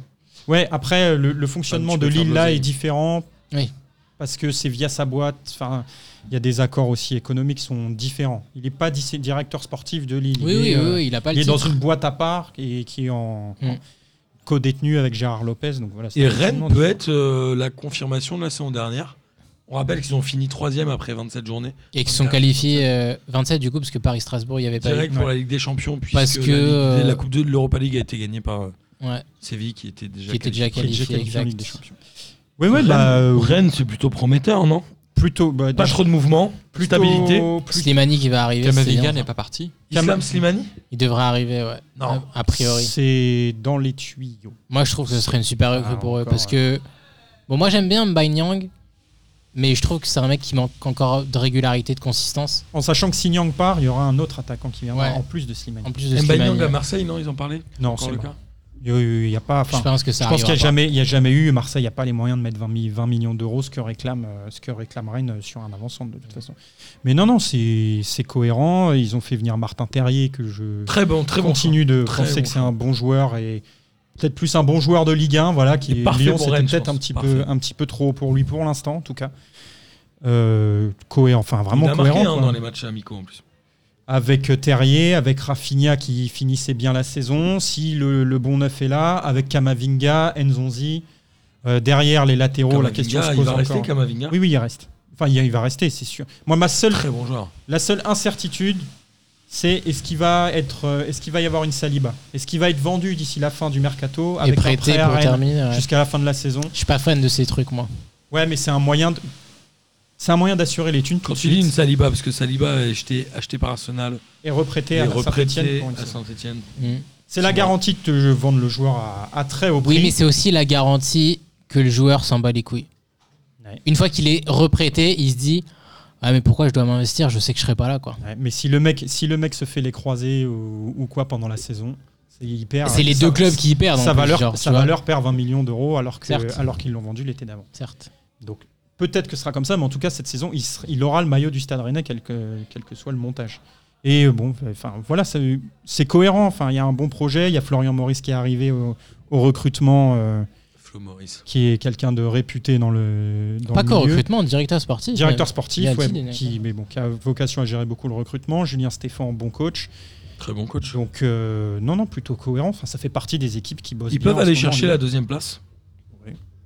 [SPEAKER 2] Ouais, après euh, le, le fonctionnement
[SPEAKER 4] Ah, tu
[SPEAKER 2] de
[SPEAKER 4] peux faire
[SPEAKER 2] Lille
[SPEAKER 4] de
[SPEAKER 2] là
[SPEAKER 4] l'oseille.
[SPEAKER 2] est différent.
[SPEAKER 5] Oui.
[SPEAKER 2] Parce que c'est via sa boîte. Enfin, il y a des accords aussi économiques qui sont différents. Il n'est pas dis- directeur sportif de Lille.
[SPEAKER 5] Oui,
[SPEAKER 2] il
[SPEAKER 5] oui,
[SPEAKER 2] est, euh,
[SPEAKER 5] oui, il a pas
[SPEAKER 2] il
[SPEAKER 5] le
[SPEAKER 2] est dans
[SPEAKER 5] titre.
[SPEAKER 2] une boîte à part et qui est en,
[SPEAKER 5] Mm.
[SPEAKER 2] en co-détenu avec Gérard Lopez. Donc voilà. c'est
[SPEAKER 4] Et
[SPEAKER 2] un fonctionnement
[SPEAKER 4] Rennes peut
[SPEAKER 2] différent.
[SPEAKER 4] être euh, la confirmation de la saison dernière. On rappelle qu'ils ont fini troisième après 27 journées.
[SPEAKER 5] Et qui sont qualifiés euh, 27 du coup, parce que Paris-Strasbourg, il n'y avait pas. eu.
[SPEAKER 4] Direct pour la Ligue des Champions, puisque
[SPEAKER 5] Parce
[SPEAKER 4] la
[SPEAKER 5] que,
[SPEAKER 4] Ligue- la,
[SPEAKER 5] euh,
[SPEAKER 4] Coupe 2 de l'Europa League a été gagnée par euh,
[SPEAKER 5] Ouais.
[SPEAKER 4] Séville qui était déjà
[SPEAKER 5] Qui était déjà
[SPEAKER 2] Qui est déjà
[SPEAKER 5] qualifié,
[SPEAKER 2] qualifié en
[SPEAKER 5] exact.
[SPEAKER 2] Ligue des Champions. Oui, ouais, bah,
[SPEAKER 4] Rennes,
[SPEAKER 2] euh,
[SPEAKER 4] Rennes, c'est plutôt prometteur, non
[SPEAKER 2] plutôt. bah,
[SPEAKER 4] Pas
[SPEAKER 2] déjà-
[SPEAKER 4] trop de mouvement, plus
[SPEAKER 2] plutôt-
[SPEAKER 4] stabilité.
[SPEAKER 2] plus-
[SPEAKER 5] Slimani qui va arriver. c'est
[SPEAKER 6] Kamavinga
[SPEAKER 5] bien,
[SPEAKER 6] n'est
[SPEAKER 5] ça.
[SPEAKER 6] pas parti.
[SPEAKER 4] Islam Slimani
[SPEAKER 5] Il devrait arriver, ouais.
[SPEAKER 4] Non.
[SPEAKER 5] A a priori.
[SPEAKER 2] C'est dans les tuyaux.
[SPEAKER 5] Moi, je trouve que ce serait une super recrue
[SPEAKER 2] Ah,
[SPEAKER 5] pour eux
[SPEAKER 2] encore,
[SPEAKER 5] parce que. Bon, moi, j'aime bien Banyang, mais je trouve que c'est un mec qui manque encore de régularité, de consistance.
[SPEAKER 2] En sachant que si Nyang part, il y aura un autre attaquant qui viendra
[SPEAKER 5] Ouais.
[SPEAKER 2] en plus de Slimani.
[SPEAKER 5] En plus de Slimani,
[SPEAKER 4] Mbaye à Marseille, non Ils en parlaient
[SPEAKER 2] Non,
[SPEAKER 4] Encore
[SPEAKER 2] c'est
[SPEAKER 4] le
[SPEAKER 2] bon.
[SPEAKER 4] cas
[SPEAKER 2] Il y a- il y a pas. enfin,
[SPEAKER 5] je pense que
[SPEAKER 2] je
[SPEAKER 5] ça
[SPEAKER 2] pense qu'il n'y a,
[SPEAKER 5] arrivera
[SPEAKER 2] jamais- il y a jamais eu. Marseille n'a pas les moyens de mettre 20, mi- 20 millions d'euros, ce que réclame, euh, ce que réclame Rennes euh, sur un avançant de toute façon. Mais non, non, c'est c'est cohérent. Ils ont fait venir Martin Terrier que je
[SPEAKER 4] Très bon, très bon.
[SPEAKER 2] continue de
[SPEAKER 4] Très
[SPEAKER 2] penser
[SPEAKER 4] bon
[SPEAKER 2] que c'est un bon joueur et peut-être plus un bon joueur de Ligue 1. Voilà, qui
[SPEAKER 4] Il est parfait
[SPEAKER 2] Lyon,
[SPEAKER 4] pour
[SPEAKER 2] c'était
[SPEAKER 4] Rennes, je
[SPEAKER 2] peut-être
[SPEAKER 4] pense.
[SPEAKER 2] un petit peu,
[SPEAKER 4] Parfait.
[SPEAKER 2] un petit peu trop pour lui pour l'instant, en tout cas. Euh, cohérent, enfin vraiment
[SPEAKER 4] Il a
[SPEAKER 2] cohérent.
[SPEAKER 4] marqué hein,
[SPEAKER 2] quoi
[SPEAKER 4] dans les matchs amicaux en plus.
[SPEAKER 2] avec Terrier, avec Rafinha qui finissait bien la saison, si le, le bon neuf est là, avec Kamavinga, Nzonzi, Euh, derrière les latéraux, la question
[SPEAKER 4] Kamavinga,
[SPEAKER 2] se
[SPEAKER 4] il
[SPEAKER 2] pose
[SPEAKER 4] va rester
[SPEAKER 2] encore.
[SPEAKER 4] Kamavinga.
[SPEAKER 2] Oui, oui, il reste. Enfin, il, il va rester, c'est sûr. Moi, ma seule,
[SPEAKER 4] Très bon joueur.
[SPEAKER 2] la seule incertitude, c'est est-ce qu'il va être, euh, est-ce qu'il va y avoir une Saliba, est-ce qu'il va être vendu d'ici la fin du mercato
[SPEAKER 5] Et
[SPEAKER 2] avec un
[SPEAKER 5] prêté
[SPEAKER 2] prêt à
[SPEAKER 5] pour
[SPEAKER 2] Rennes
[SPEAKER 5] terminer. ouais.
[SPEAKER 2] jusqu'à la fin de la saison.
[SPEAKER 5] Je suis pas fan de ces trucs, moi.
[SPEAKER 2] Ouais, mais c'est un moyen, de- c'est un moyen d'assurer les thunes tout
[SPEAKER 4] Quand
[SPEAKER 2] de
[SPEAKER 4] tu dis une
[SPEAKER 2] suite
[SPEAKER 4] Saliba, parce que Saliba est acheté, acheté par Arsenal
[SPEAKER 2] et reprêter
[SPEAKER 4] et
[SPEAKER 2] à Saint-Étienne
[SPEAKER 4] reprêté
[SPEAKER 2] pour une
[SPEAKER 4] à
[SPEAKER 2] saison.
[SPEAKER 4] Saint-Etienne.
[SPEAKER 5] Mm.
[SPEAKER 2] C'est la garantie que je vende le joueur à, à très haut prix.
[SPEAKER 5] Oui, mais c'est aussi la garantie que le joueur s'en bat les couilles.
[SPEAKER 2] Ouais.
[SPEAKER 5] Une fois qu'il est reprêté, il se dit Ah, mais pourquoi je dois m'investir Je sais que je serai pas là, quoi.
[SPEAKER 2] Ouais, mais si le mec, si le mec se fait les croisés ou, ou quoi pendant la saison, Ah, c'est hyper.
[SPEAKER 5] c'est les
[SPEAKER 2] ça-
[SPEAKER 5] deux clubs qui y perdent.
[SPEAKER 2] Sa
[SPEAKER 5] en plus,
[SPEAKER 2] valeur,
[SPEAKER 5] genre,
[SPEAKER 2] sa
[SPEAKER 5] tu vois.
[SPEAKER 2] valeur perd 20 millions d'euros alors que,
[SPEAKER 5] Certes.
[SPEAKER 2] alors qu'ils l'ont vendu l'été d'avant.
[SPEAKER 5] Certes.
[SPEAKER 2] Donc peut-être que ce sera comme ça, mais en tout cas cette saison, il, sera- il aura le maillot du Stade Rennais quel que, quel que soit le montage. Et euh, bon, enfin voilà, ça- c'est cohérent. Enfin, il y a un bon projet. Il y a Florian Maurice qui est arrivé au, au recrutement, euh,
[SPEAKER 4] Flo Maurice.
[SPEAKER 2] qui est quelqu'un de réputé dans le. Dans
[SPEAKER 5] Pas
[SPEAKER 2] le
[SPEAKER 5] qu'au
[SPEAKER 2] milieu.
[SPEAKER 5] recrutement, directeur sportif.
[SPEAKER 2] Directeur
[SPEAKER 5] Il y a
[SPEAKER 2] sportif,
[SPEAKER 5] le
[SPEAKER 2] ouais,
[SPEAKER 5] titre,
[SPEAKER 2] qui- mais bon, qui a vocation à gérer beaucoup le recrutement. Julien Stéphan, bon coach.
[SPEAKER 4] Très bon coach.
[SPEAKER 2] Donc, euh, non, non, plutôt cohérent. Enfin, ça fait partie des équipes qui bossent
[SPEAKER 4] Ils
[SPEAKER 2] bien
[SPEAKER 4] peuvent
[SPEAKER 2] en
[SPEAKER 4] aller
[SPEAKER 2] ce moment,
[SPEAKER 4] chercher
[SPEAKER 2] mais
[SPEAKER 4] la deuxième place.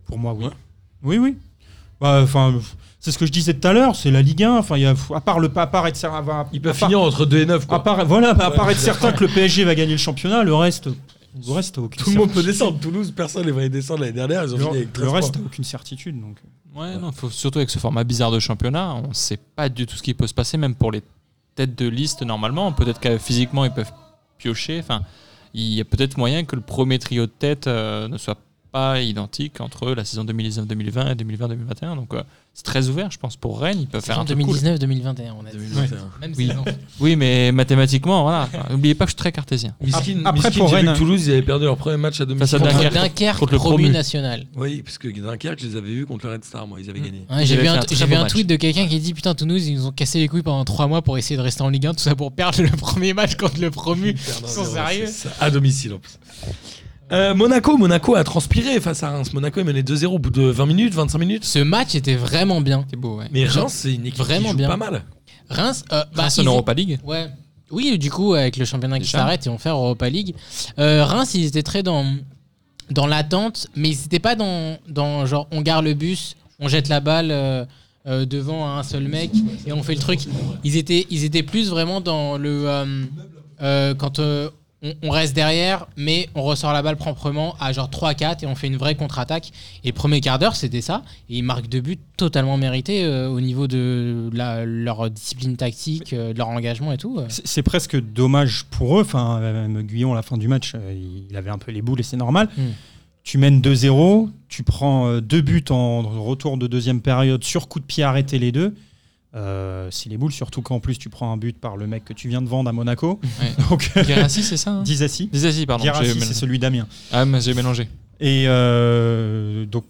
[SPEAKER 2] Pour moi, oui.
[SPEAKER 4] Ouais.
[SPEAKER 2] Oui, oui. Bah, Enfin, c'est ce que je disais tout à l'heure. C'est la Ligue 1. Enfin, il y a, à part le à part être cer- à part-
[SPEAKER 4] Ils peuvent
[SPEAKER 2] à part-
[SPEAKER 4] finir entre 2 et 9.
[SPEAKER 2] à part- voilà, à part être certain que le PSG va gagner le championnat, le reste, le reste, aucune
[SPEAKER 4] Tout le monde peut
[SPEAKER 2] certitude.
[SPEAKER 4] descendre. Toulouse, personne ne va y descendre l'année dernière. Ils ont fini avec
[SPEAKER 2] Le,
[SPEAKER 4] 13
[SPEAKER 2] le
[SPEAKER 4] points.
[SPEAKER 2] reste, aucune certitude. Donc, euh.
[SPEAKER 6] Ouais, non, faut, surtout avec ce format bizarre de championnat, on ne sait pas du tout ce qui peut se passer, même pour les têtes de liste normalement. Peut-être que physiquement ils peuvent piocher. Enfin, il y a peut-être moyen que le premier trio de tête euh, ne soit pas identique entre la saison 2019-2020 et 2020-2021. Donc euh, c'est très ouvert, je pense, pour Rennes. Ils peuvent faire un truc cool.
[SPEAKER 5] 2019-2021, on a dit.
[SPEAKER 4] 2021.
[SPEAKER 5] Même
[SPEAKER 6] Oui.
[SPEAKER 5] saison.
[SPEAKER 6] Oui, mais mathématiquement, voilà. Enfin, N'oubliez pas que je suis très
[SPEAKER 2] Bah,
[SPEAKER 6] cartésien.
[SPEAKER 4] Miskin,
[SPEAKER 2] Après,
[SPEAKER 4] Miskin,
[SPEAKER 2] pour
[SPEAKER 4] j'ai vu
[SPEAKER 5] hein.
[SPEAKER 2] Rennes,
[SPEAKER 4] que Toulouse, ils avaient perdu leur premier match à domicile.
[SPEAKER 6] Face à
[SPEAKER 5] Contre
[SPEAKER 6] Dunkerque.
[SPEAKER 5] Dunkerque,
[SPEAKER 6] Contre le
[SPEAKER 5] promu
[SPEAKER 6] promu.
[SPEAKER 5] national.
[SPEAKER 4] Oui, parce que Dunkerque, je les avais vus contre le Red Star, moi, ils avaient gagné.
[SPEAKER 5] Mm. Ouais,
[SPEAKER 6] Ils
[SPEAKER 5] J'ai
[SPEAKER 6] avaient
[SPEAKER 5] vu,
[SPEAKER 6] fait
[SPEAKER 5] un,
[SPEAKER 6] un très
[SPEAKER 5] j'ai
[SPEAKER 6] bon
[SPEAKER 5] vu un
[SPEAKER 6] match.
[SPEAKER 5] tweet de quelqu'un qui dit Putain, Toulouse, ils nous ont cassé les couilles pendant 3 mois pour essayer de rester en Ligue 1, tout ça pour perdre le premier match contre le promu. Ils sont sérieux
[SPEAKER 4] C'est ça, À domicile, en plus. Euh, Monaco, Monaco a transpiré face à Reims. Monaco est mené 2-0 au bout de 20 minutes, 25 minutes.
[SPEAKER 5] Ce match était vraiment bien.
[SPEAKER 6] C'est beau, ouais.
[SPEAKER 4] Mais
[SPEAKER 5] Genre,
[SPEAKER 4] Reims, c'est une équipe
[SPEAKER 5] vraiment
[SPEAKER 4] qui joue
[SPEAKER 5] bien.
[SPEAKER 4] pas mal.
[SPEAKER 5] Reims, euh, bah,
[SPEAKER 6] Grâce en
[SPEAKER 5] ils ont-
[SPEAKER 6] Europa League.
[SPEAKER 5] Ouais. Oui, du coup, avec le championnat qui
[SPEAKER 6] Déjà.
[SPEAKER 5] s'arrête, ils vont faire Europa League. Euh, Reims, ils étaient très dans, dans l'attente, mais ils n'étaient pas dans, dans genre on gare le bus, on jette la balle euh, euh, devant à un seul mec et on fait le truc. Ils étaient, ils étaient plus vraiment dans le. euh, euh, quand euh, on, on reste derrière, mais on ressort la balle proprement à genre 3-4 et on fait une vraie contre-attaque. Et le premier quart d'heure, c'était ça. Et ils marquent deux buts totalement mérités euh, au niveau de la- leur discipline tactique, euh, de leur engagement et tout. euh.
[SPEAKER 2] C'est c'est presque dommage pour eux. Enfin, euh, même Guyon, à la fin du match, euh, il avait un peu les boules et c'est normal.
[SPEAKER 6] Hmm.
[SPEAKER 5] Mm.
[SPEAKER 2] Tu mènes 2-0, tu prends euh, deux buts en retour de deuxième période sur coup de pied arrêté les deux. Euh, c'est les boules, surtout qu'en plus tu prends un but par le mec que tu viens de vendre à Monaco.
[SPEAKER 6] Ouais.
[SPEAKER 2] Donc, euh,
[SPEAKER 6] Guérassi, c'est ça hein
[SPEAKER 2] Dizassi.
[SPEAKER 6] Disasi, pardon.
[SPEAKER 2] Guérassi,
[SPEAKER 6] j'ai
[SPEAKER 2] c'est
[SPEAKER 6] mélangé.
[SPEAKER 2] celui d'Amiens.
[SPEAKER 6] Ah, mais j'ai mélangé.
[SPEAKER 2] Et euh, donc,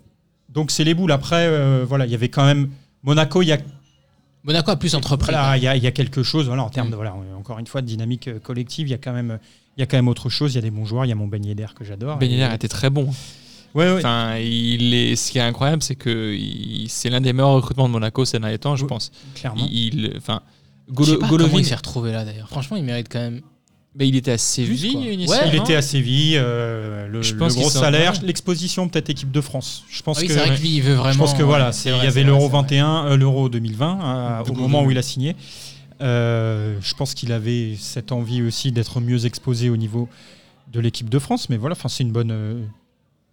[SPEAKER 2] donc c'est les boules. Après, euh, voilà, il y avait quand même. Monaco, il y a
[SPEAKER 5] Monaco a plus entrepris.
[SPEAKER 2] voilà,
[SPEAKER 5] quoi.
[SPEAKER 2] il y, a- il y a quelque chose, voilà, en termes
[SPEAKER 5] Mm.
[SPEAKER 2] de, voilà, encore une fois, de dynamique euh, collective, il y a quand même, il y a quand même autre chose. Il y a des bons joueurs, il y a mon Ben Yedder que j'adore.
[SPEAKER 6] Ben
[SPEAKER 2] Et-
[SPEAKER 6] Yedder était très bon.
[SPEAKER 2] Ouais, ouais.
[SPEAKER 6] Enfin, il est, ce qui est incroyable, c'est que il- c'est l'un des meilleurs recrutements de Monaco ces derniers temps, je
[SPEAKER 2] Oui,
[SPEAKER 6] pense.
[SPEAKER 2] clairement.
[SPEAKER 6] Il, enfin,
[SPEAKER 5] Je sais
[SPEAKER 6] Golo-
[SPEAKER 5] pas comment
[SPEAKER 6] Golovin,
[SPEAKER 5] il s'est retrouvé là d'ailleurs. Franchement, il mérite quand même
[SPEAKER 6] Mais il était à
[SPEAKER 2] quoi.
[SPEAKER 6] Séville, initialement.
[SPEAKER 2] Il était à Séville, euh, le,
[SPEAKER 6] Je
[SPEAKER 2] le
[SPEAKER 6] pense qu'il
[SPEAKER 2] gros
[SPEAKER 6] s'en
[SPEAKER 2] salaire,
[SPEAKER 6] va.
[SPEAKER 2] l'exposition peut-être équipe de France. Je pense
[SPEAKER 5] Ah oui,
[SPEAKER 2] que
[SPEAKER 5] c'est vrai que lui, il veut vraiment.
[SPEAKER 2] je pense que
[SPEAKER 5] ouais,
[SPEAKER 2] voilà,
[SPEAKER 5] c'est
[SPEAKER 2] c'est-
[SPEAKER 5] vrai,
[SPEAKER 2] il y
[SPEAKER 5] c'est
[SPEAKER 2] avait
[SPEAKER 5] vrai,
[SPEAKER 2] l'euro
[SPEAKER 5] c'est vrai.
[SPEAKER 2] 21, euh, l'euro 2020 euh, au moment où il a signé. Euh, je pense qu'il avait cette envie aussi d'être mieux exposé au niveau de l'équipe de France, mais voilà, enfin c'est une bonne, euh,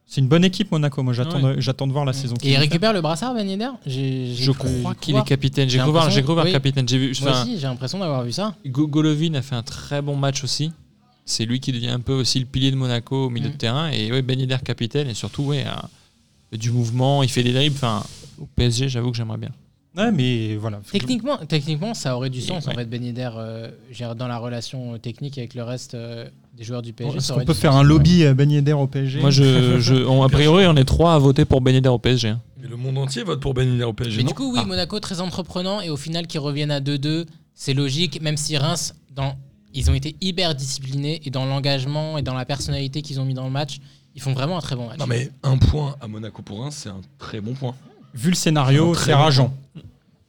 [SPEAKER 2] c'est une bonne équipe Monaco. Moi, j'attends, de- j'attends de voir la saison.
[SPEAKER 5] Et
[SPEAKER 2] qu'ils
[SPEAKER 5] il
[SPEAKER 2] vont
[SPEAKER 5] récupère le brassard, Ben Yedder J'ai- j'ai
[SPEAKER 6] Je
[SPEAKER 5] cru-
[SPEAKER 6] crois
[SPEAKER 5] j'ai cru
[SPEAKER 6] qu'il est
[SPEAKER 5] voir.
[SPEAKER 6] capitaine. J'ai
[SPEAKER 5] J'ai
[SPEAKER 6] cru voir, j'ai
[SPEAKER 5] l'impression-
[SPEAKER 6] cru voir
[SPEAKER 5] oui.
[SPEAKER 6] capitaine. J'ai vu.
[SPEAKER 5] Moi
[SPEAKER 6] enfin,
[SPEAKER 5] aussi, j'ai l'impression d'avoir vu ça.
[SPEAKER 6] Go- Golovin a fait un très bon match aussi. C'est lui qui devient un peu aussi le pilier de Monaco au milieu
[SPEAKER 5] Mm.
[SPEAKER 6] de terrain. Et ouais, Ben Yedder capitaine et surtout ouais, un- du mouvement, il fait des dribbles. Enfin, au PSG, j'avoue que j'aimerais bien.
[SPEAKER 2] faire. Ouais, mais voilà.
[SPEAKER 5] Techniquement, techniquement, ça aurait du sens
[SPEAKER 6] ouais.
[SPEAKER 5] en fait, Ben Yedder, euh, j'ai- dans la relation euh, technique avec le reste euh, des joueurs du PSG.
[SPEAKER 2] Est-ce
[SPEAKER 5] ça
[SPEAKER 2] qu'on
[SPEAKER 5] aurait
[SPEAKER 2] peut
[SPEAKER 5] du
[SPEAKER 2] faire
[SPEAKER 5] sens.
[SPEAKER 2] un lobby à Ben Yedder au PSG
[SPEAKER 6] Moi, je, je- on- a priori, on est trois à voter pour Ben Yedder au PSG. hein.
[SPEAKER 4] Mais le monde entier vote pour Ben Yedder au PSG,
[SPEAKER 5] Mais
[SPEAKER 4] non
[SPEAKER 5] du coup, oui,
[SPEAKER 6] Ah.
[SPEAKER 5] Monaco très entreprenant et au final qui reviennent à 2-2, c'est logique, même si Reims, dans, ils ont été hyper disciplinés et dans l'engagement et dans la personnalité qu'ils ont mis dans le match, ils font vraiment un très bon match.
[SPEAKER 4] Non, mais un point à Monaco pour un, c'est un très bon point.
[SPEAKER 2] Vu le scénario,
[SPEAKER 4] Très
[SPEAKER 2] c'est
[SPEAKER 4] bon.
[SPEAKER 2] rageant.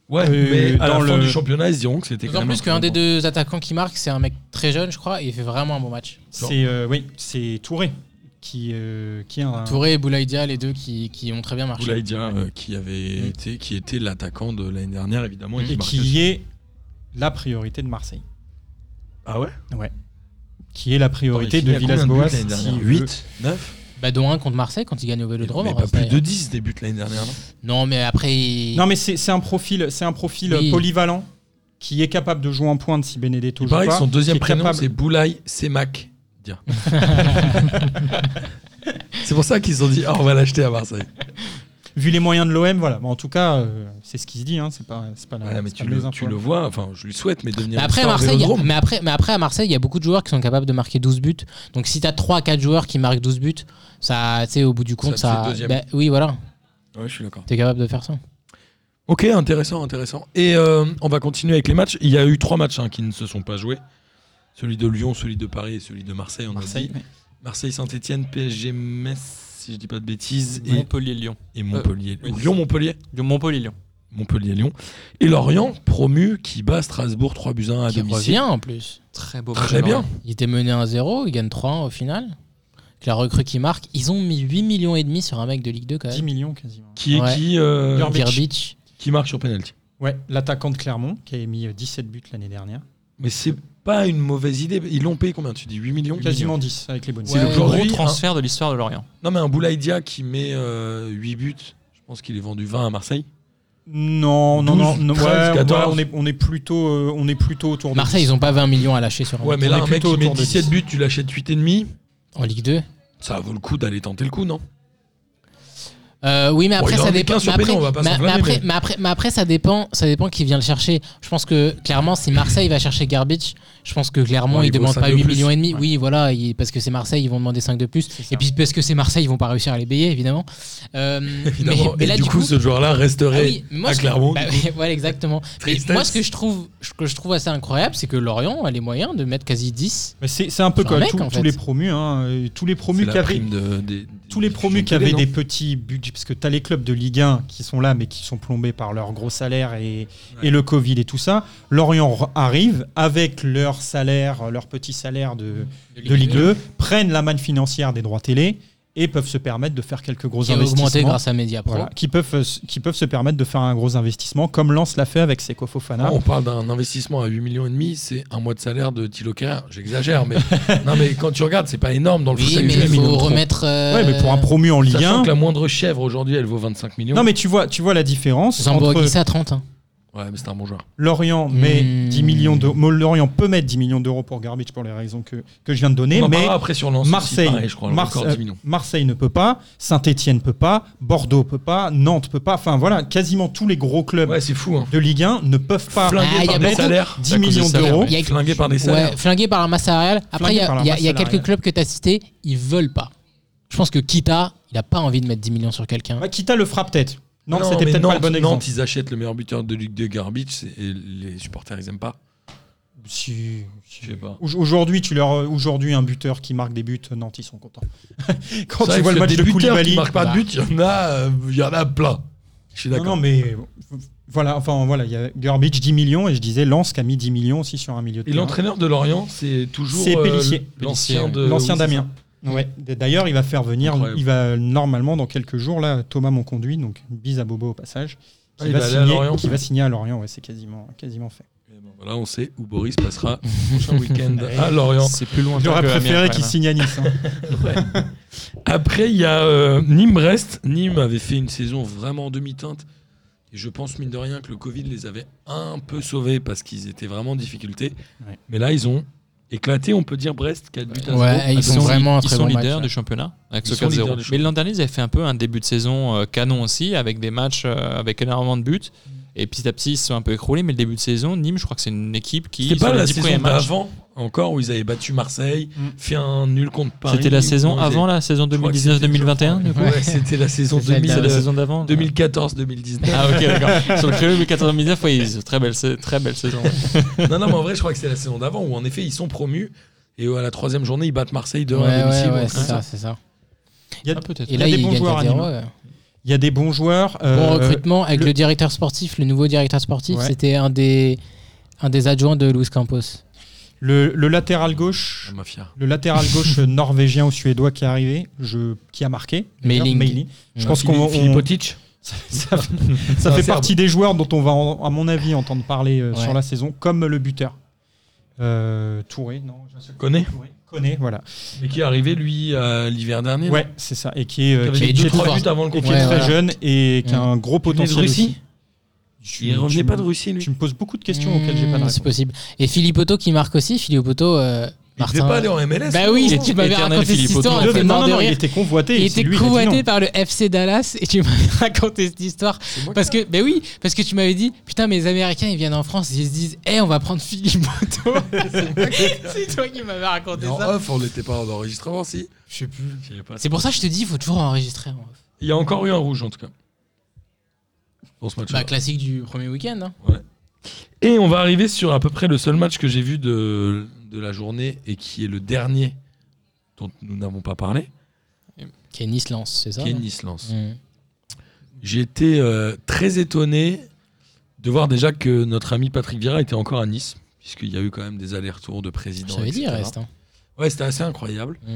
[SPEAKER 4] Ouais,
[SPEAKER 2] Euh,
[SPEAKER 4] mais à la
[SPEAKER 2] dans
[SPEAKER 4] fin
[SPEAKER 2] le-
[SPEAKER 4] du championnat, ils diront que c'était quand
[SPEAKER 5] D'autant
[SPEAKER 4] même.
[SPEAKER 5] plus
[SPEAKER 4] un
[SPEAKER 5] qu'un
[SPEAKER 4] très
[SPEAKER 5] des
[SPEAKER 4] bon
[SPEAKER 5] deux attaquants qui marque, c'est un mec très jeune, je crois, et il fait vraiment un bon match.
[SPEAKER 2] C'est euh, oui, c'est Touré qui euh, qui est
[SPEAKER 4] Ah.
[SPEAKER 2] un.
[SPEAKER 5] Touré et Boulaïdia, les deux qui, qui ont très bien
[SPEAKER 4] point.
[SPEAKER 5] marché.
[SPEAKER 4] Boulaïdia, euh, qui, avait été, qui était l'attaquant de l'année dernière, évidemment.
[SPEAKER 2] Mm. et
[SPEAKER 4] marquait
[SPEAKER 2] qui est la priorité de Marseille,
[SPEAKER 4] Ah ouais
[SPEAKER 2] qui est la priorité de Villas-Boas. s'il veut-
[SPEAKER 4] 8, 9
[SPEAKER 5] Bah, dont un contre Marseille quand il gagne au Vélodrome.
[SPEAKER 4] Mais
[SPEAKER 5] en
[SPEAKER 4] pas
[SPEAKER 5] vrai,
[SPEAKER 4] plus
[SPEAKER 5] c'est-
[SPEAKER 4] de 10 des buts l'année dernière, non
[SPEAKER 5] Non, mais après, il-
[SPEAKER 2] Non, mais c'est c'est un profil, c'est un profil
[SPEAKER 5] Oui.
[SPEAKER 2] polyvalent qui est capable de jouer en pointe si Benedetto
[SPEAKER 4] Il
[SPEAKER 2] joue
[SPEAKER 4] paraît que
[SPEAKER 2] pas.
[SPEAKER 4] son deuxième
[SPEAKER 2] qui est
[SPEAKER 4] prénom,
[SPEAKER 2] capable-
[SPEAKER 4] c'est Boulaï Semak. Dire. c'est pour ça qu'ils ont dit Ah, on va l'acheter à Marseille.
[SPEAKER 2] Vu les moyens de l'OM, voilà. Bon, en tout cas, euh, c'est ce qui se dit. Hein, c'est pas, c'est pas la.
[SPEAKER 4] Voilà, mais
[SPEAKER 2] c'est
[SPEAKER 4] tu
[SPEAKER 2] pas
[SPEAKER 4] le,
[SPEAKER 2] mes infos.
[SPEAKER 4] tu le vois, enfin, je lui souhaite, mais devenir
[SPEAKER 5] Mais après, à
[SPEAKER 4] une star au
[SPEAKER 5] Marseille,
[SPEAKER 4] Vélodrome.
[SPEAKER 5] mais, après, mais après, à Marseille, il y a beaucoup de joueurs qui sont capables de marquer 12 buts. Donc, si tu as 3-4 joueurs qui marquent 12 buts, ça, tu sais, au bout du compte,
[SPEAKER 4] Ça te fait
[SPEAKER 5] ça.
[SPEAKER 4] deuxième.
[SPEAKER 5] bah, oui, voilà,
[SPEAKER 4] Ouais, je suis d'accord.
[SPEAKER 5] tu es capable de faire ça.
[SPEAKER 4] Ok, intéressant, intéressant. Et euh, on va continuer avec les matchs. Il y a eu trois matchs hein, qui ne se sont pas joués. Celui de Lyon, celui de Paris et celui de Marseille. on a
[SPEAKER 2] Marseille.
[SPEAKER 4] dit. Marseille, Saint-Etienne, PSG, Metz, si je dis pas de bêtises, et-
[SPEAKER 6] Montpellier-Lyon.
[SPEAKER 4] et, Montpellier.
[SPEAKER 6] oui.
[SPEAKER 4] Lyon, Montpellier.
[SPEAKER 6] Montpellier-Lyon.
[SPEAKER 4] Montpellier, Lyon. Et Lorient, promu, qui bat Strasbourg 3 buts à 1 à
[SPEAKER 5] Qui
[SPEAKER 4] domicile.
[SPEAKER 5] revient en plus.
[SPEAKER 6] Très beau. match à
[SPEAKER 4] Très bien.
[SPEAKER 6] Lorient.
[SPEAKER 5] Il était mené 1-0, il gagne 3-1 au final. Avec la recrue qui marque, ils ont mis 8 millions et demi sur un mec de Ligue 2 quand
[SPEAKER 2] 10
[SPEAKER 5] même.
[SPEAKER 2] millions quasiment.
[SPEAKER 4] Qui est
[SPEAKER 5] Ouais.
[SPEAKER 4] qui euh,
[SPEAKER 2] Lerby. Gerbich.
[SPEAKER 5] Gerbich.
[SPEAKER 4] Qui marque sur penalty.
[SPEAKER 2] Ouais, l'attaquant de Clermont qui a mis euh, 17 buts l'année dernière.
[SPEAKER 4] Mais c'est pas une mauvaise idée. Ils l'ont payé combien Tu dis 8 millions
[SPEAKER 2] Quasiment 10 avec les bonus.
[SPEAKER 5] C'est
[SPEAKER 6] C'est
[SPEAKER 5] le
[SPEAKER 6] le
[SPEAKER 5] plus
[SPEAKER 6] gros
[SPEAKER 4] aujourd'hui,
[SPEAKER 6] transfert de l'histoire de Lorient.
[SPEAKER 4] Non, mais un Boulaïdia qui met 8 buts, je pense qu'il est vendu 20 à Marseille.
[SPEAKER 2] Non, non,
[SPEAKER 4] 12,
[SPEAKER 2] non, non,
[SPEAKER 4] 13,
[SPEAKER 2] ouais,
[SPEAKER 4] 14.
[SPEAKER 2] ouais, on est on est plutôt euh, on est plutôt autour de
[SPEAKER 5] Marseille,
[SPEAKER 2] 10.
[SPEAKER 5] ils ont pas 20 millions à lâcher sur un
[SPEAKER 4] Ouais,
[SPEAKER 5] mec
[SPEAKER 4] mais là,
[SPEAKER 2] est
[SPEAKER 4] un mec
[SPEAKER 2] plutôt
[SPEAKER 4] qui met
[SPEAKER 2] autour de
[SPEAKER 4] 17
[SPEAKER 2] 10.
[SPEAKER 4] buts, tu l'achètes 8,5.
[SPEAKER 5] en Ligue 2.
[SPEAKER 4] Ça vaut le coup d'aller tenter le coup, non
[SPEAKER 5] Euh, oui, mais
[SPEAKER 4] Bon,
[SPEAKER 5] après,
[SPEAKER 4] il en
[SPEAKER 5] ça
[SPEAKER 4] met
[SPEAKER 5] dépend.
[SPEAKER 4] qu'un sur
[SPEAKER 5] mais
[SPEAKER 4] Pénan, on
[SPEAKER 5] après-
[SPEAKER 4] va pas
[SPEAKER 5] mais- mais
[SPEAKER 4] s'enflammer,
[SPEAKER 5] après-
[SPEAKER 4] mais-
[SPEAKER 5] mais après- mais après, ça dépend, ça dépend qui vient le chercher. Je pense que clairement, si Marseille va chercher Garbage, je pense que clairement,
[SPEAKER 4] Ouais,
[SPEAKER 5] ils
[SPEAKER 4] il vaut
[SPEAKER 5] demandent
[SPEAKER 4] cinq
[SPEAKER 5] pas
[SPEAKER 4] de
[SPEAKER 5] 8
[SPEAKER 4] plus.
[SPEAKER 5] millions et demi.
[SPEAKER 4] Ouais.
[SPEAKER 5] Oui, voilà, ils- parce que c'est Marseille, ils vont demander 5 de plus. Et puis parce que c'est Marseille, ils vont pas réussir à les payer, évidemment. Euh,
[SPEAKER 4] Évidemment.
[SPEAKER 5] mais- mais
[SPEAKER 4] et
[SPEAKER 5] là,
[SPEAKER 4] du coup, ce joueur-là
[SPEAKER 5] ah
[SPEAKER 4] resterait
[SPEAKER 5] oui, mais moi,
[SPEAKER 4] à
[SPEAKER 5] ce que-
[SPEAKER 4] Clermont.
[SPEAKER 5] bah
[SPEAKER 4] du coup.
[SPEAKER 5] oui, voilà, exactement. Mais
[SPEAKER 4] Tristesse.
[SPEAKER 5] moi, ce que je trouve, ce que je trouve assez incroyable, c'est que Lorient a les moyens de mettre quasi 10.
[SPEAKER 2] Mais C'est c'est un peu
[SPEAKER 5] C'est un
[SPEAKER 2] comme
[SPEAKER 5] mec,
[SPEAKER 2] tous-
[SPEAKER 5] en
[SPEAKER 2] tous
[SPEAKER 5] fait.
[SPEAKER 2] les promus, hein, euh, tous les
[SPEAKER 4] C'est
[SPEAKER 2] promus
[SPEAKER 4] la
[SPEAKER 2] qui avaient
[SPEAKER 4] prime de- des-
[SPEAKER 2] tous les
[SPEAKER 4] des
[SPEAKER 2] promus qui
[SPEAKER 4] Lyonnais,
[SPEAKER 2] avaient
[SPEAKER 4] non
[SPEAKER 2] des petits budgets, parce que tu as les clubs de Ligue 1 qui sont là, mais qui sont plombés par leur gros salaire et, et le Covid et tout ça. Lorient r- arrive avec leur salaire, leur petit salaire de, de Ligue 2, prennent la manne financière des droits télé et peuvent se permettre de faire quelques gros
[SPEAKER 5] Qui a
[SPEAKER 2] investissements.
[SPEAKER 5] augmenté grâce à Mediapro.
[SPEAKER 2] Voilà, qui peuvent, euh, s- qui peuvent se permettre de faire un gros investissement, comme Lens l'a fait avec Seko Fofana.
[SPEAKER 4] On parle d'un investissement à 8 millions et demi, c'est un mois de salaire de Thilo Kerrer. J'exagère, mais non, mais quand tu regardes, c'est pas énorme dans le
[SPEAKER 5] Oui,
[SPEAKER 4] foot.
[SPEAKER 5] mais
[SPEAKER 4] avec
[SPEAKER 5] il
[SPEAKER 4] 8 millions
[SPEAKER 5] faut
[SPEAKER 4] de troncs.
[SPEAKER 5] remettre. euh,
[SPEAKER 2] Ouais, mais pour un promu en Ligue
[SPEAKER 4] Sachant
[SPEAKER 2] 1.
[SPEAKER 4] que la moindre chèvre aujourd'hui, elle vaut 25 millions.
[SPEAKER 2] Non, mais tu vois, tu vois la différence
[SPEAKER 5] Zambo
[SPEAKER 2] entre
[SPEAKER 5] Aguissa à 30. hein.
[SPEAKER 4] Ouais, mais c'est un bon joueur.
[SPEAKER 2] Lorient met
[SPEAKER 5] Hmm.
[SPEAKER 2] 10 millions d'euros. Mo- Lorient peut mettre 10 millions d'euros pour Garbage pour les raisons que, que je viens de donner,
[SPEAKER 4] On en
[SPEAKER 2] mais
[SPEAKER 4] parlera après sur Lens. aussi,
[SPEAKER 2] Marseille,
[SPEAKER 4] pareil, je crois,
[SPEAKER 2] Marse- euh,
[SPEAKER 4] encore 10 millions.
[SPEAKER 2] Marseille ne peut pas, Saint-Étienne peut pas, Bordeaux peut pas, Nantes peut pas. Enfin voilà, quasiment tous les gros clubs
[SPEAKER 4] Ouais, c'est fou. Hein.
[SPEAKER 2] de Ligue 1 ne peuvent pas.
[SPEAKER 4] Flingué
[SPEAKER 5] Ah, il y a
[SPEAKER 4] par des
[SPEAKER 5] beaucoup-
[SPEAKER 4] salaires.
[SPEAKER 2] 10
[SPEAKER 4] C'est à cause des
[SPEAKER 2] millions
[SPEAKER 4] salaires,
[SPEAKER 2] d'euros.
[SPEAKER 4] ouais.
[SPEAKER 5] Il y a-
[SPEAKER 4] Flingué par des salaires.
[SPEAKER 5] Ouais, flingué par la masse salariale. Après, il y
[SPEAKER 2] par
[SPEAKER 5] a,
[SPEAKER 2] la
[SPEAKER 5] il y a-
[SPEAKER 2] masse
[SPEAKER 5] il y a
[SPEAKER 2] salariale.
[SPEAKER 5] quelques clubs que tu as cités, ils veulent pas. Je pense que Kita, il a pas envie de mettre 10 millions sur quelqu'un.
[SPEAKER 2] Bah, Kita le fera peut-être. Nantes,
[SPEAKER 4] Non,
[SPEAKER 2] c'était
[SPEAKER 4] mais
[SPEAKER 2] peut-être pas le
[SPEAKER 4] Nantes-
[SPEAKER 2] bon exemple.
[SPEAKER 4] Nantes, ils achètent le meilleur buteur de Ligue 2, Garbage, et les supporters, ils aiment pas.
[SPEAKER 2] Si-
[SPEAKER 4] Je sais pas.
[SPEAKER 2] Au- Aujourd'hui, tu leur euh, aujourd'hui un buteur qui marque des buts, euh, Nantes ils sont contents. Quand
[SPEAKER 4] C'est vrai
[SPEAKER 2] tu vois
[SPEAKER 4] que
[SPEAKER 2] le match
[SPEAKER 4] des
[SPEAKER 2] de
[SPEAKER 4] buteurs qui
[SPEAKER 2] Koulibaly,
[SPEAKER 4] marquent pas de but, il y en a, euh, il y en a plein. Je suis
[SPEAKER 2] non,
[SPEAKER 4] d'accord.
[SPEAKER 2] non mais Voilà, enfin voilà, il y a Garbage 10 millions et je disais Lance qui a mis 10 millions aussi sur un milieu de
[SPEAKER 4] Et
[SPEAKER 2] terrain.
[SPEAKER 4] l'entraîneur de Lorient, c'est toujours
[SPEAKER 2] C'est
[SPEAKER 4] euh,
[SPEAKER 2] Pélissier.
[SPEAKER 4] l'ancien de
[SPEAKER 2] L'ancien
[SPEAKER 4] oui, c'est
[SPEAKER 2] Damien. Ouais. D- D'ailleurs, il va faire venir,
[SPEAKER 4] Incroyable.
[SPEAKER 2] il va normalement dans quelques jours, là, Thomas Monconduit, donc bise à Bobo au passage,
[SPEAKER 4] Ah,
[SPEAKER 2] qui,
[SPEAKER 4] il
[SPEAKER 2] va,
[SPEAKER 4] va aller à
[SPEAKER 2] signer,
[SPEAKER 4] Lorient.
[SPEAKER 2] qui va signer à Lorient, ouais, c'est quasiment, quasiment fait.
[SPEAKER 4] ça. Et ben voilà, on sait où Boris passera le prochain week-end à Lorient.
[SPEAKER 6] C'est plus loin.
[SPEAKER 2] J'aurais préféré qu'il signe à Nice. hein.
[SPEAKER 4] Après, il y a euh, Nîmes-Brest. Nîmes avait fait une saison vraiment en demi-teinte. Et je pense, mine de rien, que le Covid les avait un peu sauvés parce qu'ils étaient vraiment en difficulté.
[SPEAKER 2] Ouais.
[SPEAKER 4] Mais là, ils ont éclaté, on peut dire, Brest, 4 buts à zéro.
[SPEAKER 5] Ouais, et
[SPEAKER 4] Attends,
[SPEAKER 5] ils sont vraiment un
[SPEAKER 6] ils
[SPEAKER 5] très
[SPEAKER 6] sont
[SPEAKER 5] bon
[SPEAKER 6] leaders
[SPEAKER 5] match,
[SPEAKER 6] du championnat avec
[SPEAKER 4] Ils
[SPEAKER 6] ce
[SPEAKER 4] sont leaders
[SPEAKER 6] 4-0.
[SPEAKER 4] du championnat.
[SPEAKER 6] Mais l'an dernier, ils avaient fait un peu un début de saison euh, canon aussi, avec des matchs euh, avec énormément de buts. Et petit à petit, ils se sont un peu écroulés. Mais le début de saison, Nîmes, je crois que c'est une équipe qui.
[SPEAKER 4] C'était
[SPEAKER 6] sur
[SPEAKER 4] pas
[SPEAKER 6] les
[SPEAKER 4] la
[SPEAKER 6] 10 premiers
[SPEAKER 4] saison
[SPEAKER 6] matchs,
[SPEAKER 4] d'avant encore où ils avaient battu Marseille,
[SPEAKER 2] Mm.
[SPEAKER 4] fait un nul contre Paris.
[SPEAKER 6] C'était la saison
[SPEAKER 4] Où ils
[SPEAKER 6] avant la saison
[SPEAKER 4] Je crois que c'était,
[SPEAKER 6] 2019-2021
[SPEAKER 4] je
[SPEAKER 6] du coup
[SPEAKER 4] crois. Ouais, c'était la saison
[SPEAKER 5] C'est celle
[SPEAKER 4] 2000,
[SPEAKER 6] C'est la
[SPEAKER 4] euh,
[SPEAKER 6] saison d'avant
[SPEAKER 4] 2014-2019.
[SPEAKER 6] Ah ok d'accord. Sur le créneau 2014-2019, oui, ils- très belle, sa- très belle saison.
[SPEAKER 4] non, non, mais en vrai, je crois que c'est la saison d'avant où en effet ils sont promus et où, à la troisième journée ils battent Marseille de
[SPEAKER 5] Ouais,
[SPEAKER 4] 1 à domicile. hein,
[SPEAKER 5] ouais, ouais,
[SPEAKER 4] Ouais,
[SPEAKER 5] c'est ça, c'est ça.
[SPEAKER 2] hein. Il y, a,
[SPEAKER 6] Ah, peut-être.
[SPEAKER 5] Et
[SPEAKER 2] Il y
[SPEAKER 5] là,
[SPEAKER 2] a des
[SPEAKER 5] ils
[SPEAKER 2] bons
[SPEAKER 5] gagnent
[SPEAKER 2] joueurs à
[SPEAKER 5] 4-0.
[SPEAKER 2] Nîmes.
[SPEAKER 5] ouais.
[SPEAKER 2] il y a des bons joueurs.
[SPEAKER 5] Bon
[SPEAKER 2] euh,
[SPEAKER 5] recrutement avec
[SPEAKER 2] le-
[SPEAKER 5] le... directeur sportif, le nouveau directeur sportif,
[SPEAKER 2] Ouais.
[SPEAKER 5] c'était un des, un des adjoints de Luis Campos.
[SPEAKER 2] le, le latéral gauche,
[SPEAKER 4] Mafia.
[SPEAKER 2] le latéral gauche norvégien ou suédois qui est arrivé, je, qui a marqué. d'ailleurs,
[SPEAKER 5] Meiling.
[SPEAKER 2] Je
[SPEAKER 5] Ouais.
[SPEAKER 2] pense qu'on on-
[SPEAKER 4] Filippotic.
[SPEAKER 2] Ça, ça- ça fait partie des joueurs dont on va, en- à mon avis, entendre parler euh,
[SPEAKER 5] Ouais.
[SPEAKER 2] sur la saison, comme le buteur. Euh, Touré, non je sais pas.
[SPEAKER 4] Connaît.
[SPEAKER 2] Touré, Koné, voilà.
[SPEAKER 4] Mais qui est arrivé lui euh, l'hiver dernier.
[SPEAKER 2] Ouais, c'est ça. Et qui est,
[SPEAKER 4] non Qui
[SPEAKER 2] euh, qui
[SPEAKER 4] avait
[SPEAKER 2] est-
[SPEAKER 4] mis
[SPEAKER 5] Et du
[SPEAKER 4] deux,
[SPEAKER 5] coup,
[SPEAKER 4] trois
[SPEAKER 5] fort.
[SPEAKER 4] buts avant le
[SPEAKER 2] et qui
[SPEAKER 4] confinement.
[SPEAKER 2] est
[SPEAKER 5] Ouais,
[SPEAKER 2] très
[SPEAKER 5] voilà.
[SPEAKER 2] jeune et qui a un gros
[SPEAKER 4] Il venait de
[SPEAKER 2] potentiel.
[SPEAKER 4] Russie.
[SPEAKER 2] aussi. Tu-
[SPEAKER 4] Il revenait
[SPEAKER 2] tu-
[SPEAKER 4] pas de Russie lui.
[SPEAKER 2] Tu me poses beaucoup de questions auxquelles j'ai pas
[SPEAKER 5] Hmm,
[SPEAKER 2] de réponse.
[SPEAKER 5] C'est possible. Et Philippe Otto qui marque aussi. Philippe Otto, euh,
[SPEAKER 4] Il devait
[SPEAKER 5] Martin.
[SPEAKER 4] pas aller en MLS.
[SPEAKER 5] bah oui,
[SPEAKER 6] Il
[SPEAKER 5] tu
[SPEAKER 6] est
[SPEAKER 5] m'avais
[SPEAKER 6] éternel
[SPEAKER 5] raconté cette
[SPEAKER 6] Philippe Otto.
[SPEAKER 5] histoire.
[SPEAKER 2] Non,
[SPEAKER 5] on était
[SPEAKER 2] non,
[SPEAKER 5] mort
[SPEAKER 2] non,
[SPEAKER 5] de
[SPEAKER 2] non, il
[SPEAKER 5] rire.
[SPEAKER 2] était convoité.
[SPEAKER 5] Il
[SPEAKER 2] et c'est
[SPEAKER 5] était
[SPEAKER 2] lui qui a dit non.
[SPEAKER 5] convoité par le FC Dallas et tu m'avais raconté cette histoire.
[SPEAKER 4] C'est moi
[SPEAKER 5] Parce
[SPEAKER 4] qui-
[SPEAKER 5] que, ben oui, parce que tu m'avais dit, putain, mais les Américains, ils viennent en France, ils se disent, hé, on va prendre Philippe Otto. c'est toi qui m'avais raconté
[SPEAKER 4] Mais en
[SPEAKER 5] ça.
[SPEAKER 4] off, on n'était pas en enregistrement si. Je sais plus.
[SPEAKER 5] C'est pour ça que je te dis, il faut toujours enregistrer. hein. en off.
[SPEAKER 4] Il y a encore eu un rouge en tout cas. Pour ce match.
[SPEAKER 5] Bah, classique du premier week-end. hein.
[SPEAKER 4] Et on va arriver sur à peu près le seul match que j'ai vu de, de la journée et qui est le dernier dont nous n'avons pas parlé,
[SPEAKER 5] Qui est Nice Lance, c'est ça
[SPEAKER 4] qui est
[SPEAKER 5] non
[SPEAKER 4] Nice-Lens.
[SPEAKER 5] Mm.
[SPEAKER 4] J'ai été euh, très étonné de voir déjà que notre ami Patrick Vieira était encore à Nice, puisqu'il y a eu quand même des allers-retours de
[SPEAKER 5] Je
[SPEAKER 4] président.
[SPEAKER 5] t'avais dit, il
[SPEAKER 4] etc..
[SPEAKER 5] reste. hein.
[SPEAKER 4] Ouais, c'était assez incroyable.
[SPEAKER 5] Mm.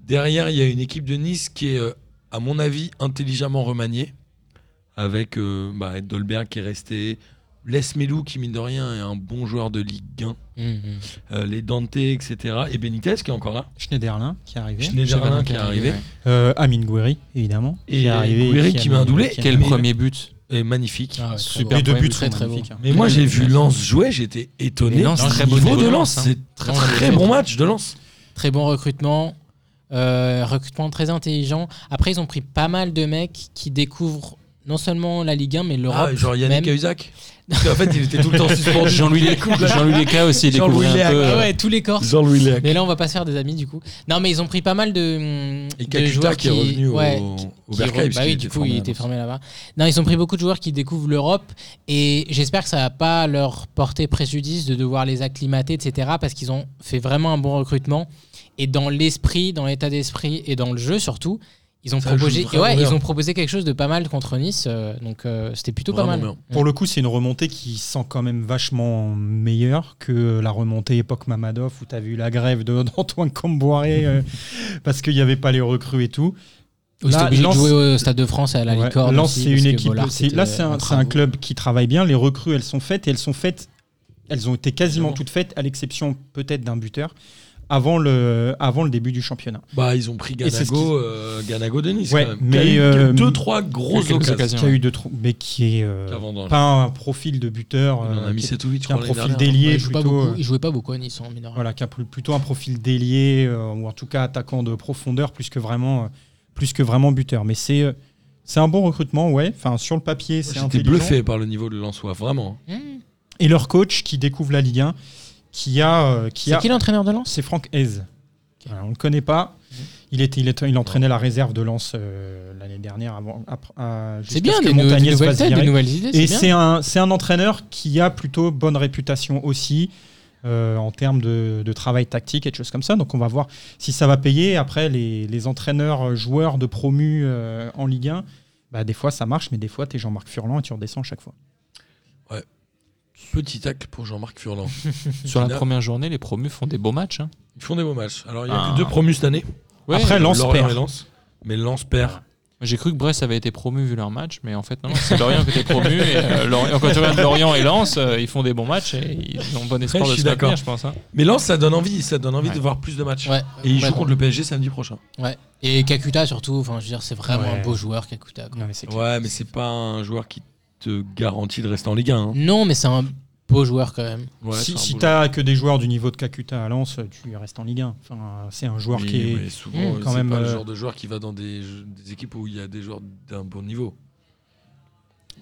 [SPEAKER 4] Derrière, il y a une équipe de Nice qui est, euh, à mon avis, intelligemment remaniée, avec euh, bah, Dolberg qui est resté, Les Melou qui, mine de rien, est un bon joueur de Ligue 1.
[SPEAKER 5] Mm, mm.
[SPEAKER 4] euh, les Dante, etc. Et Benitez qui est encore là.
[SPEAKER 2] Schneiderlin qui est arrivé.
[SPEAKER 4] Schneiderlin qui est arrivé.
[SPEAKER 2] Euh, Amin Gouiri, évidemment.
[SPEAKER 4] Et
[SPEAKER 2] qui est arrivé.
[SPEAKER 4] Gouiri
[SPEAKER 2] a
[SPEAKER 4] qui
[SPEAKER 2] mis-
[SPEAKER 4] met un doublé.
[SPEAKER 2] qui a
[SPEAKER 6] Quel
[SPEAKER 2] mis-
[SPEAKER 6] premier but
[SPEAKER 4] Et magnifique.
[SPEAKER 5] Ah ouais, très
[SPEAKER 6] Super.
[SPEAKER 5] beau.
[SPEAKER 2] Les deux
[SPEAKER 6] premier
[SPEAKER 2] buts
[SPEAKER 6] but,
[SPEAKER 2] sont
[SPEAKER 5] très, très
[SPEAKER 2] magnifiques. hein.
[SPEAKER 4] Mais moi, j'ai vu
[SPEAKER 6] Ouais.
[SPEAKER 4] Lens jouer, j'étais étonné.
[SPEAKER 6] Et Lens,
[SPEAKER 4] du
[SPEAKER 6] très bon
[SPEAKER 4] niveau
[SPEAKER 6] niveau
[SPEAKER 4] de
[SPEAKER 6] de
[SPEAKER 4] Lens.
[SPEAKER 6] Lens, hein.
[SPEAKER 4] C'est
[SPEAKER 6] Très
[SPEAKER 4] très,
[SPEAKER 6] bon
[SPEAKER 4] très
[SPEAKER 6] niveau.
[SPEAKER 4] bon match de Lens.
[SPEAKER 5] Très bon recrutement. euh, recrutement très intelligent. Après, ils ont pris pas mal de mecs qui découvrent non seulement la Ligue 1, mais l'Europe.
[SPEAKER 4] Ah, genre Yannick
[SPEAKER 5] même.
[SPEAKER 4] Cahuzac. Parce qu'en fait, il était tout le temps suspendu.
[SPEAKER 6] Jean-Louis Léca Jean-Louis Léca aussi, il
[SPEAKER 4] Jean-Louis
[SPEAKER 6] découvrait un
[SPEAKER 4] Léca.
[SPEAKER 6] peu.
[SPEAKER 5] Ah
[SPEAKER 6] euh,
[SPEAKER 5] ouais, tous les Corses.
[SPEAKER 4] Jean-Louis Léac.
[SPEAKER 5] Mais là, on va pas se faire des amis du coup. Non, mais ils ont pris pas mal de,
[SPEAKER 4] Et
[SPEAKER 5] de
[SPEAKER 4] Kakuta
[SPEAKER 5] joueurs
[SPEAKER 4] qui est revenu au,
[SPEAKER 5] ouais,
[SPEAKER 4] au
[SPEAKER 5] qui-
[SPEAKER 4] Bercail,
[SPEAKER 5] bah
[SPEAKER 4] puisqu'il
[SPEAKER 5] oui, du coup,
[SPEAKER 4] formé
[SPEAKER 5] il
[SPEAKER 4] à
[SPEAKER 5] était
[SPEAKER 4] Lens.
[SPEAKER 5] formé là-bas. Non, ils ont pris beaucoup de joueurs qui découvrent l'Europe et j'espère que ça va pas leur porter préjudice de devoir les acclimater, etc. Parce qu'ils ont fait vraiment un bon recrutement et dans l'esprit, dans l'état d'esprit et dans le jeu surtout, ils ont
[SPEAKER 4] Ça
[SPEAKER 5] proposé,
[SPEAKER 4] joue
[SPEAKER 5] et
[SPEAKER 4] vraiment
[SPEAKER 5] ouais,
[SPEAKER 4] bien.
[SPEAKER 5] ils ont proposé quelque chose de pas mal contre Nice, euh, donc euh, c'était plutôt pas
[SPEAKER 4] Vraiment
[SPEAKER 5] mal.
[SPEAKER 4] bien.
[SPEAKER 2] Pour le coup, c'est une remontée qui sent quand même vachement meilleure que la remontée époque Mamadov où tu as vu la grève de- d'Antoine Comboiré euh, parce qu'il n'y avait pas les recrues et tout.
[SPEAKER 5] Ils étaient
[SPEAKER 2] Là,
[SPEAKER 5] obligés
[SPEAKER 2] Lens-
[SPEAKER 5] de jouer au Stade de France et à la
[SPEAKER 2] Ouais,
[SPEAKER 5] Licorne.
[SPEAKER 2] Lens,
[SPEAKER 5] aussi,
[SPEAKER 2] c'est
[SPEAKER 5] parce
[SPEAKER 2] une
[SPEAKER 5] que,
[SPEAKER 2] équipe. euh,
[SPEAKER 5] voilà,
[SPEAKER 2] c'est- là, c'est
[SPEAKER 5] c'était
[SPEAKER 2] un,
[SPEAKER 5] euh,
[SPEAKER 2] c'est un
[SPEAKER 5] travaux.
[SPEAKER 2] club qui travaille bien. Les recrues, elles sont faites et elles sont faites. Elles ont été quasiment
[SPEAKER 4] Évidemment.
[SPEAKER 2] toutes faites, à l'exception peut-être d'un buteur, avant le, avant le début du championnat.
[SPEAKER 4] Bah, ils ont pris
[SPEAKER 2] Et c'est ce
[SPEAKER 4] Ganago, euh, Ganago de Nice.
[SPEAKER 2] Ouais,
[SPEAKER 4] quand même.
[SPEAKER 2] mais,
[SPEAKER 4] Qui a eu
[SPEAKER 2] euh,
[SPEAKER 4] deux, trois grosses
[SPEAKER 6] quelques
[SPEAKER 4] occasions.
[SPEAKER 6] occasions.
[SPEAKER 2] Qui a eu deux trous, mais qui est euh,
[SPEAKER 4] Avant dans le-
[SPEAKER 2] pas un profil de buteur,
[SPEAKER 4] On en
[SPEAKER 2] euh,
[SPEAKER 4] a mis
[SPEAKER 2] qui,
[SPEAKER 4] 7 ou 8, je
[SPEAKER 2] qui a un
[SPEAKER 4] crois. l'année
[SPEAKER 2] profil
[SPEAKER 4] dernière.
[SPEAKER 5] Ouais,
[SPEAKER 2] délié
[SPEAKER 5] ils jouent pas
[SPEAKER 2] plutôt.
[SPEAKER 5] beaucoup-
[SPEAKER 2] euh,
[SPEAKER 5] ils jouaient pas beaucoup à Nice, hein, mine de rien.
[SPEAKER 2] voilà, qui a pl- plutôt un profil délié, euh, ou en tout cas attaquant de profondeur, plus que vraiment, euh, plus que vraiment buteur. Mais c'est euh, c'est un bon recrutement, ouais. Enfin, sur le papier, c'est
[SPEAKER 4] J'étais
[SPEAKER 2] intelligent.
[SPEAKER 4] bluffé par le niveau de Lensois, vraiment.
[SPEAKER 5] Hmm.
[SPEAKER 2] Et leur coach qui découvre la Ligue 1, qui a, euh, qui
[SPEAKER 5] C'est
[SPEAKER 2] a,
[SPEAKER 5] qui l'entraîneur de Lens
[SPEAKER 2] c'est Franck Hez. Voilà, on le connaît pas.
[SPEAKER 5] Mhm.
[SPEAKER 2] Il était, il, était- il entraînait la réserve de Lens euh, l'année dernière avant. après- à-
[SPEAKER 5] C'est
[SPEAKER 2] jusqu'à
[SPEAKER 5] bien,
[SPEAKER 2] ce que
[SPEAKER 5] des, nou- des
[SPEAKER 2] Montagnier se
[SPEAKER 5] nouvelles
[SPEAKER 2] fasse
[SPEAKER 5] têtes,
[SPEAKER 2] virer.
[SPEAKER 5] des nouvelles idées.
[SPEAKER 2] Et
[SPEAKER 5] c'est bien.
[SPEAKER 2] c'est un, c'est un entraîneur qui a plutôt bonne réputation aussi euh, en termes de, de travail tactique et de choses comme ça. Donc on va voir si ça va payer. Après, les, les entraîneurs euh, joueurs de promu euh, en Ligue 1, bah, des fois ça marche, mais des fois tu es Jean-Marc Furlan et tu redescends à chaque fois.
[SPEAKER 4] Petit tacle pour Jean-Marc Furlan.
[SPEAKER 6] Sur la
[SPEAKER 4] Là-
[SPEAKER 6] première journée, les promus font des beaux matchs. hein.
[SPEAKER 4] Ils font des beaux matchs. Alors, il y a
[SPEAKER 6] Ah.
[SPEAKER 4] que deux promus cette année.
[SPEAKER 6] Ouais,
[SPEAKER 2] Après, Lens
[SPEAKER 4] Lorient
[SPEAKER 2] perd.
[SPEAKER 4] et Lens. Mais Lens perd.
[SPEAKER 6] J'ai cru que Brest avait été promu vu leur match, mais en fait, non, c'est Lorient qui était promu. Et, euh, Lorient- quand tu regardes Lorient et Lens, euh, ils font des bons matchs et ils ont bon espoir
[SPEAKER 4] Ouais, je
[SPEAKER 6] de
[SPEAKER 4] suis
[SPEAKER 6] se maintenir,
[SPEAKER 4] d'accord.
[SPEAKER 6] je pense. hein.
[SPEAKER 4] Mais Lens, ça donne envie. Ça donne envie
[SPEAKER 6] Ouais.
[SPEAKER 4] de voir plus de matchs.
[SPEAKER 5] Ouais,
[SPEAKER 4] Et ils jouent
[SPEAKER 5] complètement.
[SPEAKER 4] contre le PSG samedi prochain.
[SPEAKER 5] Ouais. Et Kakuta surtout, enfin, je veux dire, c'est vraiment
[SPEAKER 2] Ouais.
[SPEAKER 5] un beau joueur, Kakuta. quoi.
[SPEAKER 2] Non, mais c'est clair.
[SPEAKER 4] Ouais, mais c'est pas un joueur qui te garantit de rester en Ligue 1. hein.
[SPEAKER 5] Non, mais c'est un beau joueur quand même.
[SPEAKER 4] Ouais, c'est
[SPEAKER 2] si
[SPEAKER 4] un
[SPEAKER 2] si
[SPEAKER 4] beau
[SPEAKER 2] t'as que des joueurs du niveau de Kakuta à Lens, tu restes en Ligue 1. Enfin, euh, c'est un joueur
[SPEAKER 4] Oui,
[SPEAKER 2] qui est.
[SPEAKER 4] mais souvent,
[SPEAKER 2] Mmh, quand
[SPEAKER 4] c'est
[SPEAKER 2] même,
[SPEAKER 4] pas le
[SPEAKER 2] euh,
[SPEAKER 4] genre de joueur qui va dans des, des équipes où il y a des joueurs d'un bon niveau.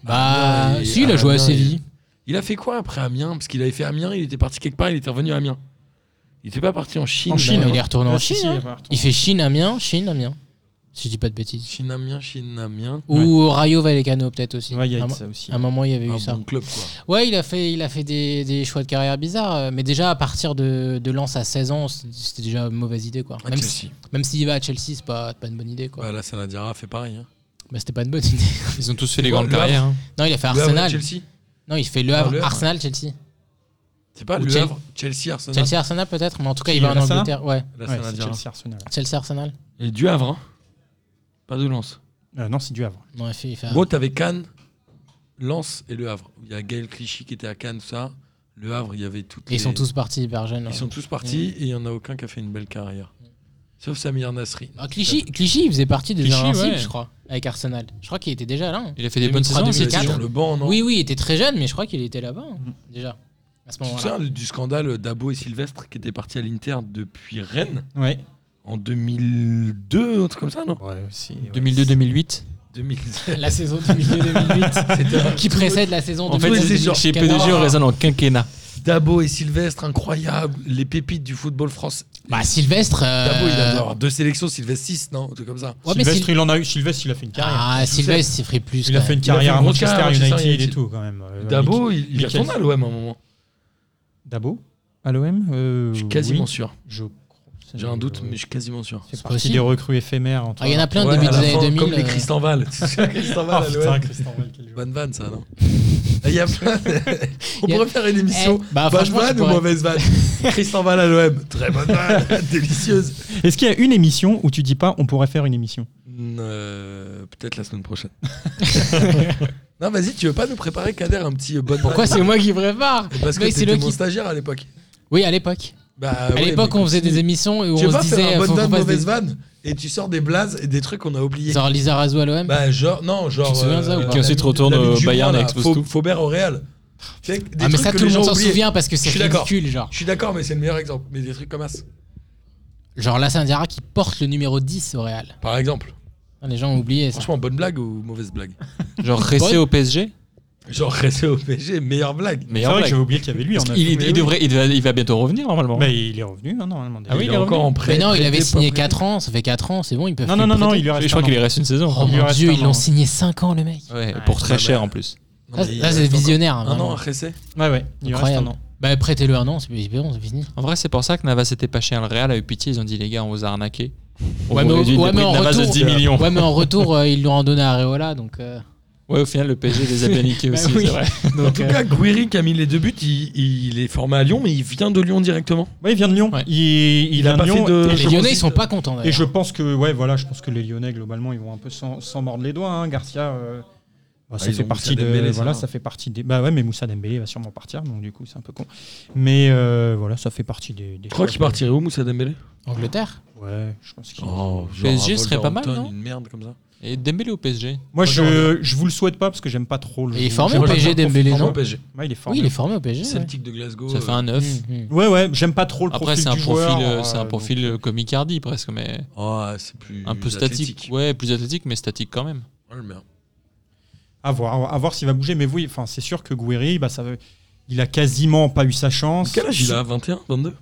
[SPEAKER 5] Bah,
[SPEAKER 4] Amiens et-
[SPEAKER 5] si, il a joué à
[SPEAKER 4] Amiens,
[SPEAKER 5] Séville.
[SPEAKER 4] ah, Il a fait quoi après Amiens Parce qu'il avait fait Amiens, il était parti quelque part, il était revenu à Amiens. Il était pas parti en Chine.
[SPEAKER 2] En Chine,
[SPEAKER 4] là.
[SPEAKER 5] il est retourné en
[SPEAKER 2] Ah, si,
[SPEAKER 5] Chine.
[SPEAKER 2] si,
[SPEAKER 5] hein.
[SPEAKER 2] il va retourner.
[SPEAKER 5] Il fait Chine, Amiens, Chine, Amiens. Si je dis pas de bêtises.
[SPEAKER 4] Chine, Amiens, Chine, Amiens.
[SPEAKER 5] Ou Rayo Vallecano, peut-être aussi.
[SPEAKER 2] Ouais, il y
[SPEAKER 5] à,
[SPEAKER 2] a
[SPEAKER 5] un-
[SPEAKER 2] ça aussi.
[SPEAKER 5] à un moment, il y avait
[SPEAKER 4] Un
[SPEAKER 5] eu ça.
[SPEAKER 4] Ah bon club quoi.
[SPEAKER 5] Ouais, il a fait, il a fait des, des choix de carrière bizarres. euh, Mais déjà, à partir de, de Lens à 16 ans, c'est- c'était déjà une mauvaise idée. quoi.
[SPEAKER 4] Ah,
[SPEAKER 5] Même, si-
[SPEAKER 4] Chelsea.
[SPEAKER 5] même s'il va à Chelsea, c'est pas, pas une bonne idée. quoi.
[SPEAKER 4] Bah, là, Sanadira a fait pareil. hein.
[SPEAKER 5] Bah, c'était pas une bonne idée.
[SPEAKER 6] Ils ont tous fait
[SPEAKER 4] Le-
[SPEAKER 6] des grandes
[SPEAKER 4] le Havre.
[SPEAKER 6] carrières. hein.
[SPEAKER 5] Non, il a fait
[SPEAKER 4] Le Havre,
[SPEAKER 5] Arsenal.
[SPEAKER 4] Chelsea.
[SPEAKER 5] Non, il fait Le Havre,
[SPEAKER 4] Ah, Le Havre.
[SPEAKER 5] Arsenal, Chelsea.
[SPEAKER 4] C'est pas
[SPEAKER 5] Ou
[SPEAKER 4] Le
[SPEAKER 5] Chel-
[SPEAKER 4] Havre, Chelsea, Arsenal.
[SPEAKER 5] Chelsea, Arsenal, peut-être. Mais en tout cas,
[SPEAKER 2] Qui,
[SPEAKER 5] il va en
[SPEAKER 2] Lassana
[SPEAKER 5] Angleterre. Ouais,
[SPEAKER 4] Là,
[SPEAKER 2] Ouais, c'est
[SPEAKER 4] Sanadira.
[SPEAKER 2] Chelsea Arsenal.
[SPEAKER 5] Chelsea, Arsenal.
[SPEAKER 4] Et du Havre, hein. pas de Lens.
[SPEAKER 2] Euh, non, c'est du Havre.
[SPEAKER 5] Non, il fait. il fait
[SPEAKER 4] En gros, t'avais Cannes, Lens et Le Havre. Il y a Gaël Clichy qui était à Cannes, tout ça. Le Havre, il y avait toutes
[SPEAKER 5] Et ils
[SPEAKER 4] les-
[SPEAKER 5] sont tous partis hyper jeunes. hein.
[SPEAKER 4] Ils sont tous partis et il n'y en a aucun qui a fait une belle carrière. Sauf Samir Nasri.
[SPEAKER 5] Ah, Clichy, Clichy, il faisait partie des
[SPEAKER 6] Clichy,
[SPEAKER 5] Invincibles,
[SPEAKER 6] ouais.
[SPEAKER 5] je crois, avec Arsenal. Je crois qu'il était déjà là. hein.
[SPEAKER 6] Il a fait des bonnes
[SPEAKER 5] 2003,
[SPEAKER 6] saisons.
[SPEAKER 4] Il était
[SPEAKER 5] 2004.
[SPEAKER 4] sur le banc, non
[SPEAKER 5] Oui, oui, il était très jeune, mais je crois qu'il était là-bas, hein, déjà, à ce
[SPEAKER 4] Tu te
[SPEAKER 5] moment-là.
[SPEAKER 4] souviens du scandale d'Abo et Sylvestre qui étaient partis à l'Inter depuis Rennes
[SPEAKER 2] Ouais.
[SPEAKER 4] en 2002, un truc comme ça, non
[SPEAKER 2] Ouais, c'est- ouais.
[SPEAKER 6] 2002-2008.
[SPEAKER 4] 2007.
[SPEAKER 5] La saison 2008
[SPEAKER 4] C'était un-
[SPEAKER 5] qui précède la saison
[SPEAKER 6] En fait,
[SPEAKER 5] 2008.
[SPEAKER 4] c'est genre-
[SPEAKER 6] chez PDG, on résonne en quinquennat.
[SPEAKER 4] Dabo et Sylvestre, incroyable, les pépites du football français.
[SPEAKER 5] Bah, Sylvestre. euh,
[SPEAKER 4] Dabo, il a dû avoir deux sélections, Sylvestre 6, non Un truc comme ça.
[SPEAKER 5] Ouais, mais
[SPEAKER 2] Sylvestre,
[SPEAKER 5] Syl-
[SPEAKER 2] il en a eu. Sylvestre, il a fait une carrière.
[SPEAKER 5] Ah, Sylvestre, il ferait plus.
[SPEAKER 2] Il a
[SPEAKER 5] quand
[SPEAKER 2] fait
[SPEAKER 5] même.
[SPEAKER 2] une
[SPEAKER 4] Il a fait
[SPEAKER 2] carrière
[SPEAKER 4] une
[SPEAKER 2] à
[SPEAKER 4] grosse
[SPEAKER 2] Manchester,
[SPEAKER 4] carrière à Manchester
[SPEAKER 2] United et
[SPEAKER 4] United.
[SPEAKER 2] tout, quand même. Euh,
[SPEAKER 4] Dabo, il, il
[SPEAKER 2] Michael-
[SPEAKER 4] retourne à l'OM à un moment.
[SPEAKER 2] Dabo À l'OM euh,
[SPEAKER 4] Je suis quasiment
[SPEAKER 2] oui,
[SPEAKER 4] sûr.
[SPEAKER 2] je crois.
[SPEAKER 4] J'ai un doute, mais je suis quasiment sûr.
[SPEAKER 2] C'est
[SPEAKER 5] C'est
[SPEAKER 2] parti
[SPEAKER 5] possible.
[SPEAKER 2] euh, des recrues éphémères. Entre...
[SPEAKER 5] Ah, il y en a plein au
[SPEAKER 4] Ouais,
[SPEAKER 5] début
[SPEAKER 4] à
[SPEAKER 5] des
[SPEAKER 4] la
[SPEAKER 5] années
[SPEAKER 4] fin,
[SPEAKER 5] 2000.
[SPEAKER 4] Comme les
[SPEAKER 5] euh,
[SPEAKER 4] Christian Val. Tu te souviens, Christian Val
[SPEAKER 2] Ah,
[SPEAKER 4] à
[SPEAKER 2] putain,
[SPEAKER 4] l'OM
[SPEAKER 2] Christian Bale, quel joueur.
[SPEAKER 4] Bonne vanne, ça, non Il y a plein de- On
[SPEAKER 5] Il y a-
[SPEAKER 4] pourrait faire une émission.
[SPEAKER 5] eh, bah,
[SPEAKER 4] bonne
[SPEAKER 5] franchement, tu
[SPEAKER 4] vanne ou
[SPEAKER 5] pourrais-
[SPEAKER 4] mauvaise vanne Christian Val à l'OM. Très bonne vanne. Délicieuse.
[SPEAKER 2] Est-ce qu'il y a une émission où tu dis pas on pourrait faire une émission
[SPEAKER 4] Euh, Peut-être la semaine prochaine. non, vas-y, tu veux pas nous préparer, Kader, un petit euh, bonne
[SPEAKER 5] Pourquoi
[SPEAKER 4] vanne
[SPEAKER 5] c'est moi qui prépare
[SPEAKER 4] Parce que
[SPEAKER 5] Mais c'est
[SPEAKER 4] t'étais
[SPEAKER 5] le
[SPEAKER 4] mon
[SPEAKER 5] qui-
[SPEAKER 4] stagiaire à l'époque.
[SPEAKER 5] Oui, à l'époque.
[SPEAKER 4] Bah,
[SPEAKER 5] À l'époque, on faisait des émissions et où
[SPEAKER 4] Tu
[SPEAKER 5] on
[SPEAKER 4] veux pas
[SPEAKER 5] se disait. euh,
[SPEAKER 4] faire un
[SPEAKER 5] faut
[SPEAKER 4] bonne
[SPEAKER 5] qu'on
[SPEAKER 4] vanne,
[SPEAKER 5] fasse des-
[SPEAKER 4] mauvaise vanne Et tu sors des blazes et des trucs qu'on a oubliés.
[SPEAKER 5] Genre Lisa Razou à l'OM.
[SPEAKER 4] Bah genre non, genre euh,
[SPEAKER 5] te souviens de ça ou pas
[SPEAKER 6] Qui ensuite retourne au Bayern et expose tout.
[SPEAKER 4] Faubert au Real. Tu sais, des
[SPEAKER 5] Ah, mais
[SPEAKER 4] trucs
[SPEAKER 5] ça,
[SPEAKER 4] que
[SPEAKER 5] tout le
[SPEAKER 4] les
[SPEAKER 5] monde
[SPEAKER 4] gens
[SPEAKER 5] s'en
[SPEAKER 4] oublient.
[SPEAKER 5] souvient parce que c'est
[SPEAKER 4] Je suis d'accord.
[SPEAKER 5] ridicule, genre.
[SPEAKER 4] Je suis d'accord, mais c'est le meilleur exemple. Mais des trucs comme ça.
[SPEAKER 5] Genre Lassana Diarra qui porte le numéro 10 au Real.
[SPEAKER 4] Par exemple.
[SPEAKER 5] Les gens ont oublié ça.
[SPEAKER 4] Franchement, bonne blague ou mauvaise blague
[SPEAKER 6] Genre resté au PSG.
[SPEAKER 4] Genre rester au PSG, meilleure blague.
[SPEAKER 2] C'est
[SPEAKER 6] Meilleure
[SPEAKER 2] vrai que
[SPEAKER 6] blague.
[SPEAKER 2] j'avais oublié qu'il y avait lui. En
[SPEAKER 6] Parce qu'il-
[SPEAKER 2] neuf.
[SPEAKER 6] Il, il devrait, il, va, il va bientôt revenir normalement.
[SPEAKER 2] Mais il est revenu hein, normalement.
[SPEAKER 6] Ah oui,
[SPEAKER 4] il
[SPEAKER 6] il
[SPEAKER 4] est
[SPEAKER 6] est
[SPEAKER 4] encore
[SPEAKER 6] revenu.
[SPEAKER 4] en prêt.
[SPEAKER 5] Mais non, il avait
[SPEAKER 4] prêté,
[SPEAKER 5] signé
[SPEAKER 4] pas prêté.
[SPEAKER 5] 4 ans, ça fait 4 ans, c'est bon, ils peuvent
[SPEAKER 2] Non,
[SPEAKER 5] plus
[SPEAKER 2] non, non,
[SPEAKER 5] le
[SPEAKER 2] non,
[SPEAKER 5] prêter.
[SPEAKER 2] il lui reste.
[SPEAKER 6] je crois
[SPEAKER 2] un
[SPEAKER 6] qu'il
[SPEAKER 2] an.
[SPEAKER 6] lui reste une saison.
[SPEAKER 5] Oh
[SPEAKER 2] Il lui
[SPEAKER 5] mon
[SPEAKER 2] reste
[SPEAKER 5] dieu,
[SPEAKER 2] un
[SPEAKER 5] ils l'ont
[SPEAKER 2] an.
[SPEAKER 5] signé 5 ans le mec.
[SPEAKER 6] Ouais, pour très
[SPEAKER 4] bah,
[SPEAKER 6] cher
[SPEAKER 4] bah.
[SPEAKER 6] en plus.
[SPEAKER 4] Non,
[SPEAKER 5] Là,
[SPEAKER 4] mais il
[SPEAKER 5] là, c'est
[SPEAKER 4] reste
[SPEAKER 5] visionnaire.
[SPEAKER 4] encore Un
[SPEAKER 5] vraiment.
[SPEAKER 4] an à Ressé
[SPEAKER 2] Ouais, ouais. Il lui reste un
[SPEAKER 5] Incroyable.
[SPEAKER 2] an.
[SPEAKER 5] Bah, prêtez-le un an, c'est c'est bon, c'est fini.
[SPEAKER 6] En vrai, c'est pour ça que Navas était pas cher. Le Real a eu pitié. Ils ont dit, les gars, on vous a arnaqué. On
[SPEAKER 5] Ouais,
[SPEAKER 6] vous
[SPEAKER 5] mais au-
[SPEAKER 6] réduit
[SPEAKER 5] ouais,
[SPEAKER 6] le prix
[SPEAKER 5] mais
[SPEAKER 6] de
[SPEAKER 5] en
[SPEAKER 6] Navas de
[SPEAKER 5] retour-
[SPEAKER 6] 10 millions.
[SPEAKER 5] Ouais, mais en retour, euh, ils l'ont redonné à Areola, donc. euh,
[SPEAKER 6] Ouais, au final, le PSG les a bien niqués
[SPEAKER 5] Bah
[SPEAKER 6] aussi.
[SPEAKER 5] oui.
[SPEAKER 6] c'est vrai.
[SPEAKER 4] En
[SPEAKER 5] donc,
[SPEAKER 4] tout
[SPEAKER 5] euh,
[SPEAKER 4] cas, Guiri qui a mis les deux buts, il, il est formé à Lyon, mais il vient de Lyon directement.
[SPEAKER 2] Ouais, il vient de Lyon.
[SPEAKER 6] Ouais.
[SPEAKER 2] Il, il,
[SPEAKER 4] Il a
[SPEAKER 2] vient
[SPEAKER 4] pas
[SPEAKER 2] de Lyon.
[SPEAKER 4] fait de-
[SPEAKER 2] et
[SPEAKER 5] Les
[SPEAKER 2] je-
[SPEAKER 5] Lyonnais, ils sont pas contents
[SPEAKER 2] Et
[SPEAKER 5] d'ailleurs.
[SPEAKER 2] je pense que, ouais, voilà, je pense que les Lyonnais globalement, ils vont un peu s'en s'en mordre les doigts. hein. Garcia, euh, bah, ça
[SPEAKER 4] ils
[SPEAKER 2] fait
[SPEAKER 4] ont
[SPEAKER 2] partie
[SPEAKER 4] Moussa
[SPEAKER 2] de,
[SPEAKER 4] Dembélé, ça
[SPEAKER 2] voilà,
[SPEAKER 4] va.
[SPEAKER 2] ça fait partie des. Bah ouais, mais Moussa Dembélé va sûrement partir, donc du coup, c'est un peu con. Mais euh, voilà, ça fait partie des. des
[SPEAKER 4] Je crois
[SPEAKER 2] choix
[SPEAKER 4] qu'il
[SPEAKER 2] de-
[SPEAKER 4] partirait où, Moussa Dembélé
[SPEAKER 5] Angleterre
[SPEAKER 2] Ouais, je pense
[SPEAKER 4] Oh.
[SPEAKER 2] qu'il.
[SPEAKER 5] Oh,
[SPEAKER 6] genre PSG serait pas mal, Wolverhampton, non
[SPEAKER 4] Une merde comme ça.
[SPEAKER 6] Et Dembélé au PSG.
[SPEAKER 2] Moi,
[SPEAKER 4] Moi,
[SPEAKER 2] je, je vous le souhaite pas parce que j'aime pas trop le.
[SPEAKER 5] Et il est
[SPEAKER 2] jeu.
[SPEAKER 5] formé
[SPEAKER 2] J'aime
[SPEAKER 5] au
[SPEAKER 2] pas
[SPEAKER 5] PSG,
[SPEAKER 2] trop le
[SPEAKER 5] Dembélé,
[SPEAKER 2] profil
[SPEAKER 5] non
[SPEAKER 2] du
[SPEAKER 4] PSG.
[SPEAKER 2] jeu. Ouais, il est
[SPEAKER 5] Oui,
[SPEAKER 2] formé.
[SPEAKER 5] il est formé au PSG. ouais.
[SPEAKER 4] Celtic de Glasgow.
[SPEAKER 6] Ça fait
[SPEAKER 4] euh,
[SPEAKER 6] un 9.
[SPEAKER 5] Mmh, mmh.
[SPEAKER 2] Ouais, ouais, j'aime pas trop le
[SPEAKER 6] Après,
[SPEAKER 2] profil
[SPEAKER 6] c'est un
[SPEAKER 2] du
[SPEAKER 6] profil,
[SPEAKER 2] joueur.
[SPEAKER 6] euh, c'est
[SPEAKER 2] euh,
[SPEAKER 6] un
[SPEAKER 2] donc-
[SPEAKER 6] profil euh, comme Icardi presque, mais
[SPEAKER 4] Ah, c'est plus.
[SPEAKER 6] un peu statique.
[SPEAKER 4] athlétique.
[SPEAKER 6] Ouais, plus athlétique, mais statique quand même.
[SPEAKER 4] Ouais, le merde.
[SPEAKER 2] À voir, à voir s'il va bouger. Mais oui, enfin, c'est sûr que Gouiri, bah, ça, veut- il a quasiment pas eu sa chance.
[SPEAKER 4] Quel âge il a 21, 22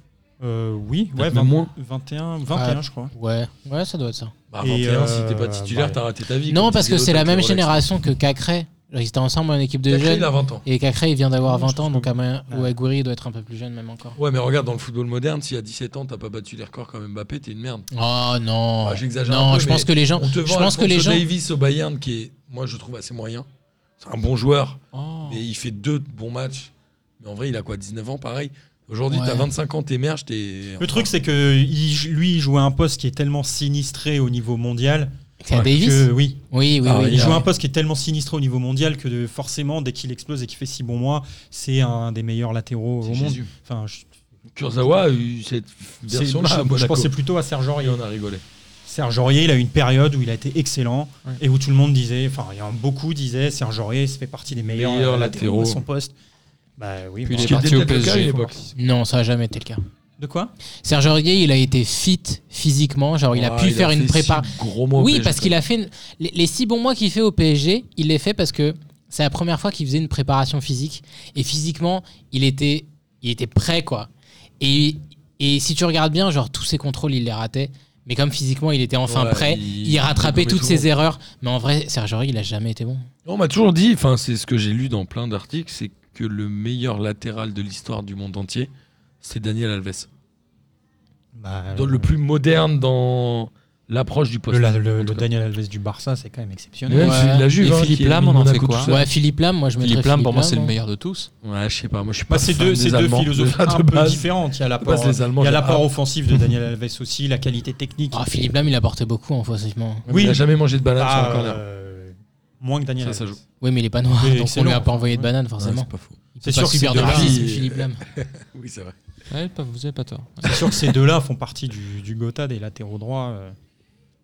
[SPEAKER 2] Euh, Oui, ouais,
[SPEAKER 4] Peut-être même
[SPEAKER 2] 20
[SPEAKER 4] moins.
[SPEAKER 2] 21, 21, je crois.
[SPEAKER 5] Ouais, ouais, ça doit être ça.
[SPEAKER 4] Bah,
[SPEAKER 2] Et,
[SPEAKER 4] 21,
[SPEAKER 2] euh,
[SPEAKER 4] si t'es pas titulaire,
[SPEAKER 2] bah,
[SPEAKER 4] t'as raté ta vie.
[SPEAKER 5] Non,
[SPEAKER 4] comme
[SPEAKER 5] parce
[SPEAKER 4] disait
[SPEAKER 5] que c'est la
[SPEAKER 4] l'autre avec
[SPEAKER 5] même
[SPEAKER 4] le Rolex.
[SPEAKER 5] génération que Cacré. Ils étaient ensemble en équipe de
[SPEAKER 4] Cacré, il a
[SPEAKER 5] jeunes.
[SPEAKER 4] 20 ans.
[SPEAKER 5] Et Cacré, il vient d'avoir
[SPEAKER 2] Non, je
[SPEAKER 5] 20 ans,
[SPEAKER 2] pense
[SPEAKER 5] donc
[SPEAKER 2] que-
[SPEAKER 5] Ama-
[SPEAKER 2] Ah.
[SPEAKER 5] ou Aguirre doit être un peu plus jeune, même encore.
[SPEAKER 4] Ouais, mais regarde, dans le football moderne, si à 17 ans, t'as pas battu les records comme Mbappé, t'es une merde.
[SPEAKER 5] Oh non
[SPEAKER 4] Ah, j'exagère un
[SPEAKER 5] Non,
[SPEAKER 4] peu,
[SPEAKER 5] je
[SPEAKER 4] mais
[SPEAKER 5] pense que les gens.
[SPEAKER 4] On te
[SPEAKER 5] Je
[SPEAKER 4] vend
[SPEAKER 5] pense que les
[SPEAKER 4] Alphonso
[SPEAKER 5] gens.
[SPEAKER 4] Davis au Bayern, qui est, moi, je trouve assez moyen. C'est un bon joueur. mais il fait deux bons matchs. Mais en vrai, il a quoi 19 ans, pareil. Aujourd'hui,
[SPEAKER 5] Ouais.
[SPEAKER 4] t'as 25 ans, t'émerges, t'es.
[SPEAKER 2] Le truc, c'est que il- lui, il jouait un poste qui est tellement sinistré au niveau mondial.
[SPEAKER 5] C'est à
[SPEAKER 4] Ouais,
[SPEAKER 5] Davis
[SPEAKER 2] Ah, que, oui,
[SPEAKER 5] Oui, oui,
[SPEAKER 4] Ah,
[SPEAKER 5] oui.
[SPEAKER 2] il
[SPEAKER 5] oui.
[SPEAKER 2] joue un poste qui est tellement sinistré au niveau mondial que de- forcément, dès qu'il explose et qu'il fait six bons mois, c'est un des meilleurs latéraux au monde. Enfin, je,
[SPEAKER 4] Kurzawa, euh, cette
[SPEAKER 2] c'est-
[SPEAKER 4] version-là,
[SPEAKER 2] je-
[SPEAKER 4] à
[SPEAKER 2] je
[SPEAKER 4] Monaco,
[SPEAKER 2] pensais plutôt à Serge
[SPEAKER 4] il
[SPEAKER 2] Aurier.
[SPEAKER 4] en a rigolé.
[SPEAKER 2] Serge Aurier, il a eu une période où il a été excellent
[SPEAKER 6] Ouais.
[SPEAKER 2] et où tout le monde disait, enfin, il y en a beaucoup disaient, Serge Aurier ça fait partie des meilleurs
[SPEAKER 4] Meilleur
[SPEAKER 2] latéraux à
[SPEAKER 4] latéraux.
[SPEAKER 2] son poste. Bah oui,
[SPEAKER 6] Puis
[SPEAKER 2] bon.
[SPEAKER 6] il est
[SPEAKER 4] qu'il
[SPEAKER 6] parti
[SPEAKER 4] était
[SPEAKER 6] au
[SPEAKER 4] peut-être le cas à
[SPEAKER 6] PSG.
[SPEAKER 4] l'époque.
[SPEAKER 6] faut voir.
[SPEAKER 5] Non, ça n'a jamais été le cas.
[SPEAKER 2] de quoi
[SPEAKER 5] Serge Aurier, il a été fit physiquement. Genre, il a
[SPEAKER 4] Ah,
[SPEAKER 5] pu faire
[SPEAKER 4] fait
[SPEAKER 5] une
[SPEAKER 4] six
[SPEAKER 5] prépa.
[SPEAKER 4] Gros mois au
[SPEAKER 5] oui,
[SPEAKER 4] PSG,
[SPEAKER 5] parce qu'il a fait. une- Les, les six bons mois qu'il fait au PSG, il les fait parce que c'est la première fois qu'il faisait une préparation physique. Et physiquement, il était, il était prêt, quoi. Et, et si tu regardes bien, genre, tous ses contrôles, il les ratait. Mais comme physiquement, il était enfin
[SPEAKER 4] Ouais,
[SPEAKER 5] prêt,
[SPEAKER 4] il-
[SPEAKER 5] il, rattrapait
[SPEAKER 4] il commet
[SPEAKER 5] toutes
[SPEAKER 4] tout le
[SPEAKER 5] ses
[SPEAKER 4] monde.
[SPEAKER 5] erreurs. Mais en vrai, Serge Aurier, il a jamais été bon.
[SPEAKER 4] On m'a toujours dit, enfin c'est ce que j'ai lu dans plein d'articles, c'est que le meilleur latéral de l'histoire du monde entier, c'est Daniel Alves.
[SPEAKER 2] Bah,
[SPEAKER 4] Dans- le plus moderne dans l'approche du
[SPEAKER 2] le,
[SPEAKER 4] poste.
[SPEAKER 2] la- le-
[SPEAKER 4] en tout
[SPEAKER 2] le
[SPEAKER 4] cas.
[SPEAKER 2] Daniel Alves du Barça, c'est quand même
[SPEAKER 4] Mais
[SPEAKER 2] exceptionnel.
[SPEAKER 4] même
[SPEAKER 5] Ouais.
[SPEAKER 4] celui de la Juve,
[SPEAKER 6] Et
[SPEAKER 4] hein,
[SPEAKER 6] Philippe
[SPEAKER 4] qui a
[SPEAKER 6] Lam,
[SPEAKER 4] mis
[SPEAKER 6] on en fait
[SPEAKER 4] Monaco
[SPEAKER 6] quoi
[SPEAKER 4] tout seul.
[SPEAKER 5] Ouais, Philippe Lam, moi, je mettrais
[SPEAKER 6] Philippe Lam, pour moi, c'est le
[SPEAKER 5] Lam, hein.
[SPEAKER 6] meilleur de tous.
[SPEAKER 4] Ouais, je sais pas, moi je suis pas
[SPEAKER 2] Bah, c'est
[SPEAKER 4] fan
[SPEAKER 2] deux,
[SPEAKER 4] des
[SPEAKER 2] c'est deux
[SPEAKER 4] Allemands.
[SPEAKER 2] philosophies
[SPEAKER 4] Déjà,
[SPEAKER 2] un
[SPEAKER 4] de
[SPEAKER 2] peu
[SPEAKER 4] base,
[SPEAKER 2] différentes. Il y a
[SPEAKER 4] de base,
[SPEAKER 2] l'apport,
[SPEAKER 4] les Allemands,
[SPEAKER 2] il y a
[SPEAKER 4] j'ai ah.
[SPEAKER 2] l'apport
[SPEAKER 4] hâte.
[SPEAKER 2] offensif de Daniel Alves aussi, la qualité technique.
[SPEAKER 5] Ah, Philippe Lam, il apportait beaucoup, hein, forcément.
[SPEAKER 4] Ouais, mais
[SPEAKER 2] Oui.
[SPEAKER 4] Il a jamais mangé de banane sur
[SPEAKER 2] Ah,
[SPEAKER 4] le corner.
[SPEAKER 2] euh, moins que Daniel
[SPEAKER 4] Ça, ça
[SPEAKER 2] Alves.
[SPEAKER 4] joue.
[SPEAKER 5] Oui, mais il est pas noir,
[SPEAKER 2] Mais
[SPEAKER 5] donc on
[SPEAKER 2] excellent.
[SPEAKER 5] lui a pas envoyé de
[SPEAKER 2] Ouais.
[SPEAKER 5] banane,
[SPEAKER 4] Ouais,
[SPEAKER 5] forcément.
[SPEAKER 4] c'est pas faux.
[SPEAKER 5] Il
[SPEAKER 2] C'est
[SPEAKER 5] peut
[SPEAKER 2] sûr
[SPEAKER 5] pas
[SPEAKER 2] que c'est
[SPEAKER 5] subir
[SPEAKER 2] de
[SPEAKER 5] de
[SPEAKER 2] là.
[SPEAKER 5] racisme,
[SPEAKER 4] Il-
[SPEAKER 5] Philippe Lam.
[SPEAKER 4] Oui, c'est vrai.
[SPEAKER 6] Ouais, pas- vous avez pas tort.
[SPEAKER 2] C'est sûr que ces deux-là font partie du, du Gotha des latéraux droits euh,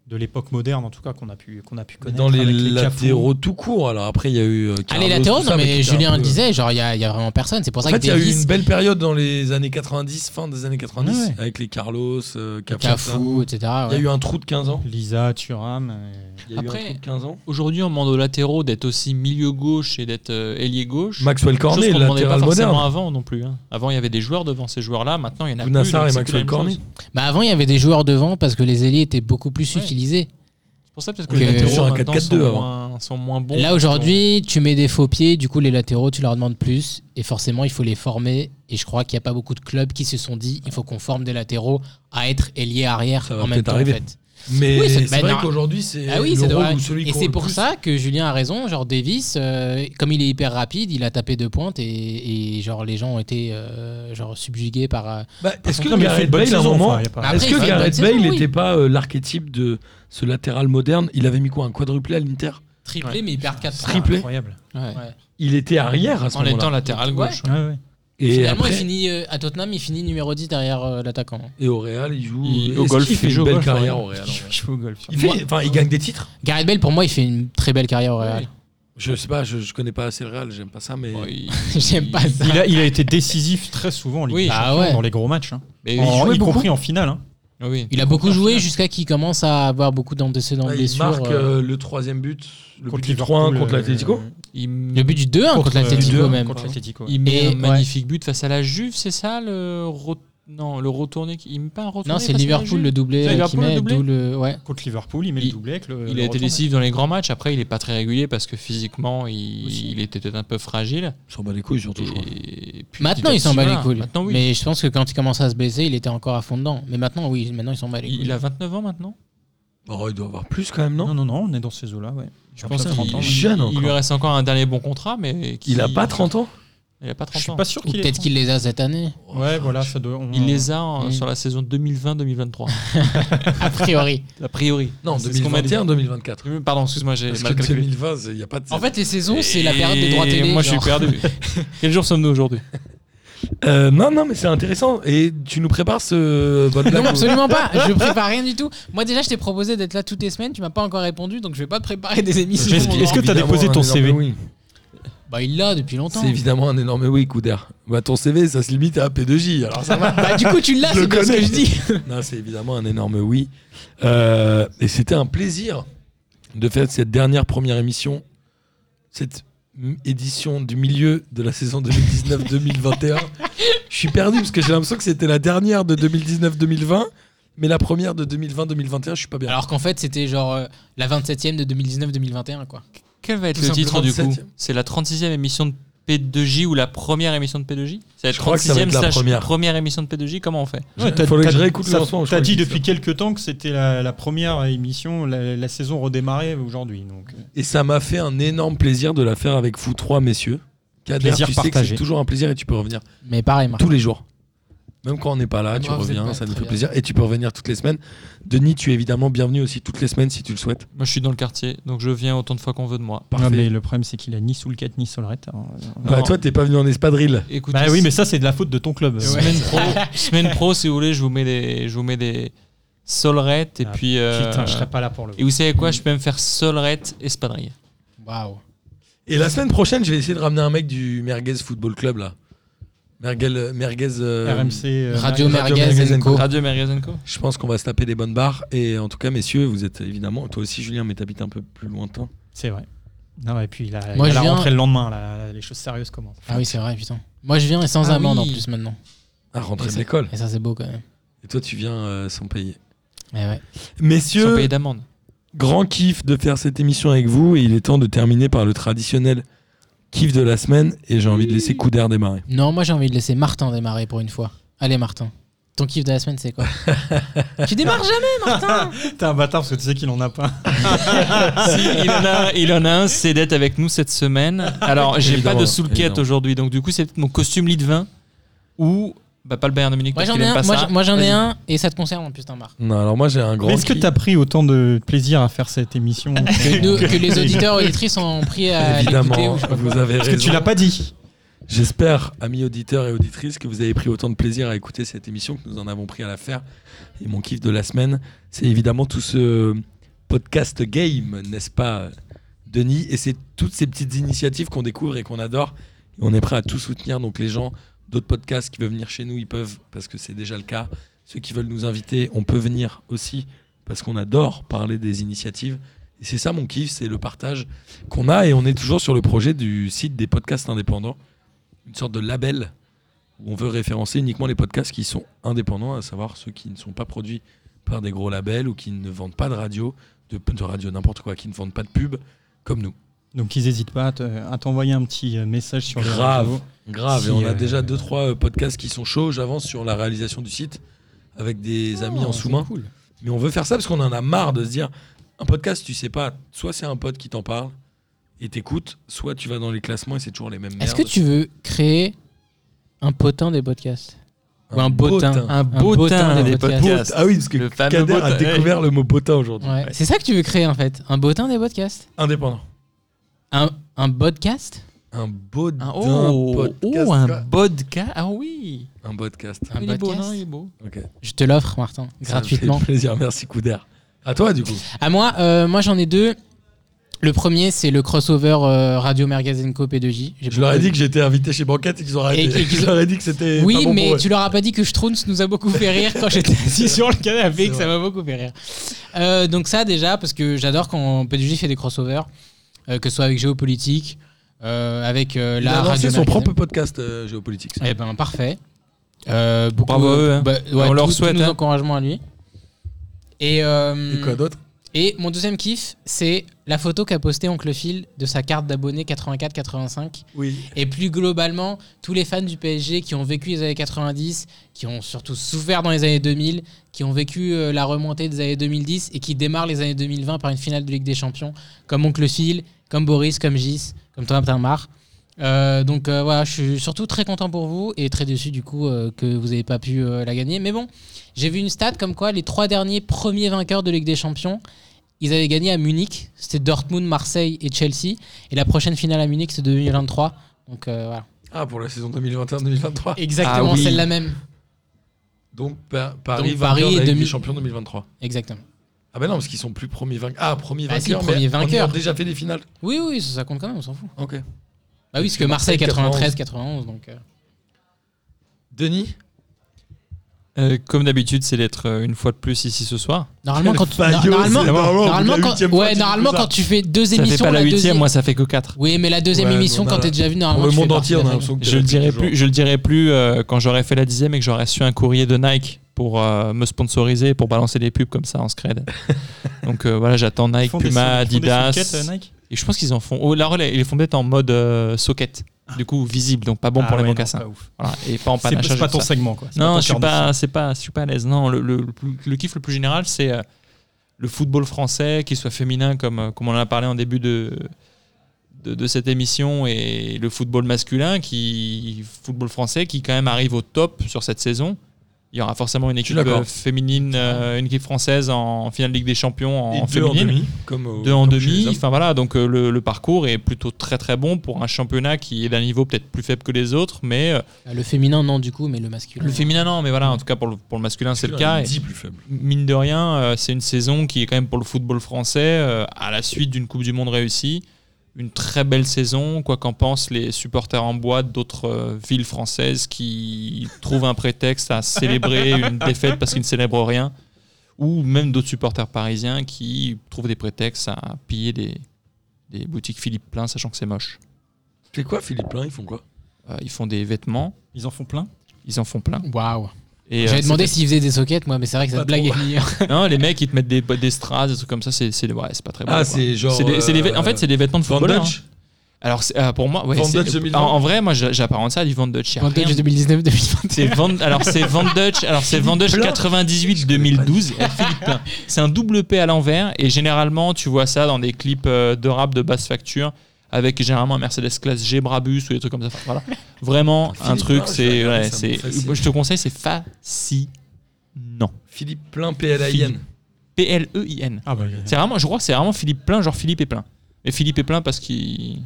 [SPEAKER 2] de l'époque moderne, en tout cas, qu'on a pu, qu'on a pu connaître.
[SPEAKER 4] Dans les
[SPEAKER 2] avec Cafou.
[SPEAKER 4] latéraux tout court, alors après il y a eu. euh,
[SPEAKER 5] Ah,
[SPEAKER 4] Carlos,
[SPEAKER 5] les latéraux,
[SPEAKER 4] tout ça,
[SPEAKER 5] non,
[SPEAKER 4] qui
[SPEAKER 5] mais
[SPEAKER 4] était un
[SPEAKER 5] Julien
[SPEAKER 4] peu-
[SPEAKER 5] le disait, genre, il y a, il y a vraiment personne. C'est pour
[SPEAKER 4] En
[SPEAKER 5] ça
[SPEAKER 4] fait,
[SPEAKER 5] que
[SPEAKER 4] il y a eu une
[SPEAKER 5] Davis,
[SPEAKER 4] belle période dans les années 90, fin des années 90,
[SPEAKER 2] Ouais, ouais.
[SPEAKER 4] avec les Carlos, euh, Cafou.
[SPEAKER 5] Cafou, etc.
[SPEAKER 4] Il y a
[SPEAKER 5] ouais.
[SPEAKER 4] eu un trou de 15 ans.
[SPEAKER 2] Lisa, Thuram. euh,
[SPEAKER 4] Il y a eu
[SPEAKER 6] Après-
[SPEAKER 4] un trou de 15 ans.
[SPEAKER 6] Aujourd'hui, on demande aux latéraux d'être aussi milieu gauche et d'être euh, ailier gauche.
[SPEAKER 4] Maxwell
[SPEAKER 6] Chose
[SPEAKER 4] Cornet,
[SPEAKER 6] qu'on demandait pas
[SPEAKER 4] latéral
[SPEAKER 6] forcément
[SPEAKER 4] moderne.
[SPEAKER 6] avant non plus. hein. Avant, il y avait des joueurs devant ces joueurs-là. Maintenant, il y en a plus.
[SPEAKER 4] Bounassar
[SPEAKER 6] donc
[SPEAKER 4] et
[SPEAKER 6] c'est plus la
[SPEAKER 4] Maxwell
[SPEAKER 6] même
[SPEAKER 4] Cornet.
[SPEAKER 6] chose.
[SPEAKER 5] Bah, avant, il y avait des joueurs devant parce que les ailiers étaient beaucoup plus
[SPEAKER 6] Ouais.
[SPEAKER 5] utilisés.
[SPEAKER 6] C'est pour ça peut-être que
[SPEAKER 5] Ok.
[SPEAKER 6] les
[SPEAKER 4] Sur
[SPEAKER 6] latéraux
[SPEAKER 4] un hein.
[SPEAKER 6] maintenant
[SPEAKER 4] 4-4-2
[SPEAKER 6] sont,
[SPEAKER 4] avant.
[SPEAKER 6] moins, sont moins bons.
[SPEAKER 5] Là, aujourd'hui, tu mets des faux pieds, du coup, les latéraux, tu leur demandes plus. Et forcément, il faut les former. Et je crois qu'il n'y a pas beaucoup de clubs qui se sont dit, il faut qu'on forme des latéraux à être ailier arrière
[SPEAKER 4] Ça va
[SPEAKER 5] en même
[SPEAKER 4] peut-être
[SPEAKER 5] temps,
[SPEAKER 4] arriver.
[SPEAKER 5] en fait.
[SPEAKER 4] Mais
[SPEAKER 5] Oui,
[SPEAKER 4] c'est
[SPEAKER 5] c'est- bah,
[SPEAKER 4] vrai
[SPEAKER 5] non.
[SPEAKER 4] qu'aujourd'hui, c'est
[SPEAKER 5] Ah oui,
[SPEAKER 4] le
[SPEAKER 5] c'est
[SPEAKER 4] rôle
[SPEAKER 5] vrai.
[SPEAKER 4] où celui
[SPEAKER 5] Et
[SPEAKER 4] qu'on
[SPEAKER 5] c'est
[SPEAKER 4] le
[SPEAKER 5] pour
[SPEAKER 4] plus-
[SPEAKER 5] ça que Julien a raison. Genre Davis, euh, comme il est hyper rapide, il a tapé deux pointes et, et genre les gens ont été euh, genre subjugués par. euh,
[SPEAKER 4] Bah, Est-ce que
[SPEAKER 2] Non, mais il fait
[SPEAKER 4] Gareth
[SPEAKER 2] une bonne
[SPEAKER 4] Bale, à un
[SPEAKER 2] saison,
[SPEAKER 4] moment,
[SPEAKER 2] enfin, il y a pas- Ah,
[SPEAKER 5] Bah,
[SPEAKER 4] est-ce
[SPEAKER 5] Après, il fait
[SPEAKER 4] que
[SPEAKER 5] une
[SPEAKER 4] Gareth
[SPEAKER 5] bonne saison,
[SPEAKER 4] Bale
[SPEAKER 5] oui.
[SPEAKER 4] n'était pas euh, l'archétype de ce latéral moderne Il avait mis quoi Un quadruplé à l'Inter
[SPEAKER 5] Triplé,
[SPEAKER 6] Ouais.
[SPEAKER 5] mais ils perdent 4
[SPEAKER 4] Triplé.
[SPEAKER 2] Incroyable.
[SPEAKER 6] Ouais.
[SPEAKER 5] Ouais.
[SPEAKER 4] Il était arrière à ce
[SPEAKER 6] En étant
[SPEAKER 4] moment-là.
[SPEAKER 6] latéral gauche.
[SPEAKER 2] Ouais, ouais.
[SPEAKER 4] Et,
[SPEAKER 5] Finalement,
[SPEAKER 4] après,
[SPEAKER 5] il finit, euh, à Tottenham, il finit numéro 10 derrière euh, l'attaquant.
[SPEAKER 4] et au Real, il joue.
[SPEAKER 6] Il-
[SPEAKER 4] Est-ce
[SPEAKER 6] au golf,
[SPEAKER 4] qu'il fait
[SPEAKER 6] il
[SPEAKER 4] une
[SPEAKER 6] joue au
[SPEAKER 4] belle
[SPEAKER 6] golf,
[SPEAKER 4] carrière
[SPEAKER 6] ouais.
[SPEAKER 4] au Real. hein. en
[SPEAKER 2] Il
[SPEAKER 4] vrai.
[SPEAKER 2] joue au golf.
[SPEAKER 4] Il, fait, enfin, il gagne des titres.
[SPEAKER 5] Gareth Bale, pour moi, il fait une très belle carrière au Real.
[SPEAKER 4] Je sais pas, je, je connais pas assez le Real, j'aime pas ça, mais.
[SPEAKER 6] Ouais, il-
[SPEAKER 5] J'aime pas ça.
[SPEAKER 2] Il a, il a été décisif très souvent en Ligue
[SPEAKER 6] Oui.
[SPEAKER 2] des
[SPEAKER 5] Ah
[SPEAKER 2] Champions,
[SPEAKER 5] ouais.
[SPEAKER 2] dans les gros matchs, hein.
[SPEAKER 6] mais
[SPEAKER 2] En-
[SPEAKER 4] jouait
[SPEAKER 2] y
[SPEAKER 4] beaucoup.
[SPEAKER 2] compris en finale. hein.
[SPEAKER 6] oui.
[SPEAKER 5] Il a beaucoup joué jusqu'à qu'il commence à avoir beaucoup d'antécédents de
[SPEAKER 4] Ouais, il
[SPEAKER 5] blessures.
[SPEAKER 4] marque
[SPEAKER 5] euh,
[SPEAKER 4] euh, le troisième but, le
[SPEAKER 2] Contre
[SPEAKER 4] but du
[SPEAKER 2] Liverpool,
[SPEAKER 4] 3-1 contre
[SPEAKER 2] euh,
[SPEAKER 4] l'Atletico.
[SPEAKER 6] Il-
[SPEAKER 5] Le but du 2-1 contre,
[SPEAKER 2] euh,
[SPEAKER 5] l'Atlético
[SPEAKER 4] du 2-1
[SPEAKER 5] même.
[SPEAKER 2] Contre l'Atlético, ouais.
[SPEAKER 6] Il met
[SPEAKER 5] Et-
[SPEAKER 6] un
[SPEAKER 5] ouais.
[SPEAKER 6] magnifique but face à la Juve, c'est ça le re- non le retourné qui- il met pas un retourné
[SPEAKER 5] Non, c'est
[SPEAKER 6] face à la
[SPEAKER 5] Liverpool
[SPEAKER 6] Juve
[SPEAKER 5] le doublé
[SPEAKER 6] C'est
[SPEAKER 5] euh, qui
[SPEAKER 6] Liverpool, le
[SPEAKER 5] met.
[SPEAKER 6] doublé
[SPEAKER 5] d'où le- ouais.
[SPEAKER 2] Contre Liverpool, il met
[SPEAKER 6] Il-
[SPEAKER 2] le doublé avec Euh, le.
[SPEAKER 6] Il
[SPEAKER 2] le
[SPEAKER 6] a été
[SPEAKER 2] retour.
[SPEAKER 6] décisif dans les grands matchs. Après, il est pas très régulier parce que physiquement,
[SPEAKER 2] Aussi.
[SPEAKER 6] il, il était peut-être un peu fragile.
[SPEAKER 4] Il s'en bat les couilles surtout, je crois.
[SPEAKER 6] Et puis,
[SPEAKER 5] Maintenant,
[SPEAKER 6] petit à
[SPEAKER 5] il s'en
[SPEAKER 6] petit,
[SPEAKER 5] bat les
[SPEAKER 6] voilà.
[SPEAKER 5] couilles.
[SPEAKER 6] Maintenant, oui.
[SPEAKER 5] Mais je pense que quand il commençait à se blesser, il était encore à fond dedans. Mais maintenant, oui, maintenant, il s'en bat les couilles.
[SPEAKER 6] Il a 29 ans maintenant.
[SPEAKER 4] Oh, il doit avoir plus quand même, non,
[SPEAKER 2] Non, non, non, on est dans ces eaux-là, ouais.
[SPEAKER 6] Je
[SPEAKER 2] Un
[SPEAKER 6] pense
[SPEAKER 2] peu à 30 ans,
[SPEAKER 6] qu'il
[SPEAKER 2] ouais.
[SPEAKER 4] jeune
[SPEAKER 6] il lui
[SPEAKER 4] encore.
[SPEAKER 6] reste encore un dernier bon contrat, mais qui-
[SPEAKER 4] Il a pas 30 ans
[SPEAKER 6] Il a pas
[SPEAKER 2] Je
[SPEAKER 6] 30
[SPEAKER 2] suis
[SPEAKER 6] ans.
[SPEAKER 2] pas sûr
[SPEAKER 5] Ou
[SPEAKER 2] qu'il ait
[SPEAKER 5] peut-être
[SPEAKER 2] 30.
[SPEAKER 5] qu'il les a cette année,
[SPEAKER 2] Ouais, voilà, ça doit. on-
[SPEAKER 6] Il les a en-
[SPEAKER 5] Mm.
[SPEAKER 6] sur la saison 2020-2023.
[SPEAKER 5] a priori.
[SPEAKER 6] a priori.
[SPEAKER 4] Non,
[SPEAKER 6] C'est ce qu'on m'a dit.
[SPEAKER 4] 2021-2024.
[SPEAKER 6] Pardon, excuse-moi, j'ai
[SPEAKER 4] Parce que
[SPEAKER 6] mal calculé.
[SPEAKER 4] 2020, il n'y a pas de.
[SPEAKER 5] En fait, les saisons, c'est la période des droits
[SPEAKER 6] Et
[SPEAKER 5] télé.
[SPEAKER 6] Moi, je suis
[SPEAKER 5] genre.
[SPEAKER 6] perdu. Quel jour sommes-nous aujourd'hui
[SPEAKER 4] Euh, non, non, mais c'est intéressant. Et tu nous prépares ce bonne
[SPEAKER 5] Non,
[SPEAKER 4] blague ou-
[SPEAKER 5] absolument pas. Je prépare rien du tout. Moi, déjà, je t'ai proposé d'être là toutes les semaines. Tu m'as pas encore répondu, donc je vais pas te préparer des émissions.
[SPEAKER 2] Mais est-ce- est-ce que t'as
[SPEAKER 4] Évidemment,
[SPEAKER 2] déposé
[SPEAKER 4] un
[SPEAKER 2] ton
[SPEAKER 4] énorme
[SPEAKER 2] CV
[SPEAKER 4] oui.
[SPEAKER 5] Bah, il l'a depuis longtemps.
[SPEAKER 4] C'est évidemment un énorme oui, coup d'air. Bah, ton CV, ça se limite à P2J. Alors ça va.
[SPEAKER 5] Bah, du coup, tu l'as,
[SPEAKER 4] Je
[SPEAKER 5] c'est bien ce que
[SPEAKER 4] connais.
[SPEAKER 5] je dis.
[SPEAKER 4] non, c'est évidemment un énorme oui. Euh, et c'était un plaisir de faire cette dernière première émission, cette m- édition du milieu de la saison 2019-2021. Je suis perdu parce que j'ai l'impression que c'était la dernière de 2019-2020, mais la première de 2020-2021, je suis pas bien.
[SPEAKER 5] Alors qu'en fait, c'était genre euh, la 27ème de 2019-2021, quoi.
[SPEAKER 6] Quel va être
[SPEAKER 4] Tout
[SPEAKER 6] le titre
[SPEAKER 4] simplement
[SPEAKER 6] du coup
[SPEAKER 4] 37e.
[SPEAKER 6] C'est la 36e émission de P2J ou la première émission de P2J Ça va
[SPEAKER 4] Je
[SPEAKER 6] être
[SPEAKER 4] crois que ça va
[SPEAKER 6] 36e
[SPEAKER 4] être la
[SPEAKER 6] slash
[SPEAKER 4] première.
[SPEAKER 6] première. émission de P2J, comment on fait
[SPEAKER 2] Ouais, t'as-
[SPEAKER 4] Faudrait que je
[SPEAKER 2] t'as-
[SPEAKER 4] réécoute le
[SPEAKER 2] ça-
[SPEAKER 4] lancement, je
[SPEAKER 2] T'as
[SPEAKER 4] crois
[SPEAKER 2] dit
[SPEAKER 4] que c'est
[SPEAKER 2] depuis quelques temps que c'était la, la première émission, la, la saison redémarrait aujourd'hui. Donc, euh.
[SPEAKER 4] Et ça m'a fait un énorme plaisir de la faire avec vous trois messieurs. Kader,
[SPEAKER 2] Plaisir
[SPEAKER 4] tu sais que
[SPEAKER 2] partagé.
[SPEAKER 4] c'est toujours un plaisir et tu peux revenir
[SPEAKER 5] Mais pareil, Marc.
[SPEAKER 4] tous les jours. Même quand on n'est pas là,
[SPEAKER 5] Moi,
[SPEAKER 4] tu
[SPEAKER 5] vous êtes
[SPEAKER 4] reviens,
[SPEAKER 5] pas
[SPEAKER 4] ça nous fait
[SPEAKER 5] très bien.
[SPEAKER 4] plaisir. Et tu peux revenir toutes les semaines. Denis, tu es évidemment bienvenu aussi toutes les semaines si tu le souhaites.
[SPEAKER 6] Moi, je suis dans le quartier, donc je viens autant de fois qu'on veut de moi.
[SPEAKER 2] Non,
[SPEAKER 4] Parfait.
[SPEAKER 2] mais le problème, c'est qu'il a ni Soulcat ni Solrette. hein.
[SPEAKER 4] Bah, toi, t'es pas venu en espadrille.
[SPEAKER 6] Écoutez,
[SPEAKER 2] Bah oui, mais ça, c'est de la faute de ton club.
[SPEAKER 5] Ouais.
[SPEAKER 6] semaine pro, semaine pro, si vous voulez, je vous mets des, je vous mets des solrettes et
[SPEAKER 2] Ah,
[SPEAKER 6] puis. euh,
[SPEAKER 2] Putain, je serais pas là pour le.
[SPEAKER 6] Et vous savez quoi Je peux même faire solrette et espadrille.
[SPEAKER 5] Waouh.
[SPEAKER 4] Et la semaine prochaine, je vais essayer de ramener un mec du Merguez Football Club là. Merguez. Merguez euh,
[SPEAKER 2] RMC. euh,
[SPEAKER 5] Radio
[SPEAKER 4] Radio
[SPEAKER 5] Merguez
[SPEAKER 4] Merguez
[SPEAKER 5] Co.
[SPEAKER 6] Radio Merguez Co.
[SPEAKER 4] Je pense qu'on va se taper des bonnes barres. Et en tout cas, messieurs, vous êtes évidemment. Toi aussi, Julien, mais t'habites un peu plus lointain.
[SPEAKER 2] C'est vrai. Non, et puis la,
[SPEAKER 5] Moi,
[SPEAKER 2] il y a
[SPEAKER 5] je
[SPEAKER 2] la
[SPEAKER 5] viens-
[SPEAKER 2] rentrée le lendemain, là, les choses sérieuses commencent.
[SPEAKER 5] Ah oui, c'est vrai, putain. Moi, je viens et sans
[SPEAKER 6] Ah
[SPEAKER 5] amende
[SPEAKER 6] oui.
[SPEAKER 5] en plus maintenant.
[SPEAKER 4] À rentrer
[SPEAKER 5] Et
[SPEAKER 4] de
[SPEAKER 5] ça-
[SPEAKER 4] l'école.
[SPEAKER 5] Et ça, c'est beau quand même.
[SPEAKER 4] Et toi, tu viens euh, sans payer.
[SPEAKER 5] Mais ouais.
[SPEAKER 6] Sans
[SPEAKER 4] Messieurs,
[SPEAKER 6] payer d'amende.
[SPEAKER 4] grand kiff de faire cette émission avec vous. Et il est temps de terminer par le traditionnel kiff de la semaine. Et j'ai envie de laisser coup d'air démarrer.
[SPEAKER 5] Non, moi, j'ai envie de laisser Martin démarrer pour une fois. Allez, Martin. Ton kiff de la semaine, c'est quoi Tu démarres jamais, Martin
[SPEAKER 2] T'es un bâtard parce que tu sais qu'il en a pas.
[SPEAKER 6] il, en a, il en a un, c'est d'être avec nous cette semaine. Alors, j'ai pas
[SPEAKER 4] Évidemment,
[SPEAKER 6] de soul
[SPEAKER 4] évidemment.
[SPEAKER 6] aujourd'hui, donc du coup, c'est peut-être mon costume lit de vin ou bah, pas le Bayern Dominique
[SPEAKER 5] Moi,
[SPEAKER 6] parce
[SPEAKER 5] j'en
[SPEAKER 6] qu'il
[SPEAKER 5] ai
[SPEAKER 6] aime
[SPEAKER 5] un.
[SPEAKER 6] pas
[SPEAKER 5] Moi,
[SPEAKER 6] ça.
[SPEAKER 5] j'en- moi, j'en ai
[SPEAKER 6] Vas-y.
[SPEAKER 5] un et ça te concerne en plus, t'en marre.
[SPEAKER 4] Non, alors moi, j'ai un grand
[SPEAKER 2] Mais est-ce que
[SPEAKER 4] kiff.
[SPEAKER 2] t'as pris autant de plaisir à faire cette émission
[SPEAKER 5] Que, nous- que les auditeurs et auditrices ont pris à l'écouter.
[SPEAKER 4] Évidemment,
[SPEAKER 5] ou je sais pas quoi.
[SPEAKER 4] vous avez
[SPEAKER 2] Parce que
[SPEAKER 4] raison.
[SPEAKER 2] tu l'as pas dit.
[SPEAKER 4] J'espère, amis auditeurs et auditrices, que vous avez pris autant de plaisir à écouter cette émission que nous en avons pris à la faire. Et mon kiff de la semaine, c'est évidemment tout ce podcast game, n'est-ce pas, Denis Et c'est toutes ces petites initiatives qu'on découvre et qu'on adore. Et on est prêt à tout soutenir. Donc les gens d'autres podcasts qui veulent venir chez nous, ils peuvent, parce que c'est déjà le cas. Ceux qui veulent nous inviter, on peut venir aussi, parce qu'on adore parler des initiatives. Et c'est ça mon kiff, c'est le partage qu'on a. Et on est toujours sur le projet du site des podcasts indépendants une sorte de label où on veut référencer uniquement les podcasts qui sont indépendants, à savoir ceux qui ne sont pas produits par des gros labels ou qui ne vendent pas de radio, de, de radio n'importe quoi, qui ne vendent pas de pub, comme nous.
[SPEAKER 2] Donc ils hésitent pas à te- à t'envoyer un petit euh, message sur les
[SPEAKER 4] Grave.
[SPEAKER 2] réseaux.
[SPEAKER 4] Grave,
[SPEAKER 2] Si,
[SPEAKER 4] et on a
[SPEAKER 2] euh,
[SPEAKER 4] déjà deux trois euh, podcasts qui sont chauds. J'avance sur la réalisation du site avec des amis en sous-main. Mais on veut faire ça parce qu'on en a marre de se dire un podcast, tu sais pas, soit c'est un pote qui t'en parle et t'écoutes, soit tu vas dans les classements et c'est toujours les mêmes
[SPEAKER 5] Est-ce
[SPEAKER 4] merdes.
[SPEAKER 5] que tu veux créer un potin des podcasts Ou un botin
[SPEAKER 6] Un beau
[SPEAKER 5] botin
[SPEAKER 6] teint
[SPEAKER 5] des
[SPEAKER 6] des
[SPEAKER 5] podcasts.
[SPEAKER 6] podcasts.
[SPEAKER 4] Ah oui, parce que
[SPEAKER 6] Le fameux
[SPEAKER 4] Kader
[SPEAKER 6] botin,
[SPEAKER 4] a
[SPEAKER 6] ouais.
[SPEAKER 4] découvert le mot botin aujourd'hui.
[SPEAKER 5] Eh. Ouais. C'est ça que tu veux créer en fait Un botin des podcasts
[SPEAKER 4] Indépendant.
[SPEAKER 5] Un, un podcast
[SPEAKER 4] Un beau
[SPEAKER 6] Un,
[SPEAKER 4] d'un
[SPEAKER 6] oh,
[SPEAKER 4] podcast.
[SPEAKER 6] oh, un podcast. Ah oui.
[SPEAKER 4] Un podcast.
[SPEAKER 5] Un
[SPEAKER 6] il est beau,
[SPEAKER 5] podcast
[SPEAKER 6] non Il est beau.
[SPEAKER 4] Ok.
[SPEAKER 5] Je te l'offre, Martin,
[SPEAKER 4] Ça me fait
[SPEAKER 5] gratuitement.
[SPEAKER 4] plaisir, merci Couder. À toi du coup.
[SPEAKER 5] À moi, euh, moi j'en ai deux. Le premier, c'est le crossover euh, Radio Merguez Co P2J. J'ai
[SPEAKER 4] Je leur ai
[SPEAKER 5] beaucoup-
[SPEAKER 4] dit que j'étais invité chez Banquette et qu'ils ont arrêté.
[SPEAKER 5] et qu'ils
[SPEAKER 4] Je
[SPEAKER 5] ont-
[SPEAKER 4] leur ai dit que c'était.
[SPEAKER 5] Oui,
[SPEAKER 4] pas bon
[SPEAKER 5] mais
[SPEAKER 4] pour eux.
[SPEAKER 5] tu leur as pas dit que Schtroumpf nous a beaucoup fait rire quand j'étais assis sur le canapé et que ça m'a beaucoup fait rire. Euh, donc ça déjà, parce que j'adore quand P2J fait des crossovers, euh, que ce soit avec Géopolitique, euh, avec euh,
[SPEAKER 4] Il a
[SPEAKER 5] la
[SPEAKER 4] lancé
[SPEAKER 5] Radio
[SPEAKER 4] son
[SPEAKER 5] Merguez.
[SPEAKER 4] propre podcast euh, géopolitique.
[SPEAKER 5] Eh ben parfait. Euh, beaucoup-
[SPEAKER 6] Bravo à eux, hein.
[SPEAKER 5] bah, ouais,
[SPEAKER 6] On leur
[SPEAKER 5] tous- tous
[SPEAKER 6] souhaite,
[SPEAKER 5] nos
[SPEAKER 6] hein.
[SPEAKER 5] encouragements à lui. Et, euh,
[SPEAKER 4] Et quoi d'autre
[SPEAKER 5] et mon deuxième kiff, c'est la photo qu'a postée Oncle Phil de sa carte d'abonné 84-85.
[SPEAKER 4] Oui.
[SPEAKER 5] Et plus globalement, tous les fans du PSG qui ont vécu les années 90, qui ont surtout souffert dans les années 2000, qui ont vécu euh, la remontée des années 2010 et qui démarrent les années 2020 par une finale de Ligue des Champions, comme Oncle Phil, comme Boris, comme Gis, comme Thomas Pinmar. Euh, donc euh, voilà, je suis surtout très content pour vous et très déçu du coup euh, que vous n'avez pas pu euh, la gagner. Mais bon, j'ai vu une stat comme quoi les trois derniers premiers vainqueurs de Ligue des Champions, ils avaient gagné à Munich, c'était Dortmund, Marseille et Chelsea. Et la prochaine finale à Munich, c'est 2023. Donc euh, voilà.
[SPEAKER 4] Ah, pour la saison 2021-2023.
[SPEAKER 5] Exactement,
[SPEAKER 6] Ah oui.
[SPEAKER 5] celle-la même.
[SPEAKER 4] Donc Pa- Paris,
[SPEAKER 5] Donc, Paris
[SPEAKER 4] vainqueur de la
[SPEAKER 5] est
[SPEAKER 4] Ligue
[SPEAKER 5] demi-
[SPEAKER 4] des champions 2023.
[SPEAKER 5] Exactement.
[SPEAKER 4] Ah ben non, parce qu'ils sont plus premiers vainqueurs. Ah, premiers
[SPEAKER 5] Bah si,
[SPEAKER 4] vainqueurs. mais
[SPEAKER 5] premiers vainqueurs.
[SPEAKER 4] On a déjà fait des finales.
[SPEAKER 5] Oui, oui, ça, ça compte quand même, on s'en fout.
[SPEAKER 4] Ok.
[SPEAKER 5] Bah oui, parce que
[SPEAKER 4] Marseille,
[SPEAKER 5] Marseille 93, 91, donc. euh,
[SPEAKER 4] Denis
[SPEAKER 6] Euh, comme d'habitude, c'est d'être euh, une fois de plus ici ce soir.
[SPEAKER 5] Normalement, quand tu.
[SPEAKER 4] faillot,
[SPEAKER 5] no- normalement,
[SPEAKER 4] c'est vraiment, au bout de
[SPEAKER 5] normalement,
[SPEAKER 4] la
[SPEAKER 5] quand,
[SPEAKER 4] huitième fois,
[SPEAKER 5] ouais,
[SPEAKER 4] tu
[SPEAKER 5] normalement
[SPEAKER 4] fais ça.
[SPEAKER 5] quand tu fais deux
[SPEAKER 6] Ça
[SPEAKER 5] émissions.
[SPEAKER 6] fait pas la huitième,
[SPEAKER 5] deuxième-
[SPEAKER 6] moi ça fait que 4
[SPEAKER 5] Oui, mais la deuxième
[SPEAKER 4] Ouais, mais
[SPEAKER 5] émission,
[SPEAKER 4] on a
[SPEAKER 5] quand
[SPEAKER 4] la-
[SPEAKER 5] t'es déjà vu,
[SPEAKER 4] Pour
[SPEAKER 5] normalement.
[SPEAKER 4] le
[SPEAKER 5] tu Ah, fais
[SPEAKER 4] monde
[SPEAKER 5] partie
[SPEAKER 4] entier,
[SPEAKER 5] de
[SPEAKER 4] on
[SPEAKER 5] la
[SPEAKER 4] a
[SPEAKER 5] règle.
[SPEAKER 4] l'impression que
[SPEAKER 6] Je
[SPEAKER 4] t'es
[SPEAKER 6] le
[SPEAKER 4] là
[SPEAKER 6] dirai
[SPEAKER 4] tous les
[SPEAKER 6] plus,
[SPEAKER 4] jours.
[SPEAKER 6] je le dirai plus euh, quand j'aurai fait la dixième et que j'aurai reçu un courrier de Nike pour euh, me sponsoriser pour balancer des pubs comme ça en scred. Donc euh, voilà, j'attends
[SPEAKER 2] Ils
[SPEAKER 6] Nike,
[SPEAKER 2] font des-
[SPEAKER 6] Puma,
[SPEAKER 2] ils font des
[SPEAKER 6] Adidas.
[SPEAKER 2] sockets, euh, Nike
[SPEAKER 6] Et je pense qu'ils en font. Oh, la relais, ils les font peut-être en mode euh, socket. Du coup, visible, donc pas bon
[SPEAKER 2] Ah
[SPEAKER 6] pour les
[SPEAKER 2] ouais, non,
[SPEAKER 6] mocassins.
[SPEAKER 2] pas ouf.
[SPEAKER 6] Voilà, et pas en
[SPEAKER 2] C'est
[SPEAKER 6] panachage.
[SPEAKER 2] c'est pas
[SPEAKER 6] et tout
[SPEAKER 2] ton
[SPEAKER 6] ça.
[SPEAKER 2] segment quoi. C'est
[SPEAKER 6] Non,
[SPEAKER 2] ton
[SPEAKER 6] je suis
[SPEAKER 2] cœur
[SPEAKER 6] pas, c'est pas, je suis pas à l'aise. Non, le, le- le plus- le kiff le plus général, c'est euh, le football français, qu'il soit féminin comme euh, comme on en a parlé en début de de, de cette émission est le football masculin, qui football français, qui quand même arrive au top sur cette saison. Il y aura forcément une équipe
[SPEAKER 4] d'accord.
[SPEAKER 6] euh, féminine, euh, une équipe française en finale Ligue des Champions en
[SPEAKER 4] Et deux en
[SPEAKER 6] féminine
[SPEAKER 4] demi, comme au-
[SPEAKER 6] deux en
[SPEAKER 4] comme chez les
[SPEAKER 6] demi.
[SPEAKER 4] hommes.
[SPEAKER 6] Enfin voilà, donc euh, le, le parcours est plutôt très très bon pour un championnat qui est d'un niveau peut-être plus faible que les autres, mais euh,
[SPEAKER 5] Le féminin, non, du coup, mais le masculin.
[SPEAKER 6] le féminin non, mais voilà, en tout cas pour le, pour le masculin c'est le cas. Et
[SPEAKER 4] Dix plus faible.
[SPEAKER 6] mine de rien, euh, c'est une saison qui est quand même pour le football français euh, à la suite d'une Coupe du Monde réussie. Une très belle saison, quoi qu'en pensent les supporters en bois d'autres euh, villes françaises qui trouvent un prétexte à célébrer une défaite parce qu'ils ne célèbrent rien, ou même d'autres supporters parisiens qui trouvent des prétextes à piller des, des boutiques Philippe Plein, sachant que c'est moche.
[SPEAKER 4] C'est quoi Philippe Plein Ils font quoi
[SPEAKER 6] Euh, ils font des vêtements,
[SPEAKER 2] Ils en font plein.
[SPEAKER 6] ils en font plein.
[SPEAKER 5] Waouh.
[SPEAKER 6] Et, euh,
[SPEAKER 5] J'avais demandé
[SPEAKER 6] c'est-
[SPEAKER 5] s'il faisait des sockets, moi, mais c'est vrai que
[SPEAKER 4] Pas
[SPEAKER 5] cette blague
[SPEAKER 4] trop.
[SPEAKER 5] est mineure.
[SPEAKER 6] Non, les mecs, ils te mettent des, des strass, des trucs comme ça, c'est c'est- ouais, c'est pas très bon.
[SPEAKER 4] Ah,
[SPEAKER 6] quoi.
[SPEAKER 4] c'est genre.
[SPEAKER 6] C'est des- c'est des vêt-
[SPEAKER 4] euh,
[SPEAKER 6] en fait, c'est des vêtements de
[SPEAKER 4] Van
[SPEAKER 6] footballeur.
[SPEAKER 4] Dutch
[SPEAKER 6] hein. Alors, c'est- euh, pour moi, ouais,
[SPEAKER 4] Van
[SPEAKER 6] c'est-
[SPEAKER 4] Dutch 2020.
[SPEAKER 6] en, en vrai, moi, j'a- j'apparente ça à du Van Dutch. Y a
[SPEAKER 5] Van Dutch
[SPEAKER 6] rien.
[SPEAKER 5] 2019-2021.
[SPEAKER 6] C'est Van, alors c'est Van Dutch, alors c'est Van Dutch 98 2012 et Eh, Philippe Plein. C'est un double P à l'envers et généralement tu vois ça dans des clips euh, de rap de basse facture avec généralement un Mercedes classe G Brabus ou des trucs comme ça. Enfin, voilà. Vraiment un
[SPEAKER 4] Philippe
[SPEAKER 6] truc,
[SPEAKER 4] Plein, je vais
[SPEAKER 6] c'est
[SPEAKER 4] regarder,
[SPEAKER 6] ouais,
[SPEAKER 4] ça me
[SPEAKER 6] c'est
[SPEAKER 4] fascine.
[SPEAKER 6] moi, je te conseille, c'est fascinant.
[SPEAKER 4] Philippe Plein, PLIN.
[SPEAKER 6] P L E I N.
[SPEAKER 2] Ah bah,
[SPEAKER 6] C'est vraiment, je crois que c'est vraiment Philippe Plein, genre Philippe est plein. Mais Philippe est plein parce qu'il.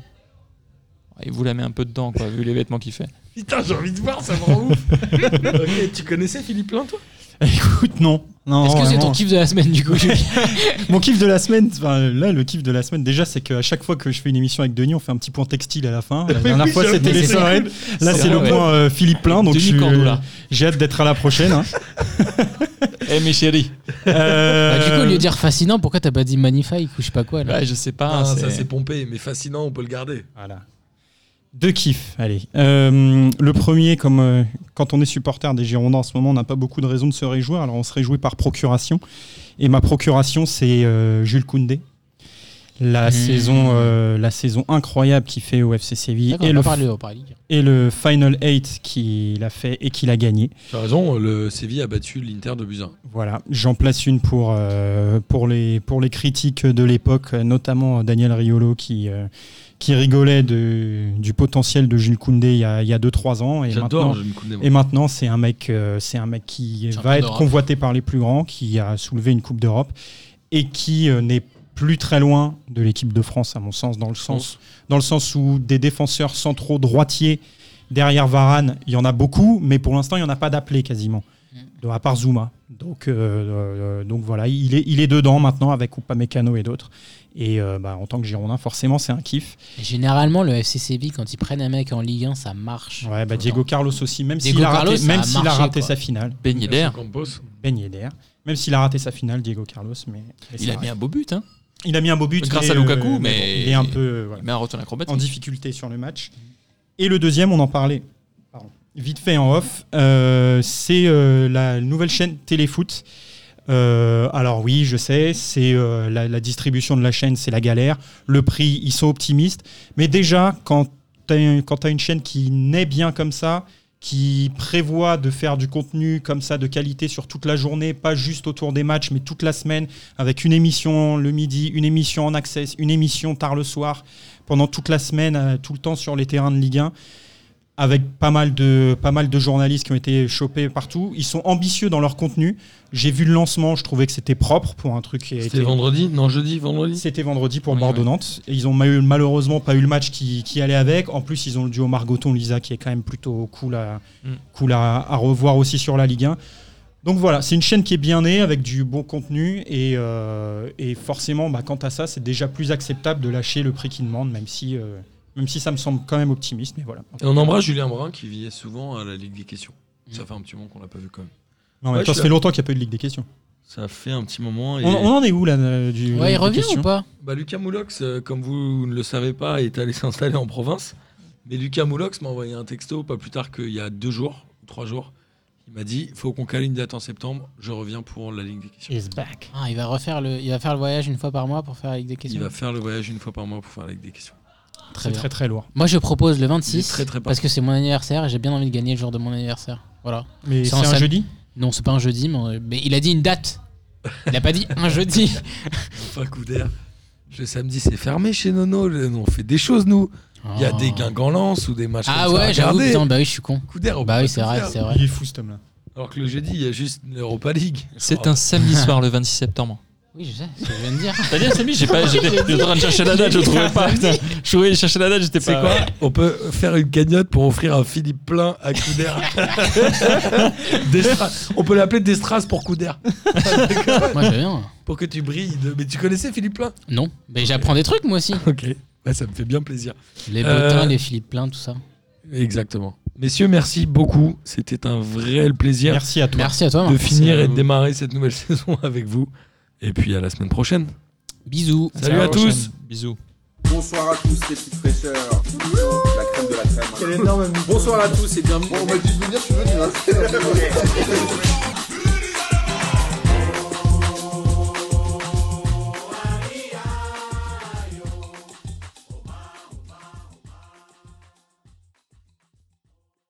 [SPEAKER 6] Ouais, Il vous la met un peu dedans, quoi, vu les vêtements qu'il fait.
[SPEAKER 4] Putain, j'ai envie de voir, ça me rend ouf. Ok, tu connaissais Philippe Plein, toi
[SPEAKER 2] écoute, non. non
[SPEAKER 5] Est-ce que c'est
[SPEAKER 2] vraiment.
[SPEAKER 5] ton kiff de la semaine, du coup Julien
[SPEAKER 2] Mon kiff de la semaine, enfin, là, le kiff de la semaine, déjà, c'est qu'à chaque fois que je fais une émission avec Denis, on fait un petit point textile à la fin. La dernière fois,
[SPEAKER 4] j'avoue,
[SPEAKER 2] c'était
[SPEAKER 5] mais
[SPEAKER 2] les
[SPEAKER 5] c'est
[SPEAKER 2] Sorel. Là,
[SPEAKER 6] C'est
[SPEAKER 2] c'est le
[SPEAKER 6] vrai,
[SPEAKER 2] point euh, Philippe Plein. Donc,
[SPEAKER 6] Denis
[SPEAKER 2] je suis-
[SPEAKER 6] Cordula.
[SPEAKER 2] j'ai hâte d'être à la prochaine. hein.
[SPEAKER 6] Eh, mes chéris
[SPEAKER 2] Euh,
[SPEAKER 5] Bah, Du coup, au lieu de dire fascinant, pourquoi t'as pas dit magnifique ou je sais pas quoi là
[SPEAKER 6] Ouais, Je sais pas.
[SPEAKER 4] Ah, ça
[SPEAKER 6] c'est-
[SPEAKER 4] c'est pompé, mais fascinant, on peut le garder.
[SPEAKER 2] Voilà. Deux kiffs, allez. Euh, le premier, comme euh, quand on est supporter des Girondins en ce moment, on n'a pas beaucoup de raisons de se réjouir. Alors on se réjouit par procuration. Et ma procuration, c'est euh, Jules Koundé. La,
[SPEAKER 5] Mmh.
[SPEAKER 2] saison, euh, la saison incroyable qu'il fait au FC Séville
[SPEAKER 5] D'accord,
[SPEAKER 2] et
[SPEAKER 5] on
[SPEAKER 2] le,
[SPEAKER 5] va parler de Europa League.
[SPEAKER 2] et le Final 8 qu'il a fait et qu'il a gagné.
[SPEAKER 4] Tu as raison, euh, le Séville a battu l'Inter de Buzyn.
[SPEAKER 2] Voilà, j'en place une pour, euh, pour, les, pour les critiques de l'époque, euh, notamment euh, Daniel Riolo qui, euh, qui rigolait de, du potentiel de Jules Koundé il y a 2-3 ans. Et maintenant,
[SPEAKER 4] J'adore, je me coupe des mots.
[SPEAKER 2] et maintenant c'est un, mec, euh, c'est un mec qui
[SPEAKER 5] Champion
[SPEAKER 2] va être
[SPEAKER 5] d'Europe.
[SPEAKER 2] convoité par les plus grands, qui a soulevé une Coupe d'Europe et qui euh, n'est plus très loin de l'équipe de France, à mon sens, dans le sens, dans le sens où des défenseurs centraux droitiers derrière Varane, il y en a beaucoup, mais pour l'instant, il n'y en a pas d'appelé quasiment,
[SPEAKER 5] Mm.
[SPEAKER 2] de- à part Zuma. Donc, euh, euh, donc voilà, il est, il est dedans maintenant avec Upamecano et d'autres. Et euh, bah, en tant que Girondin, forcément, c'est un kiff.
[SPEAKER 5] Et Généralement, le FCCB, quand ils prennent un mec en Ligue 1, ça marche.
[SPEAKER 2] Ouais, bah,
[SPEAKER 5] Tout le
[SPEAKER 2] Diego
[SPEAKER 5] temps.
[SPEAKER 2] Carlos aussi, même
[SPEAKER 5] Diego
[SPEAKER 2] s'il a
[SPEAKER 5] Carlos,
[SPEAKER 2] raté,
[SPEAKER 5] ça
[SPEAKER 2] même
[SPEAKER 5] a
[SPEAKER 2] s'il a
[SPEAKER 5] marché,
[SPEAKER 2] raté
[SPEAKER 5] quoi.
[SPEAKER 2] sa finale.
[SPEAKER 6] Ben Yedder,
[SPEAKER 4] Campos.
[SPEAKER 2] Ben Yedder. Même s'il a raté sa finale, Diego Carlos, mais mais
[SPEAKER 6] il
[SPEAKER 2] ça
[SPEAKER 6] a mis
[SPEAKER 2] reste.
[SPEAKER 6] un beau but. Hein.
[SPEAKER 2] il a mis un beau but
[SPEAKER 6] grâce
[SPEAKER 2] mais,
[SPEAKER 6] à Lukaku,
[SPEAKER 2] euh,
[SPEAKER 6] mais-
[SPEAKER 2] bon, il est un peu euh, voilà,
[SPEAKER 6] Il met un retour acrobatique.
[SPEAKER 2] en difficulté sur le match. Et le deuxième, on en parlait pardon, vite fait en off, euh, c'est euh, la nouvelle chaîne Téléfoot. Euh, alors oui, je sais, c'est euh, la, la distribution de la chaîne, c'est la galère. Le prix, ils sont optimistes, mais déjà quand t'as un- quand t'as une chaîne qui naît bien comme ça, qui prévoit de faire du contenu comme ça de qualité sur toute la journée, pas juste autour des matchs, mais toute la semaine, avec une émission le midi, une émission en access, une émission tard le soir, pendant toute la semaine, euh, tout le temps sur les terrains de Ligue 1, avec pas mal de, pas mal de journalistes qui ont été chopés partout. Ils sont ambitieux dans leur contenu. J'ai vu le lancement, je trouvais que c'était propre pour un truc qui a
[SPEAKER 4] C'était
[SPEAKER 2] été
[SPEAKER 4] vendredi Non, jeudi, vendredi
[SPEAKER 2] c'était vendredi pour
[SPEAKER 6] Oui,
[SPEAKER 2] Bordeaux-Nantes. Et Ils ont ma- eu- malheureusement pas eu le match qui, qui allait avec. En plus, ils ont le duo Margoton-Lisa qui est quand même plutôt cool, à,
[SPEAKER 6] Mm.
[SPEAKER 2] cool à, à revoir aussi sur la Ligue 1. Donc voilà, c'est une chaîne qui est bien née avec du bon contenu. Et, euh, et forcément, bah, quant à ça, c'est déjà plus acceptable de lâcher le prix qu'ils demandent, même si, euh, même si ça me semble quand même optimiste. Mais voilà.
[SPEAKER 4] Et on embrasse Julien Brun qui vivait souvent à la Ligue des questions.
[SPEAKER 5] Mm.
[SPEAKER 4] Ça fait un petit moment qu'on l'a pas vu quand même.
[SPEAKER 2] Non, mais
[SPEAKER 4] Ouais, je
[SPEAKER 2] attends, ça
[SPEAKER 4] suis
[SPEAKER 2] fait longtemps qu'il n'y a pas eu de Ligue des questions.
[SPEAKER 4] Ça fait un petit moment. Et...
[SPEAKER 2] On, on en est où là euh, du
[SPEAKER 5] Ouais, il
[SPEAKER 2] des
[SPEAKER 5] revient
[SPEAKER 2] questions
[SPEAKER 5] ou pas
[SPEAKER 4] Bah, Lucas Moulox, euh, comme vous ne le savez pas, est allé s'installer en province. Mais Lucas Moulox m'a envoyé un texto pas plus tard qu'il y a deux jours, ou trois jours. Il m'a dit faut qu'on cale une date en septembre, je reviens pour la Ligue des questions.
[SPEAKER 2] Is back.
[SPEAKER 5] Ah, il va refaire le, il va faire le voyage une fois par mois pour faire avec des
[SPEAKER 4] Il
[SPEAKER 5] questions.
[SPEAKER 4] va faire le voyage une fois par mois pour faire la Ligue des questions.
[SPEAKER 5] Très
[SPEAKER 2] C'est
[SPEAKER 5] bien.
[SPEAKER 2] très très lourd.
[SPEAKER 5] Moi, je propose le
[SPEAKER 4] Il
[SPEAKER 5] 26
[SPEAKER 4] est très, très
[SPEAKER 5] parce que c'est mon anniversaire et j'ai bien envie de gagner le jour de mon anniversaire. Voilà.
[SPEAKER 2] Mais
[SPEAKER 5] C'est
[SPEAKER 2] c'est
[SPEAKER 5] en
[SPEAKER 2] un
[SPEAKER 5] sam-
[SPEAKER 2] jeudi
[SPEAKER 5] Non, c'est pas un jeudi, mais, mais il a dit une date. Il a pas dit un jeudi.
[SPEAKER 4] Enfin, coup d'air. Le samedi, c'est fermé chez Nono. le- On fait des choses, nous. Il y a
[SPEAKER 5] Oh.
[SPEAKER 4] des Guingamp-Lens ou des matchs
[SPEAKER 5] Ah
[SPEAKER 4] comme ça à
[SPEAKER 5] ouais, j'avoue,
[SPEAKER 4] regarder.
[SPEAKER 5] putain, bah oui, je suis con.
[SPEAKER 4] Coup d'air, on
[SPEAKER 5] Bah
[SPEAKER 4] peut
[SPEAKER 5] oui,
[SPEAKER 4] pas
[SPEAKER 5] c'est
[SPEAKER 4] tout
[SPEAKER 5] vrai,
[SPEAKER 4] faire.
[SPEAKER 5] c'est vrai.
[SPEAKER 2] Il est fou ce homme-là.
[SPEAKER 4] Alors que le jeudi, il y a juste l'Europa League.
[SPEAKER 6] C'est
[SPEAKER 4] Oh,
[SPEAKER 6] un samedi soir, le 26 septembre.
[SPEAKER 5] Oui, je sais, c'est ce que je viens de dire.
[SPEAKER 6] T'as dit un samedi J'ai pas. J'étais j'étais en train de chercher la date, je trouvais pas. putain. Je voulais chercher la date, j'étais
[SPEAKER 4] C'est
[SPEAKER 6] pas.
[SPEAKER 4] quoi On peut faire une cagnotte pour offrir un Philippe plein à Couder. On peut l'appeler Destras pour Couder.
[SPEAKER 5] Moi, je viens.
[SPEAKER 4] Pour que tu brilles. de- Mais tu connaissais Philippe plein
[SPEAKER 5] Non, mais j'apprends des trucs, moi aussi.
[SPEAKER 4] Ok. Bah, ça me fait bien plaisir.
[SPEAKER 5] Les
[SPEAKER 4] Euh,
[SPEAKER 5] bottins, les Philippe Plein, tout ça.
[SPEAKER 4] Exactement. Messieurs, merci beaucoup. C'était un vrai plaisir
[SPEAKER 2] Merci à toi.
[SPEAKER 5] Merci à toi.
[SPEAKER 4] de
[SPEAKER 5] Marc.
[SPEAKER 4] finir
[SPEAKER 6] C'est-
[SPEAKER 4] et de démarrer cette nouvelle saison avec vous. Et puis à la semaine prochaine.
[SPEAKER 5] Bisous.
[SPEAKER 4] Salut à,
[SPEAKER 6] la prochaine.
[SPEAKER 4] tous.
[SPEAKER 6] Bisous.
[SPEAKER 1] Bonsoir à tous les petites fraîcheurs. La crème de la crème.
[SPEAKER 3] énorme
[SPEAKER 1] Bonsoir à tous et bienvenue.
[SPEAKER 3] Bon, on m'a dit de venir, tu veux, tu viens.
[SPEAKER 1] Ok.